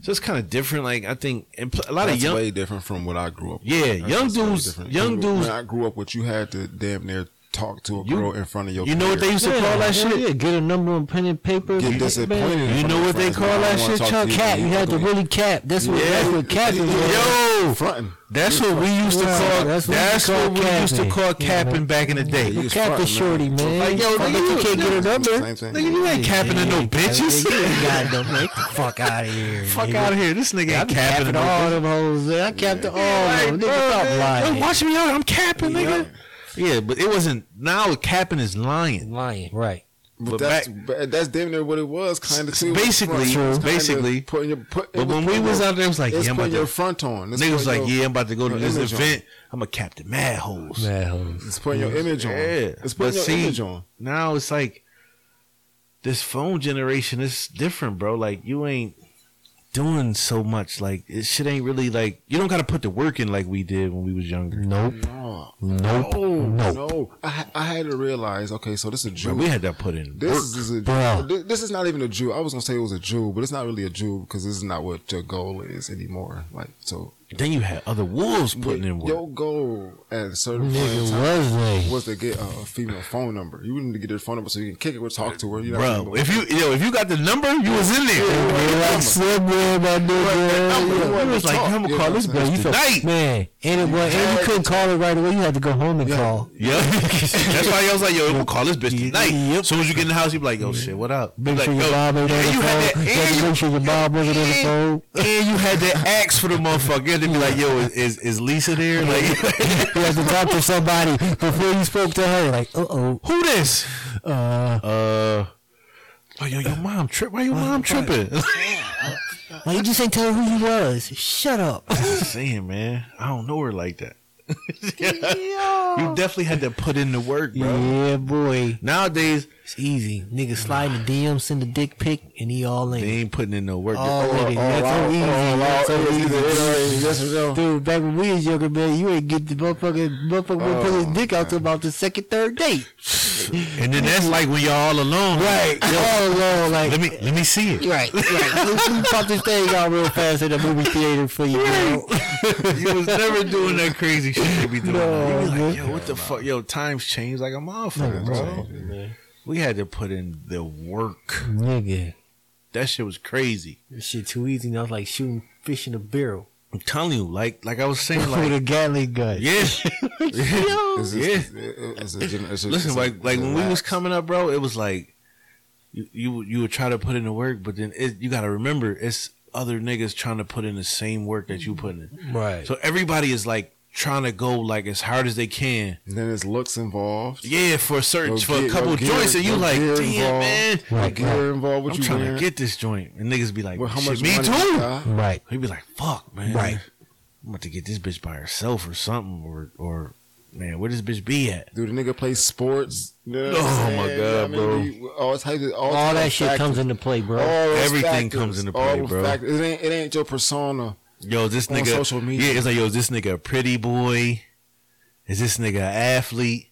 Speaker 1: So it's kind of different. Like I think and pl- a lot
Speaker 3: That's
Speaker 1: of young
Speaker 3: way different from what I grew up. with.
Speaker 1: Yeah,
Speaker 3: That's
Speaker 1: young
Speaker 3: just way
Speaker 1: dudes-
Speaker 3: different.
Speaker 1: young
Speaker 3: You-
Speaker 1: dudes-
Speaker 3: When I grew up, with you had to damn near talk to a
Speaker 1: You-
Speaker 3: girl in front of your.
Speaker 1: You know what they
Speaker 3: peers.
Speaker 1: used to call that
Speaker 2: hell
Speaker 1: shit?
Speaker 2: Yeah, get a number on pen and paper.
Speaker 3: get
Speaker 2: man.
Speaker 3: disappointed. in
Speaker 1: You
Speaker 3: front
Speaker 1: know
Speaker 3: of
Speaker 1: what they
Speaker 3: friends.
Speaker 1: call
Speaker 3: I don't
Speaker 1: that
Speaker 3: wanna
Speaker 1: shit,
Speaker 3: talk to
Speaker 2: Yo, cap. You had to
Speaker 3: Fucking-
Speaker 2: really cap. That's what, that's what cap is.
Speaker 1: Yo,
Speaker 3: fronting.
Speaker 1: that's what we used to
Speaker 2: Right,
Speaker 1: call.
Speaker 2: that's
Speaker 1: That's
Speaker 2: what we call
Speaker 1: what we used to
Speaker 2: capping.
Speaker 1: call
Speaker 2: Yeah, man.
Speaker 1: capping back in the day.
Speaker 3: Yeah.
Speaker 1: Nigga,
Speaker 3: was
Speaker 2: Cap the
Speaker 3: fronting,
Speaker 2: shorty, man.
Speaker 1: Like, yo,
Speaker 2: Fuck,
Speaker 1: nigga,
Speaker 2: you
Speaker 1: you-
Speaker 2: can't get a number.
Speaker 3: Same thing.
Speaker 1: you ain't capping to no bitches.
Speaker 2: You ain't got no, get the fuck out of here.
Speaker 1: Fuck
Speaker 2: nigga.
Speaker 1: out of here. This nigga
Speaker 2: I
Speaker 1: ain't capping
Speaker 2: capped
Speaker 1: to no
Speaker 2: all them hoes. I capped all
Speaker 1: Like,
Speaker 2: of them.
Speaker 1: bro,
Speaker 2: Nigga,
Speaker 1: Oh, man,
Speaker 2: stop
Speaker 1: yo,
Speaker 2: lying.
Speaker 1: Watch me out. I'm capping, nigga. Yeah, but it wasn't. Now capping is lying.
Speaker 2: Lying, right.
Speaker 1: But
Speaker 3: But that's but that's damn near what it was, kind of too.
Speaker 1: Basically,
Speaker 3: It was
Speaker 1: true.
Speaker 3: kinda
Speaker 1: basically.
Speaker 3: putting your. Put, it
Speaker 1: But when we
Speaker 3: putting
Speaker 1: was
Speaker 3: your-
Speaker 1: out there, it was like,
Speaker 3: it's
Speaker 1: yeah, I'm about
Speaker 3: putting your
Speaker 1: to.
Speaker 3: front on. It's
Speaker 1: Nigga was
Speaker 3: putting
Speaker 1: like,
Speaker 3: your-
Speaker 1: yeah, I'm about to go to
Speaker 3: your
Speaker 1: this
Speaker 3: image on.
Speaker 1: event. I'm a captain mad hoes.
Speaker 2: Mad hoes.
Speaker 3: It's putting your image on.
Speaker 1: Yeah,
Speaker 3: It's putting your
Speaker 1: but see-
Speaker 3: image on.
Speaker 1: now it's like this phone generation is different, bro. Like you ain't doing so much. Like it shit ain't really like you don't gotta put the work in like we did when we was younger.
Speaker 2: Nope.
Speaker 3: No,
Speaker 2: Nope.
Speaker 3: no,
Speaker 2: Nope.
Speaker 3: no. I, ha- I had to realize. Okay, so this is a
Speaker 1: Bro,
Speaker 3: Jew.
Speaker 1: we had that put in.
Speaker 3: This
Speaker 1: work.
Speaker 3: is a
Speaker 2: Bruh.
Speaker 3: thi- Oh, this is not even a Jew. I was gonna say it was a Jew, but it's not really a Jew because this is not what your goal is anymore. Like so,
Speaker 1: Then you had other wolves putting in work.
Speaker 3: your goal at a certain point in
Speaker 2: Nigga,
Speaker 3: time
Speaker 2: was they?
Speaker 3: was to get a, a female phone number. You wouldn't get her phone number so you can kick it or talk to her. You know what I mean?
Speaker 1: bro, if you yo, if you got the number, you was in there.
Speaker 2: They like Subway, my
Speaker 3: number, you
Speaker 2: nigga.
Speaker 3: wanted
Speaker 2: It
Speaker 3: to
Speaker 2: was like,
Speaker 3: talk,
Speaker 2: I'm
Speaker 3: you
Speaker 2: gonna
Speaker 3: know
Speaker 2: call
Speaker 3: what
Speaker 2: this
Speaker 3: I'm
Speaker 2: bro.
Speaker 3: saying?
Speaker 2: You
Speaker 1: It's
Speaker 2: felt,
Speaker 1: tonight.
Speaker 2: man, and it was, and
Speaker 3: had
Speaker 2: you couldn't call it right away. You had to go home and
Speaker 3: Yeah.
Speaker 2: call.
Speaker 1: Yeah, that's why I was like, yo, we'll call this bitch tonight.
Speaker 2: Yep.
Speaker 1: As soon as you get in the house, you be like, yo, shit, what up?
Speaker 2: Make
Speaker 1: Like,
Speaker 2: sure your
Speaker 1: yo,
Speaker 2: mom ain't on
Speaker 1: and
Speaker 2: the
Speaker 1: you had that,
Speaker 2: phone. Had
Speaker 1: and
Speaker 2: to
Speaker 1: you
Speaker 2: make sure your mom wasn't on the phone.
Speaker 1: and, and you had to ask for the motherfucker. You had to be like, yo, is, is Lisa there? Like,
Speaker 2: You had to talk to somebody before you spoke to her. Like, uh oh,
Speaker 1: who this?
Speaker 2: uh,
Speaker 1: Uh, oh, yo, your mom trip. Why your mom tripping?
Speaker 2: why you just ain't tell her who you was? Shut up.
Speaker 1: Saying, man, I don't know her like that. You definitely had to put in the work, bro.
Speaker 2: Yeah, boy,
Speaker 1: Nowadays,
Speaker 2: it's easy. Nigga, slide in the DM, send a dick pic, and he all
Speaker 1: they
Speaker 2: in.
Speaker 1: ain't putting in no work.
Speaker 2: All in it. That's so easy. That's so easy. Dude, back when we was younger, man, you ain't get the motherfucking motherfucker would pull his dick out till about the second, third date.
Speaker 1: and then that's like when y'all all alone.
Speaker 2: Right. Oh Lord, like
Speaker 1: Let me let me see it.
Speaker 2: right, right. Let me pop this thing out real fast at the movie theater for you. bro.
Speaker 1: You was never doing that crazy shit they be doing.
Speaker 2: No,
Speaker 1: now. You be
Speaker 2: man.
Speaker 1: like, yo, what the fuck? Yo, times change like a motherfucker, bro. We had to put in the work.
Speaker 2: Nigga,
Speaker 1: That shit was crazy.
Speaker 2: this shit too easy. And I was like shooting fish in a barrel
Speaker 1: I'm telling you, like like I was saying,
Speaker 2: with
Speaker 1: like
Speaker 2: a Gatling gun.
Speaker 1: yeah,
Speaker 2: Yo.
Speaker 3: It's
Speaker 1: Yeah.
Speaker 3: just- it- it's a gen- it's just-
Speaker 1: Listen,
Speaker 3: it's a-
Speaker 1: like like when we
Speaker 3: relax.
Speaker 1: was coming up, bro, it was like you you you would try to put in the work, but then it, you got to remember it's other niggas trying to put in the same work that you put in.
Speaker 2: Right.
Speaker 1: So everybody is like trying to go like as hard as they can.
Speaker 3: then it's looks involved.
Speaker 1: Yeah, for a certain
Speaker 3: Your
Speaker 1: for
Speaker 3: gear-
Speaker 1: a couple
Speaker 3: your gear-
Speaker 1: joints, and you
Speaker 3: your
Speaker 1: like,
Speaker 3: gear
Speaker 1: damn
Speaker 3: involved,
Speaker 1: man,
Speaker 3: Your
Speaker 2: Right,
Speaker 3: gear involved. What
Speaker 1: I'm
Speaker 3: you
Speaker 1: trying
Speaker 3: wearing?
Speaker 1: to get this joint, and niggas be like,
Speaker 3: Well, how
Speaker 1: shit,
Speaker 3: much
Speaker 1: me
Speaker 3: money
Speaker 1: too.
Speaker 3: you got?
Speaker 2: Right.
Speaker 1: He'd be like, "Fuck, man,
Speaker 2: Right.
Speaker 1: I'm about to get this bitch by herself or something, or or man, where this bitch be at?"
Speaker 3: Do the nigga play sports? You know what
Speaker 1: Oh,
Speaker 3: I'm
Speaker 1: my
Speaker 3: saying?
Speaker 1: God,
Speaker 3: You know what I mean? All types of all,
Speaker 2: All
Speaker 3: types
Speaker 2: that
Speaker 3: of
Speaker 2: shit
Speaker 3: factors.
Speaker 2: comes into play, bro.
Speaker 3: All those
Speaker 1: Everything
Speaker 3: factors,
Speaker 1: comes into
Speaker 3: all
Speaker 1: play,
Speaker 3: those
Speaker 1: bro.
Speaker 3: factors. It ain't it ain't your persona.
Speaker 1: Yo, this
Speaker 3: On
Speaker 1: nigga.
Speaker 3: social media.
Speaker 1: Yeah, it's like, yo, is this nigga a pretty boy? Is this nigga an athlete?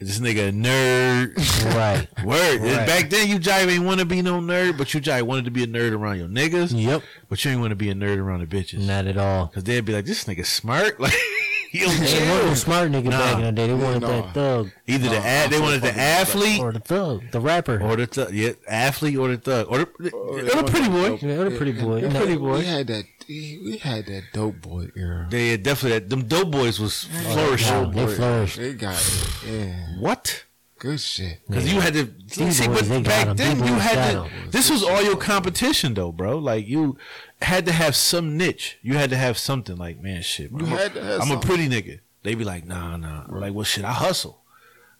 Speaker 1: Is this nigga a nerd?
Speaker 2: right.
Speaker 1: Word.
Speaker 2: Right.
Speaker 1: Back then, you jive ain't want to be no nerd, but you jive wanted to be a nerd around your niggas,
Speaker 2: Yep.
Speaker 1: but you ain't want to be a nerd around the bitches.
Speaker 2: Not at all.
Speaker 1: Cause they'd be like, this nigga smart. Like, yo,
Speaker 2: They wanted the smart nigga back
Speaker 1: Nah.
Speaker 2: in the day. They wanted
Speaker 3: nah.
Speaker 2: that thug
Speaker 1: either the
Speaker 3: Nah,
Speaker 2: Oh,
Speaker 1: ad, they
Speaker 3: I'm
Speaker 1: wanted
Speaker 3: so
Speaker 1: the
Speaker 3: fucking with that.
Speaker 1: athlete
Speaker 2: or the thug, the rapper.
Speaker 1: or the thug. Yeah, athlete or the thug or the, or
Speaker 3: yeah,
Speaker 1: the pretty boy.
Speaker 2: yeah, they're pretty boy. They're
Speaker 3: And- and
Speaker 2: pretty boy.
Speaker 3: We had that. We had that dope boy era.
Speaker 1: They had definitely that. Them dope boys was
Speaker 2: Oh,
Speaker 1: flourishing.
Speaker 2: Nah, they flourished.
Speaker 3: They got it. Yeah,
Speaker 1: What?
Speaker 3: good shit.
Speaker 1: Because you had to see,
Speaker 2: These
Speaker 1: see
Speaker 2: boys,
Speaker 1: but
Speaker 2: they got
Speaker 1: back
Speaker 2: 'em.
Speaker 1: then
Speaker 2: These
Speaker 1: you
Speaker 2: boys
Speaker 1: had
Speaker 2: got
Speaker 1: to.
Speaker 2: 'em.
Speaker 1: This was all your competition, though, bro. Like you had to have some niche. You had to have something. Like man, shit.
Speaker 3: You
Speaker 1: I'm, a-
Speaker 3: had to have
Speaker 1: I'm a
Speaker 3: something.
Speaker 1: pretty nigga. They be like, nah, nah. I'm like, well, shit, I hustle.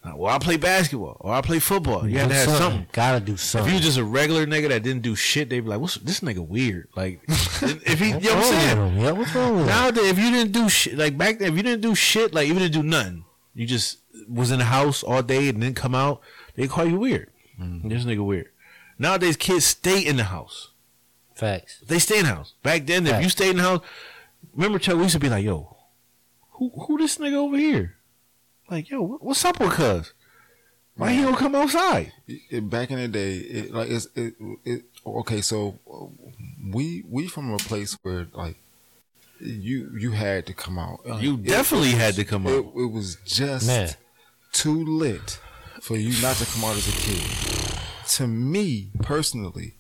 Speaker 1: Nah, well, I play basketball or I play football. You had to have
Speaker 2: Do
Speaker 1: something.
Speaker 2: Gotta do
Speaker 1: If
Speaker 2: something.
Speaker 1: you just a regular nigga that didn't do shit, they'd be like, "What's this nigga weird?" Like, if he, you know
Speaker 2: What's
Speaker 1: what I'm
Speaker 2: wrong
Speaker 1: saying?
Speaker 2: with him? Yeah, what's wrong with him?
Speaker 1: Nowadays, if you didn't do shit, like back then, if you didn't do shit, like even didn't do nothing, you just was in the house all day and didn't come out, they call you weird.
Speaker 3: Mm-hmm.
Speaker 1: This nigga weird. Nowadays, kids stay in the house.
Speaker 2: Facts.
Speaker 1: They stay in the house. Back then, if
Speaker 2: Right.
Speaker 1: you stayed in the house, remember Chuck, we used to be like, yo, who who this nigga over here? Like, yo, what- what's up with cuz? Why he don't come outside?
Speaker 3: It- back in the day, it, like it's it, it okay. So uh, we we from a place where like you you had to come out. Like,
Speaker 1: You
Speaker 3: it-
Speaker 1: definitely had to come
Speaker 3: It,
Speaker 1: out.
Speaker 3: it was just
Speaker 2: Man.
Speaker 3: too lit for you not to come out as a kid. To me personally,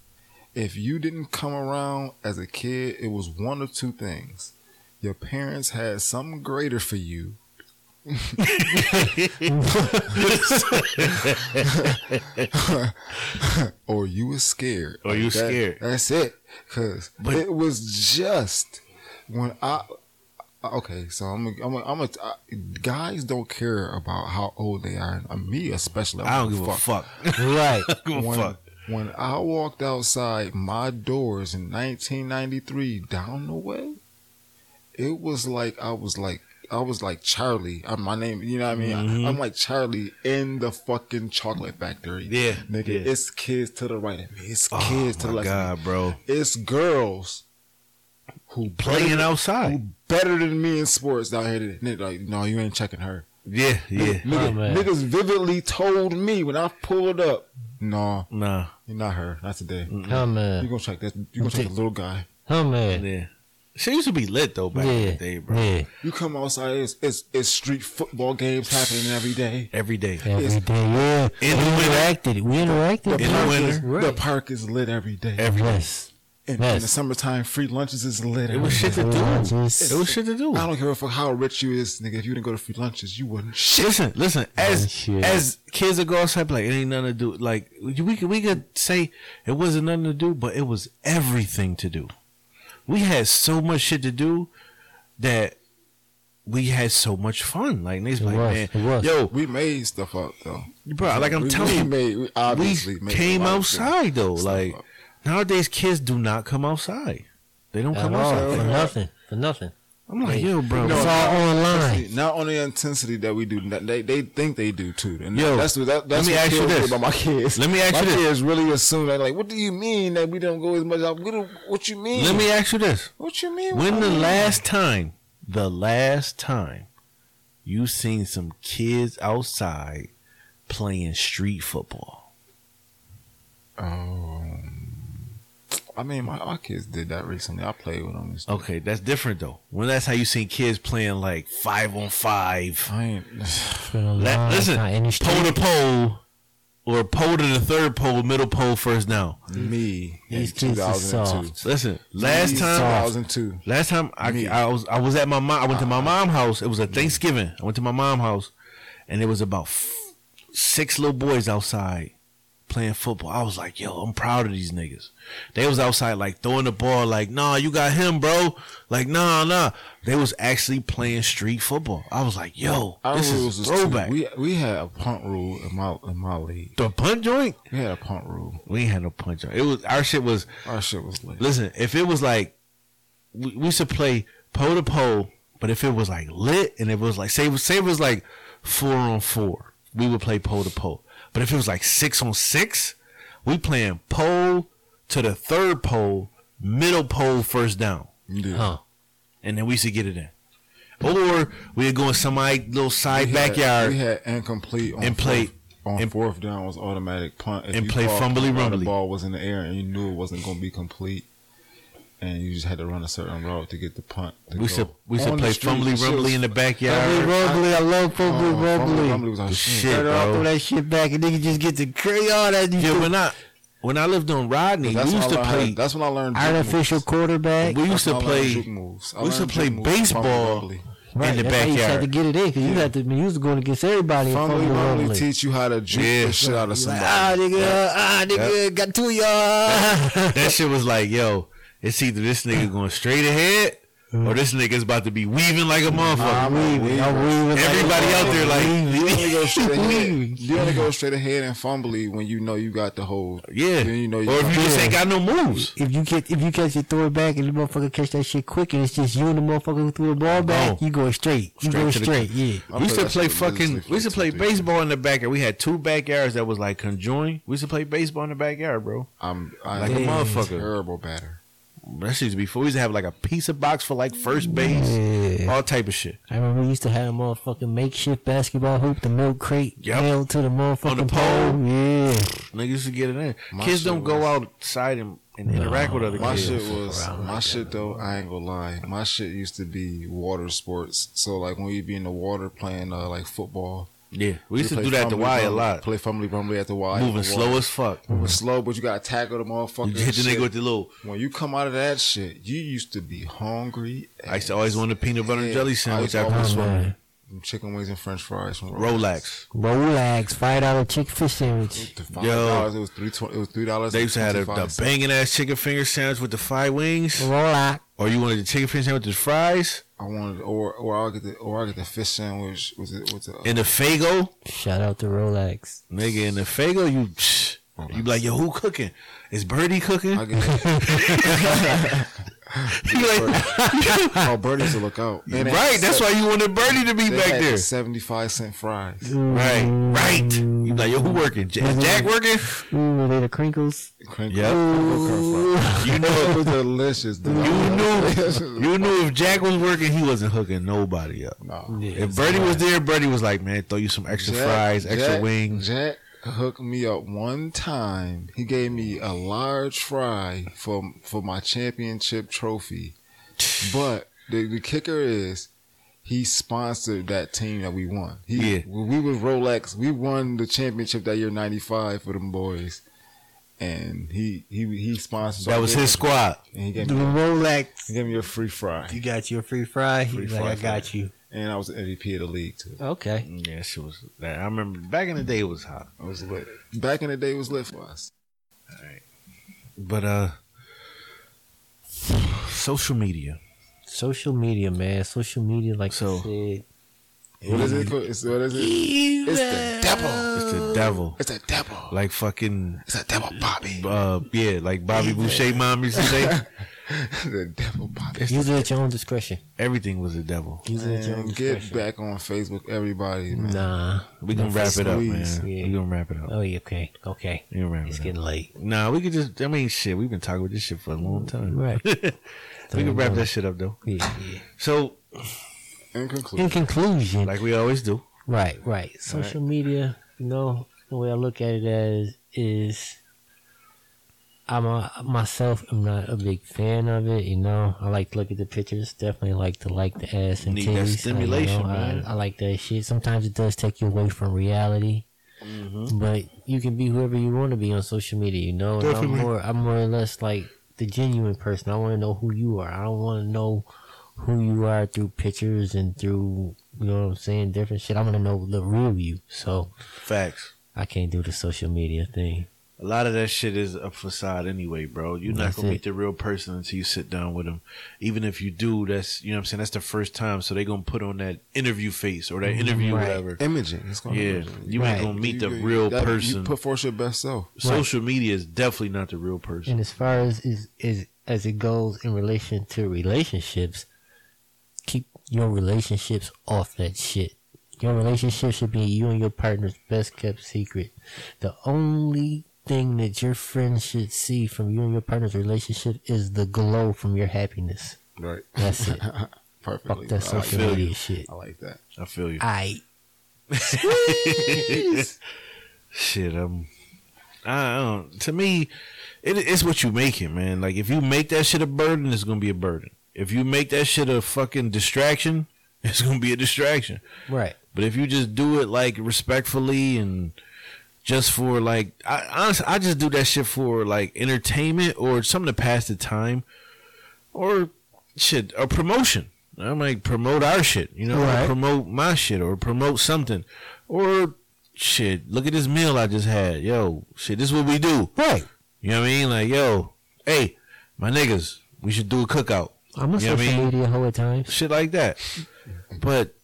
Speaker 3: if you didn't come around as a kid, it was one of two things. Your parents had something greater for you. or you were scared.
Speaker 1: Or you
Speaker 3: Like, that-
Speaker 1: scared.
Speaker 3: That's it. Cause
Speaker 1: But-
Speaker 3: it was just when I Okay, so I'm a, I'm a, I'm a I, guys don't care about how old they are. Uh, Me especially.
Speaker 1: I don't give a fuck.
Speaker 2: Right.
Speaker 1: Give a
Speaker 3: When,
Speaker 1: fuck.
Speaker 3: when I walked outside my doors in 1993 down the way, it was like I was like I was like Charlie. I, my name, you know what I mean?
Speaker 1: Mm-hmm.
Speaker 3: I, am like Charlie in the fucking chocolate factory.
Speaker 1: Yeah,
Speaker 3: nigga,
Speaker 1: yeah.
Speaker 3: it's kids to the right of me. It's
Speaker 1: Oh,
Speaker 3: kids to the
Speaker 1: my
Speaker 3: left. Of
Speaker 1: God,
Speaker 3: me.
Speaker 1: bro.
Speaker 3: It's girls who
Speaker 1: Playing outside.
Speaker 3: who better than me in sports down here today. Nigga, like, no, you ain't checking her.
Speaker 1: Yeah, yeah.
Speaker 2: Oh,
Speaker 3: Nigga,
Speaker 2: man.
Speaker 3: niggas vividly told me when I pulled up, no,
Speaker 1: Nah.
Speaker 3: you're not her. Not today. you
Speaker 2: Huh,
Speaker 3: You
Speaker 2: man.
Speaker 3: gonna check that? You gonna check the little guy?
Speaker 2: Huh, man.
Speaker 1: Yeah. She used to be lit though back in the
Speaker 2: Yeah.
Speaker 1: day, bro.
Speaker 2: Yeah.
Speaker 3: You come outside, it's it's, it's street football games happening every day.
Speaker 1: Every day.
Speaker 2: Every day. Yeah.
Speaker 1: In
Speaker 2: we
Speaker 1: the winter.
Speaker 2: interacted. We interacted.
Speaker 1: In the winter.
Speaker 3: It's- The park is lit every day.
Speaker 1: Every day.
Speaker 2: Yes.
Speaker 3: in, in
Speaker 2: yes.
Speaker 3: the summertime, free lunches is lit.
Speaker 1: It
Speaker 3: every
Speaker 1: was
Speaker 3: day.
Speaker 1: shit to do.
Speaker 2: Lunches.
Speaker 1: It was shit to do.
Speaker 3: I don't give a fuck how rich you is, nigga. If you didn't go to free lunches, you wouldn't. Shit.
Speaker 1: Listen, listen. As
Speaker 2: shit.
Speaker 1: as kids would go outside, like it ain't nothing to do. Like we could we could say it wasn't nothing to do, but it was everything to do. We had so much shit to do that we had so much fun. Like niggas be like,
Speaker 2: was,
Speaker 1: man,
Speaker 2: it was.
Speaker 1: yo,
Speaker 3: We made stuff up though.
Speaker 1: bro, like I'm
Speaker 3: we,
Speaker 1: telling
Speaker 3: we
Speaker 1: you,
Speaker 3: made, we
Speaker 1: we
Speaker 3: obviously made a
Speaker 1: came
Speaker 3: lot of shit.
Speaker 1: outside though.
Speaker 3: Stuff
Speaker 1: Like
Speaker 3: up.
Speaker 1: nowadays, kids do not come outside. They don't
Speaker 2: At
Speaker 1: come
Speaker 2: all.
Speaker 1: outside.
Speaker 2: For nothing. For nothing.
Speaker 1: I'm like, yo, bro.
Speaker 2: It's all online.
Speaker 3: Not on the intensity that we do, that they they think they do too. And
Speaker 1: Yo,
Speaker 3: that's what that,
Speaker 1: let
Speaker 3: that's
Speaker 1: me
Speaker 3: what
Speaker 1: ask you
Speaker 3: kills
Speaker 1: this.
Speaker 3: about my kids.
Speaker 1: Let me ask
Speaker 3: my
Speaker 1: you this.
Speaker 3: kids really assume that like, what do you mean that we don't go as much out? What, do- what you mean?
Speaker 1: Let me ask you this:
Speaker 3: what you mean?
Speaker 1: When the last time, the last time, you seen some kids outside playing street football?
Speaker 3: Um, I mean, my, my kids did that recently. I played with them. And stuff.
Speaker 1: Okay, that's different though. When that's how you seen kids playing like five on five,
Speaker 3: I ain't.
Speaker 2: Been a
Speaker 1: Let-
Speaker 2: long
Speaker 1: listen,
Speaker 2: time. And it's
Speaker 1: pole to pole, or pole to the third pole, middle pole, first down.
Speaker 3: me
Speaker 2: These
Speaker 3: in
Speaker 2: kids are
Speaker 3: 2002.
Speaker 2: soft.
Speaker 1: Listen, last time,
Speaker 3: 2002.
Speaker 1: last time I, I was I was at my mom. I went to my mom house. It was a Thanksgiving. I went to my mom house, and it was about f- six little boys outside playing football. I was like, yo, I'm proud of these niggas. They was outside like throwing the ball, like, nah, you got him, bro. Like, nah, nah. They was actually playing street football. I was like, yo,
Speaker 3: Our
Speaker 1: this
Speaker 3: rules
Speaker 1: is
Speaker 3: was
Speaker 1: throwback.
Speaker 3: too, we we had a punt rule in my in my league.
Speaker 1: the punt joint,
Speaker 3: We had a punt rule.
Speaker 1: we ain't had no punt joint. It was our shit was.
Speaker 3: Our shit was lit.
Speaker 1: Listen, if it was like we, we should play pole to pole, but if it was like lit and it was like say say it was like four on four, we would play pole to pole. But if it was like six on six, we playing pole to the third pole, middle pole, first down.
Speaker 3: Yeah.
Speaker 2: Huh.
Speaker 1: and then we used to get it in. Or we'd go in somebody little side
Speaker 3: We had-
Speaker 1: backyard
Speaker 3: we had incomplete on
Speaker 1: and play.
Speaker 3: fourth- on
Speaker 1: and-
Speaker 3: fourth down was automatic punt. If
Speaker 1: and
Speaker 3: you
Speaker 1: play
Speaker 3: called
Speaker 1: fumbly
Speaker 3: while
Speaker 1: rumbly.
Speaker 3: The ball was in the air and you knew it wasn't going to be complete, and you just had to run a certain route to get the punt. To
Speaker 1: We used to
Speaker 3: go.
Speaker 1: we used to
Speaker 3: On
Speaker 1: play
Speaker 3: the street,
Speaker 1: fumbly
Speaker 3: the shit
Speaker 1: rumbly
Speaker 3: was-
Speaker 1: in the
Speaker 2: Fumbly
Speaker 1: backyard.
Speaker 2: Rumbly, I love
Speaker 3: Oh,
Speaker 2: Fumbly
Speaker 3: fumbly
Speaker 2: Rumbly.
Speaker 3: rumbly was our
Speaker 1: The
Speaker 3: shit.
Speaker 1: shit,
Speaker 2: Turn off
Speaker 1: bro.
Speaker 2: throw that shit back and nigga just get to carry all that you
Speaker 1: Yeah,
Speaker 2: do.
Speaker 1: when I when I lived on Rodney, we
Speaker 3: That's when I
Speaker 1: used to
Speaker 3: learned how
Speaker 1: play.
Speaker 3: that's when I learned. juke
Speaker 2: artificial
Speaker 3: moves.
Speaker 2: quarterback.
Speaker 1: We used
Speaker 3: That's
Speaker 1: to
Speaker 3: when I learned juke
Speaker 1: play.
Speaker 3: moves. I
Speaker 1: we used to
Speaker 3: learned
Speaker 1: play
Speaker 3: juke moves from fumbly
Speaker 1: baseball.
Speaker 3: rumbly.
Speaker 1: in the
Speaker 2: that's how You just had to
Speaker 1: backyard.
Speaker 2: get it in because you had to you was going against everybody. in
Speaker 3: Fumbly
Speaker 2: Fumbly
Speaker 3: rumbly
Speaker 2: Rumbly.
Speaker 3: teach you how to juke
Speaker 1: Yeah.
Speaker 3: the shit out of
Speaker 2: Like,
Speaker 3: somebody.
Speaker 2: ah, nigga, ah, nigga, got two of y'all.
Speaker 1: That shit was like, yo, it's either this nigga going straight ahead or this nigga's about to be weaving like a motherfucker.
Speaker 3: I'm a
Speaker 2: weaving, I'm
Speaker 3: weaver.
Speaker 2: weaving like
Speaker 1: Everybody
Speaker 2: a
Speaker 1: out there like,
Speaker 3: You only go straight
Speaker 2: Weaving.
Speaker 3: ahead. You only go straight ahead and fumbly when you know you got the whole.
Speaker 1: yeah.
Speaker 3: Then you know you
Speaker 1: or if you just
Speaker 2: Yeah.
Speaker 1: ain't got no moves.
Speaker 2: If you catch if you catch it, throw it back, and the motherfucker catch that shit quick, and it's just you and the motherfucker who threw the ball back,
Speaker 1: No.
Speaker 2: you going straight. You
Speaker 1: Straight
Speaker 2: going
Speaker 1: to the-
Speaker 2: straight, yeah.
Speaker 3: I
Speaker 1: we used
Speaker 3: played
Speaker 1: to
Speaker 3: that
Speaker 1: play
Speaker 3: shit religiously
Speaker 1: fucking.
Speaker 3: for
Speaker 1: We used to
Speaker 3: two,
Speaker 1: play
Speaker 3: three
Speaker 1: baseball in the backyard. We had two backyards that was like conjoined. We used to play baseball in the backyard, bro.
Speaker 3: I'm I,
Speaker 1: Like a
Speaker 3: I'm
Speaker 1: motherfucker.
Speaker 3: Terrible batter.
Speaker 1: That used to be. fun. We used to have like a pizza box for like first base,
Speaker 2: Yeah.
Speaker 1: all type of shit
Speaker 2: I remember we used to have a motherfucking makeshift basketball hoop, the milk crate
Speaker 1: Yep.
Speaker 2: nailed to the motherfucking
Speaker 1: on the
Speaker 2: pole.
Speaker 1: pole.
Speaker 2: Yeah.
Speaker 1: Niggas used to get it in.
Speaker 3: My
Speaker 1: kids
Speaker 3: shit
Speaker 1: don't go
Speaker 3: was-
Speaker 1: outside and, and interact with other
Speaker 3: My
Speaker 1: kids.
Speaker 3: shit was
Speaker 2: around
Speaker 3: my shit though. I ain't gonna lie. My shit used to be water sports. So like when you'd be in the water playing uh, like football.
Speaker 1: Yeah, we used to
Speaker 3: play
Speaker 1: do that at the
Speaker 3: fumbly
Speaker 1: Y a
Speaker 3: rumbly-
Speaker 1: lot.
Speaker 3: Play fumbly rumbly at the Y.
Speaker 1: Moving
Speaker 3: at the
Speaker 1: slow
Speaker 3: Y.
Speaker 1: as fuck.
Speaker 3: Moving slow, but you gotta tackle the motherfucker.
Speaker 1: You hit the nigga with the little.
Speaker 3: when you come out of that shit, you used to be hungry.
Speaker 1: I used to always want a peanut butter and
Speaker 3: Yeah,
Speaker 1: jelly
Speaker 3: I
Speaker 1: sandwich
Speaker 3: used to
Speaker 1: after
Speaker 3: always
Speaker 1: this
Speaker 2: Oh,
Speaker 1: one.
Speaker 2: man.
Speaker 3: Them chicken wings and French fries from
Speaker 1: Rolex.
Speaker 2: Rolex, five dollar chick fish sandwich.
Speaker 3: The five
Speaker 1: Yo.
Speaker 3: dollars. It was three. twen- It was three dollars.
Speaker 1: They used to have the, the banging ass chicken finger sandwich with the fried wings,
Speaker 2: Rolex.
Speaker 1: or you wanted the chicken finger sandwich with the fries
Speaker 3: I wanted, or or I'll get the or I'll get the fish sandwich. Was it? uh, Was it?
Speaker 1: and the Fago,
Speaker 2: Shout out to Rolex.
Speaker 1: nigga. And the Fago, you psh, you be like, yo, who cooking? Is Birdie cooking?
Speaker 3: I get
Speaker 1: You like,
Speaker 3: oh, birdies to look out. They had
Speaker 1: right, that's
Speaker 3: se-
Speaker 1: why you wanted Birdie to be
Speaker 3: they
Speaker 1: back
Speaker 3: had
Speaker 1: there.
Speaker 3: Seventy-five cent fries,
Speaker 1: Right, right. You be like, yo, who working? J- Is Jack working?
Speaker 2: Ooh, were they the crinkles?
Speaker 3: crinkle,
Speaker 1: Yep.
Speaker 3: crinkle cut fries. You know it was delicious.
Speaker 1: You knew, you knew if Jack was working, he wasn't hooking nobody up.
Speaker 3: Nah.
Speaker 1: If Birdie was there, Birdie was like, man, throw you some extra
Speaker 3: Jack-
Speaker 1: fries, extra
Speaker 3: Jack-
Speaker 1: wings.
Speaker 3: Jack hooked me up one time. He gave me a large fry for for my championship trophy. But the, the kicker is he sponsored that team that we won. He,
Speaker 1: Yeah.
Speaker 3: we was Rolex. We won the championship that year '95 for them boys, and he he he sponsored.
Speaker 1: That was his squad.
Speaker 3: And he gave
Speaker 2: The
Speaker 3: me
Speaker 2: Rolex.
Speaker 3: he gave me a free fry,
Speaker 2: You got your free fry. He's
Speaker 3: Free
Speaker 2: like,
Speaker 3: fry
Speaker 2: I
Speaker 3: for
Speaker 2: got you.
Speaker 3: and I was the MVP of the league too.
Speaker 2: Okay.
Speaker 1: Yeah, she was. I remember back in the day it was hot,
Speaker 3: I was lit. Back in the day, it was lit for us.
Speaker 1: but uh, social media.
Speaker 2: Social media, man. Social media, like
Speaker 1: So-
Speaker 2: so, I said.
Speaker 3: What is it? It's, what is it? It's the devil.
Speaker 1: It's the devil,
Speaker 3: It's a devil.
Speaker 1: like fucking.
Speaker 3: It's a devil, Bobby.
Speaker 1: Uh, yeah, like Bobby Boucher mom used to say,
Speaker 3: the devil, Bobby.
Speaker 2: Use it at your own discretion.
Speaker 1: everything was the devil.
Speaker 2: Use it at your own
Speaker 3: Man, get
Speaker 2: discretion.
Speaker 3: back on Facebook, everybody. Man.
Speaker 2: Nah.
Speaker 1: We gonna wrap it up, man.
Speaker 3: squeeze.
Speaker 1: We gonna wrap it up.
Speaker 2: Oh, yeah, okay. Okay.
Speaker 1: We gonna wrap
Speaker 2: It's
Speaker 1: it up.
Speaker 2: getting late.
Speaker 1: Nah, we could just. I mean, shit. We've been talking about this shit for a long time.
Speaker 2: Right.
Speaker 1: we can wrap that shit up though.
Speaker 2: Yeah, yeah.
Speaker 1: So,
Speaker 3: In
Speaker 2: In
Speaker 3: conclusion,
Speaker 2: conclusion,
Speaker 1: like we always do,
Speaker 2: Right, right. Social media, you know, the way I look at it as is I'm a, myself, I'm not a big fan of it, you know. I like to look at the pictures, definitely like to like the ass and
Speaker 1: Need
Speaker 2: titties.
Speaker 1: that
Speaker 2: like, you
Speaker 1: stimulation,
Speaker 2: know, I-
Speaker 1: man.
Speaker 2: I, like that shit. Sometimes it does take you away from reality. But you can be whoever you want to be on social media, you know. And I'm
Speaker 1: Definitely.
Speaker 2: more, I'm more or less like the genuine person. I want to know who you are. I don't want to know who you are through pictures and through you know what I'm saying, different shit. I'm gonna know the real you. So
Speaker 1: facts.
Speaker 2: I can't do the social media thing.
Speaker 1: A lot of that shit is a facade anyway, bro. You're not
Speaker 2: That's
Speaker 1: gonna
Speaker 2: it.
Speaker 1: meet the real person until you sit down with them. Even if you do, that's you know what I'm saying. That's the first time, so they gonna put on that interview face or that interview
Speaker 2: Mm-hmm. Right.
Speaker 1: whatever.
Speaker 3: imaging. It's gonna
Speaker 1: Yeah,
Speaker 3: imaging.
Speaker 1: you
Speaker 2: Right.
Speaker 1: ain't gonna meet the
Speaker 3: You- you-
Speaker 1: real
Speaker 3: that-
Speaker 1: person.
Speaker 3: You put forth your best self.
Speaker 1: Social media is definitely not the real person.
Speaker 2: And as far as is is as it goes in relation to relationships, keep your relationships off that shit. Your relationship should be you and your partner's best kept secret. The only thing that your friends should see from you and your partner's relationship is the glow from your happiness.
Speaker 3: Right.
Speaker 2: That's it.
Speaker 1: Oh,
Speaker 2: Fuck
Speaker 3: Perfectly.
Speaker 2: that
Speaker 3: I, like
Speaker 2: social
Speaker 1: feel
Speaker 3: that.
Speaker 2: media
Speaker 1: you.
Speaker 2: shit.
Speaker 3: I like that.
Speaker 1: I feel you.
Speaker 2: I
Speaker 1: Shit, I'm. I don't. To me, it, it's what you make it, man. Like if you make that shit a burden, it's gonna be a burden. If you make that shit a fucking distraction, it's gonna be a distraction.
Speaker 2: right.
Speaker 1: But if you just do it like respectfully and just for like, I honestly, I just do that shit for like entertainment or something to pass the time, or shit, a promotion. I might promote our shit, you know, or
Speaker 2: Right.
Speaker 1: promote my shit or promote something, or shit. Look at this meal I just had, yo. Shit, this is what we do.
Speaker 2: Right.
Speaker 1: You know what I mean? Like, yo, hey, my niggas, we should do a cookout.
Speaker 2: I'm a
Speaker 1: You know what I
Speaker 2: social
Speaker 1: mean?
Speaker 2: media hoe at times.
Speaker 1: Shit like that. But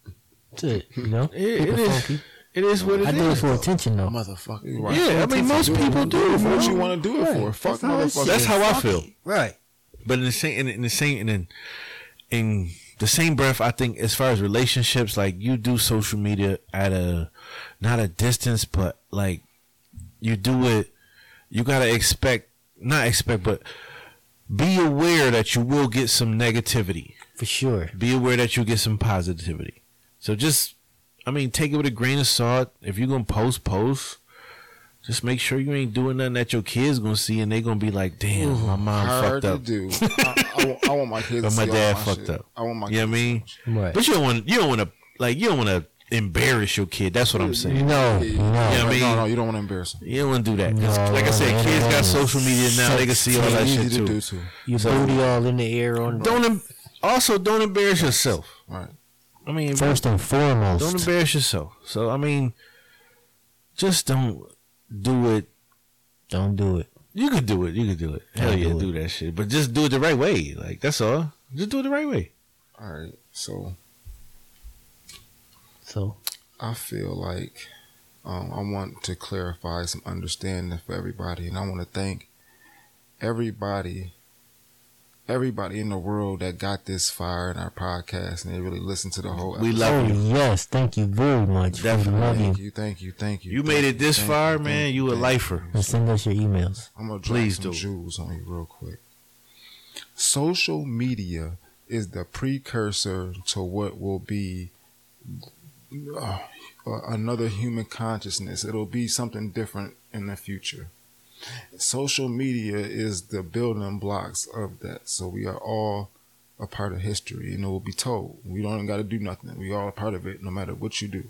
Speaker 2: That's it. You know?
Speaker 1: it,
Speaker 2: Keep
Speaker 1: it is,
Speaker 2: funky.
Speaker 1: it is what it is.
Speaker 2: I do it for attention though.
Speaker 3: Motherfucker. Right.
Speaker 1: Yeah, I mean, most people do.
Speaker 3: That's what you want to do it for. Fuck motherfucker.
Speaker 1: That's how I feel.
Speaker 2: Right.
Speaker 1: But in the same, in, in the same, and in, in the same breath, I think as far as relationships, like you do social media at a not a distance, but like you do it. You gotta expect, not expect, but be aware that you will get some negativity.
Speaker 2: For sure.
Speaker 1: Be aware that you get some positivity. So just, I mean, take it with a grain of salt. If you're gonna post, post. Just make sure you ain't doing nothing that your kids gonna see, and they gonna be like, "Damn, my mom fucked
Speaker 3: Hard to
Speaker 1: up."
Speaker 3: do. I, I, want, I want my kids.
Speaker 1: But
Speaker 3: to
Speaker 1: my
Speaker 3: see all
Speaker 1: dad
Speaker 3: my
Speaker 1: fucked
Speaker 3: shit.
Speaker 1: up.
Speaker 3: I want my.
Speaker 1: You know what I mean?
Speaker 2: Right.
Speaker 1: But you don't want you don't want to like you don't want to embarrass your kid. That's what I'm saying.
Speaker 2: No,
Speaker 3: Yeah,
Speaker 2: no.
Speaker 1: Yeah, I mean-
Speaker 3: no, no, you don't want to embarrass them.
Speaker 1: You don't want to do that. 'Cause
Speaker 2: No,
Speaker 1: like I said,
Speaker 2: no,
Speaker 1: kids
Speaker 2: no,
Speaker 1: got
Speaker 2: no.
Speaker 1: social media now. They can see all that
Speaker 3: Easy
Speaker 1: shit
Speaker 3: to do
Speaker 1: too.
Speaker 3: too.
Speaker 2: You booty all in the air on
Speaker 1: Don't em- also don't embarrass yourself.
Speaker 3: Right.
Speaker 1: I mean,
Speaker 2: first and foremost.
Speaker 1: don't embarrass yourself. So I mean, just don't do it.
Speaker 2: Don't do it.
Speaker 1: You could do it. You could do it. Hell
Speaker 2: Don't
Speaker 1: yeah,
Speaker 2: do it.
Speaker 1: do that shit. But just do it the right way. Like that's all. Just do it the right way.
Speaker 3: All right. So
Speaker 2: So
Speaker 3: I feel like um, I want to clarify some understanding for everybody, and I want to thank everybody, everybody in the world that got this far in our podcast, and they really listened to the whole.
Speaker 1: We
Speaker 3: episode.
Speaker 1: Love
Speaker 2: oh
Speaker 1: you.
Speaker 2: yes, thank you very much.
Speaker 1: Definitely.
Speaker 2: We love
Speaker 3: Thank
Speaker 2: you.
Speaker 3: you, thank you, thank you.
Speaker 1: You
Speaker 3: thank
Speaker 1: made it this
Speaker 3: thank
Speaker 1: far,
Speaker 3: thank
Speaker 1: man. You a
Speaker 3: thank
Speaker 1: lifer.
Speaker 2: And send us your emails.
Speaker 3: I'm gonna drop
Speaker 1: Please do.
Speaker 3: some jewels on you real quick. Social media is the precursor to what will be uh, another human consciousness. It'll be something different in the future. Social media is the building blocks of that. So we are all a part of history, and it will be told. We don't got to do nothing. We all a part of it, no matter what you do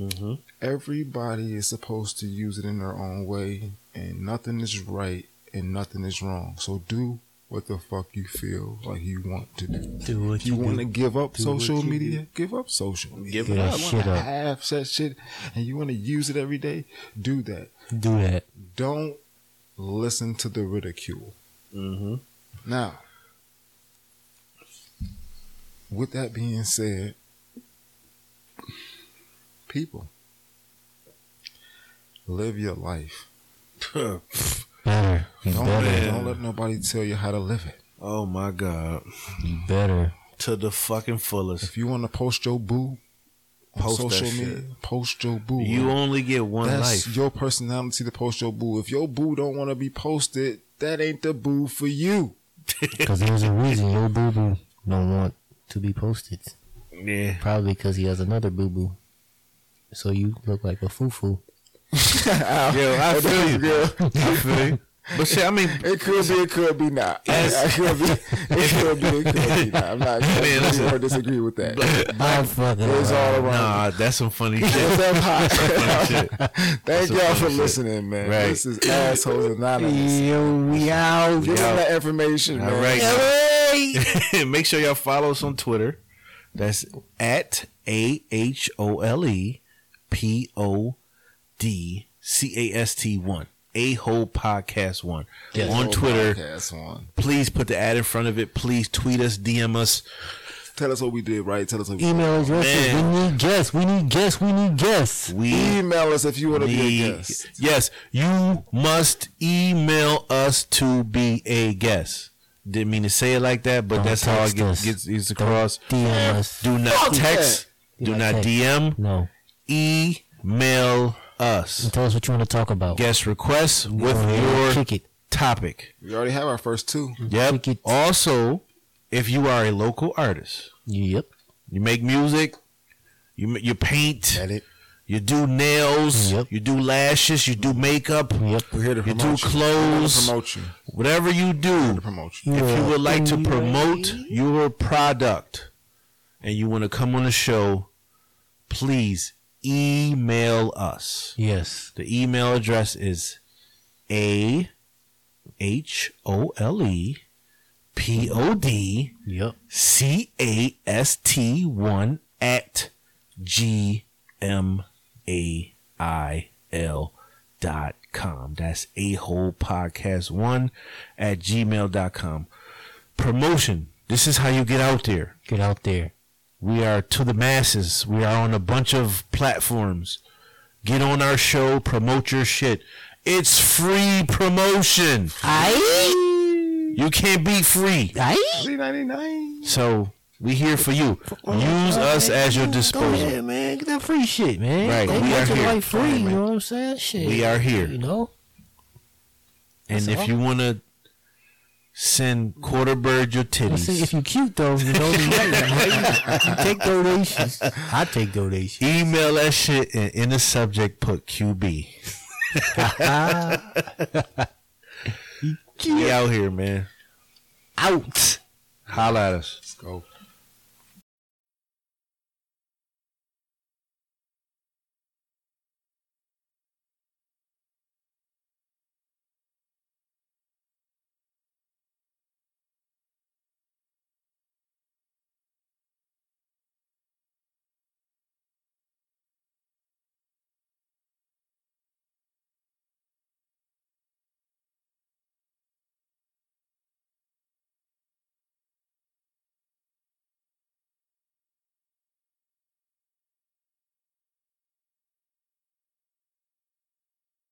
Speaker 1: Mm-hmm.
Speaker 3: everybody is supposed to use it in their own way and nothing is right and nothing is wrong so do what the fuck you feel like you want to do
Speaker 2: Do what
Speaker 3: if you want to give up
Speaker 2: Do
Speaker 3: social
Speaker 2: what you
Speaker 3: media give up social media
Speaker 1: Give
Speaker 3: If
Speaker 1: that
Speaker 3: you
Speaker 2: shit
Speaker 3: want to
Speaker 2: up.
Speaker 3: have that shit and you want to use it every day do that
Speaker 2: do that.
Speaker 3: don't listen to the ridicule
Speaker 1: Mm-hmm.
Speaker 3: now with that being said people live your life
Speaker 2: Better. You
Speaker 3: Don't,
Speaker 2: better.
Speaker 3: let, don't let nobody tell you how to live it.
Speaker 1: oh my god,
Speaker 2: You better.
Speaker 1: to the fucking fullest.
Speaker 3: If you want to post your boo on
Speaker 1: Post that
Speaker 3: social
Speaker 1: shit.
Speaker 3: media, post your boo.
Speaker 1: You only get one
Speaker 3: That's
Speaker 1: life.
Speaker 3: your personality to post your boo. If your boo don't want to be posted, that ain't the boo for you.
Speaker 2: Because there's a reason your boo boo don't want to be posted.
Speaker 1: Yeah.
Speaker 2: Probably because he has another boo boo. So you look like a foo foo.
Speaker 1: Yo, I feel you, girl. I feel you. But shit, I mean,
Speaker 3: It could be, it could be not.
Speaker 1: Yes.
Speaker 3: It could be, it could be, it could be not. I'm not
Speaker 1: Man, listen.
Speaker 3: gonna disagree with that.
Speaker 2: I'm fucking.
Speaker 3: It's all around.
Speaker 1: nah, that's some funny shit.
Speaker 3: What's up, Pod?
Speaker 1: Funny shit.
Speaker 3: Thank
Speaker 1: some
Speaker 3: y'all
Speaker 1: funny
Speaker 3: for
Speaker 1: shit.
Speaker 3: listening, man.
Speaker 1: Right.
Speaker 3: This is Assholes Anonymous.
Speaker 2: Yo, we out.
Speaker 3: Give them
Speaker 1: out.
Speaker 3: that information,
Speaker 1: All
Speaker 3: man.
Speaker 1: right.
Speaker 2: Hey.
Speaker 1: Make sure y'all follow us on Twitter. That's at A H O L E P O D C A S T 1. A Hole Podcast 1. on Twitter.
Speaker 3: Podcast one.
Speaker 1: Please put the ad in front of it. Please tweet us, DM us.
Speaker 3: Tell us what we did right. Tell us what we
Speaker 2: email addresses. We need guests. We need guests. We need guests.
Speaker 1: We
Speaker 3: Email us if you want to be a
Speaker 1: The-
Speaker 3: guest.
Speaker 1: Yes, you must email us to be a guest. Didn't mean to say it like that, but
Speaker 2: Don't
Speaker 1: that's how it
Speaker 2: text
Speaker 1: gets,
Speaker 2: us.
Speaker 1: gets, gets across.
Speaker 2: DM us.
Speaker 1: Eh, Do not
Speaker 3: Fuck
Speaker 1: text. Do
Speaker 2: that.
Speaker 1: not
Speaker 2: Do not text.
Speaker 1: DM.
Speaker 2: No.
Speaker 1: Email us.
Speaker 2: Tell us what you want to talk about.
Speaker 1: Guest requests with
Speaker 2: Or
Speaker 1: your
Speaker 2: kick it.
Speaker 1: topic.
Speaker 3: We already have our first two.
Speaker 1: Yep.
Speaker 2: Ticket.
Speaker 1: Also, if you are a local artist,
Speaker 2: Yep.
Speaker 1: you make music, you ma- you paint,
Speaker 3: it.
Speaker 1: you do nails,
Speaker 2: Yep.
Speaker 1: you do lashes, you do makeup,
Speaker 2: Yep.
Speaker 3: We're here to
Speaker 1: you do
Speaker 3: promote you. We're here to
Speaker 1: clothes,
Speaker 3: promote you.
Speaker 1: whatever you
Speaker 3: We're here
Speaker 1: do.
Speaker 3: to promote you.
Speaker 2: You
Speaker 1: If you
Speaker 2: are
Speaker 1: would like to
Speaker 2: in
Speaker 1: promote
Speaker 2: UAE?
Speaker 1: your product and you want to come on the show, please email us.
Speaker 2: Yes.
Speaker 1: The email address is A H O L E P O D
Speaker 2: Yep.
Speaker 1: C A S T 1 at G M A I L dot com. That's a whole podcast one at gmail dot com. Promotion. This is how you get out there.
Speaker 2: Get out there.
Speaker 1: We are to the masses. We are on a bunch of platforms. Get on our show, promote your shit. It's free promotion.
Speaker 2: I.
Speaker 1: You can't be free.
Speaker 2: I.
Speaker 3: Z99.
Speaker 1: So we here for you. Use us as your disposal.
Speaker 2: man. Get that free shit, man.
Speaker 1: Right,
Speaker 2: They
Speaker 1: we
Speaker 2: got
Speaker 1: are
Speaker 2: your
Speaker 1: here.
Speaker 2: life free. you know what I'm saying? Shit.
Speaker 1: We are here.
Speaker 2: You know.
Speaker 1: And if you want to send Quarterbird your
Speaker 2: See, if
Speaker 1: titties,
Speaker 2: you cute though, you know you right. You take donations. I take donations.
Speaker 1: email that shit and in the subject put QB. we out here, man.
Speaker 2: Out.
Speaker 1: Holla at us.
Speaker 3: Let's go.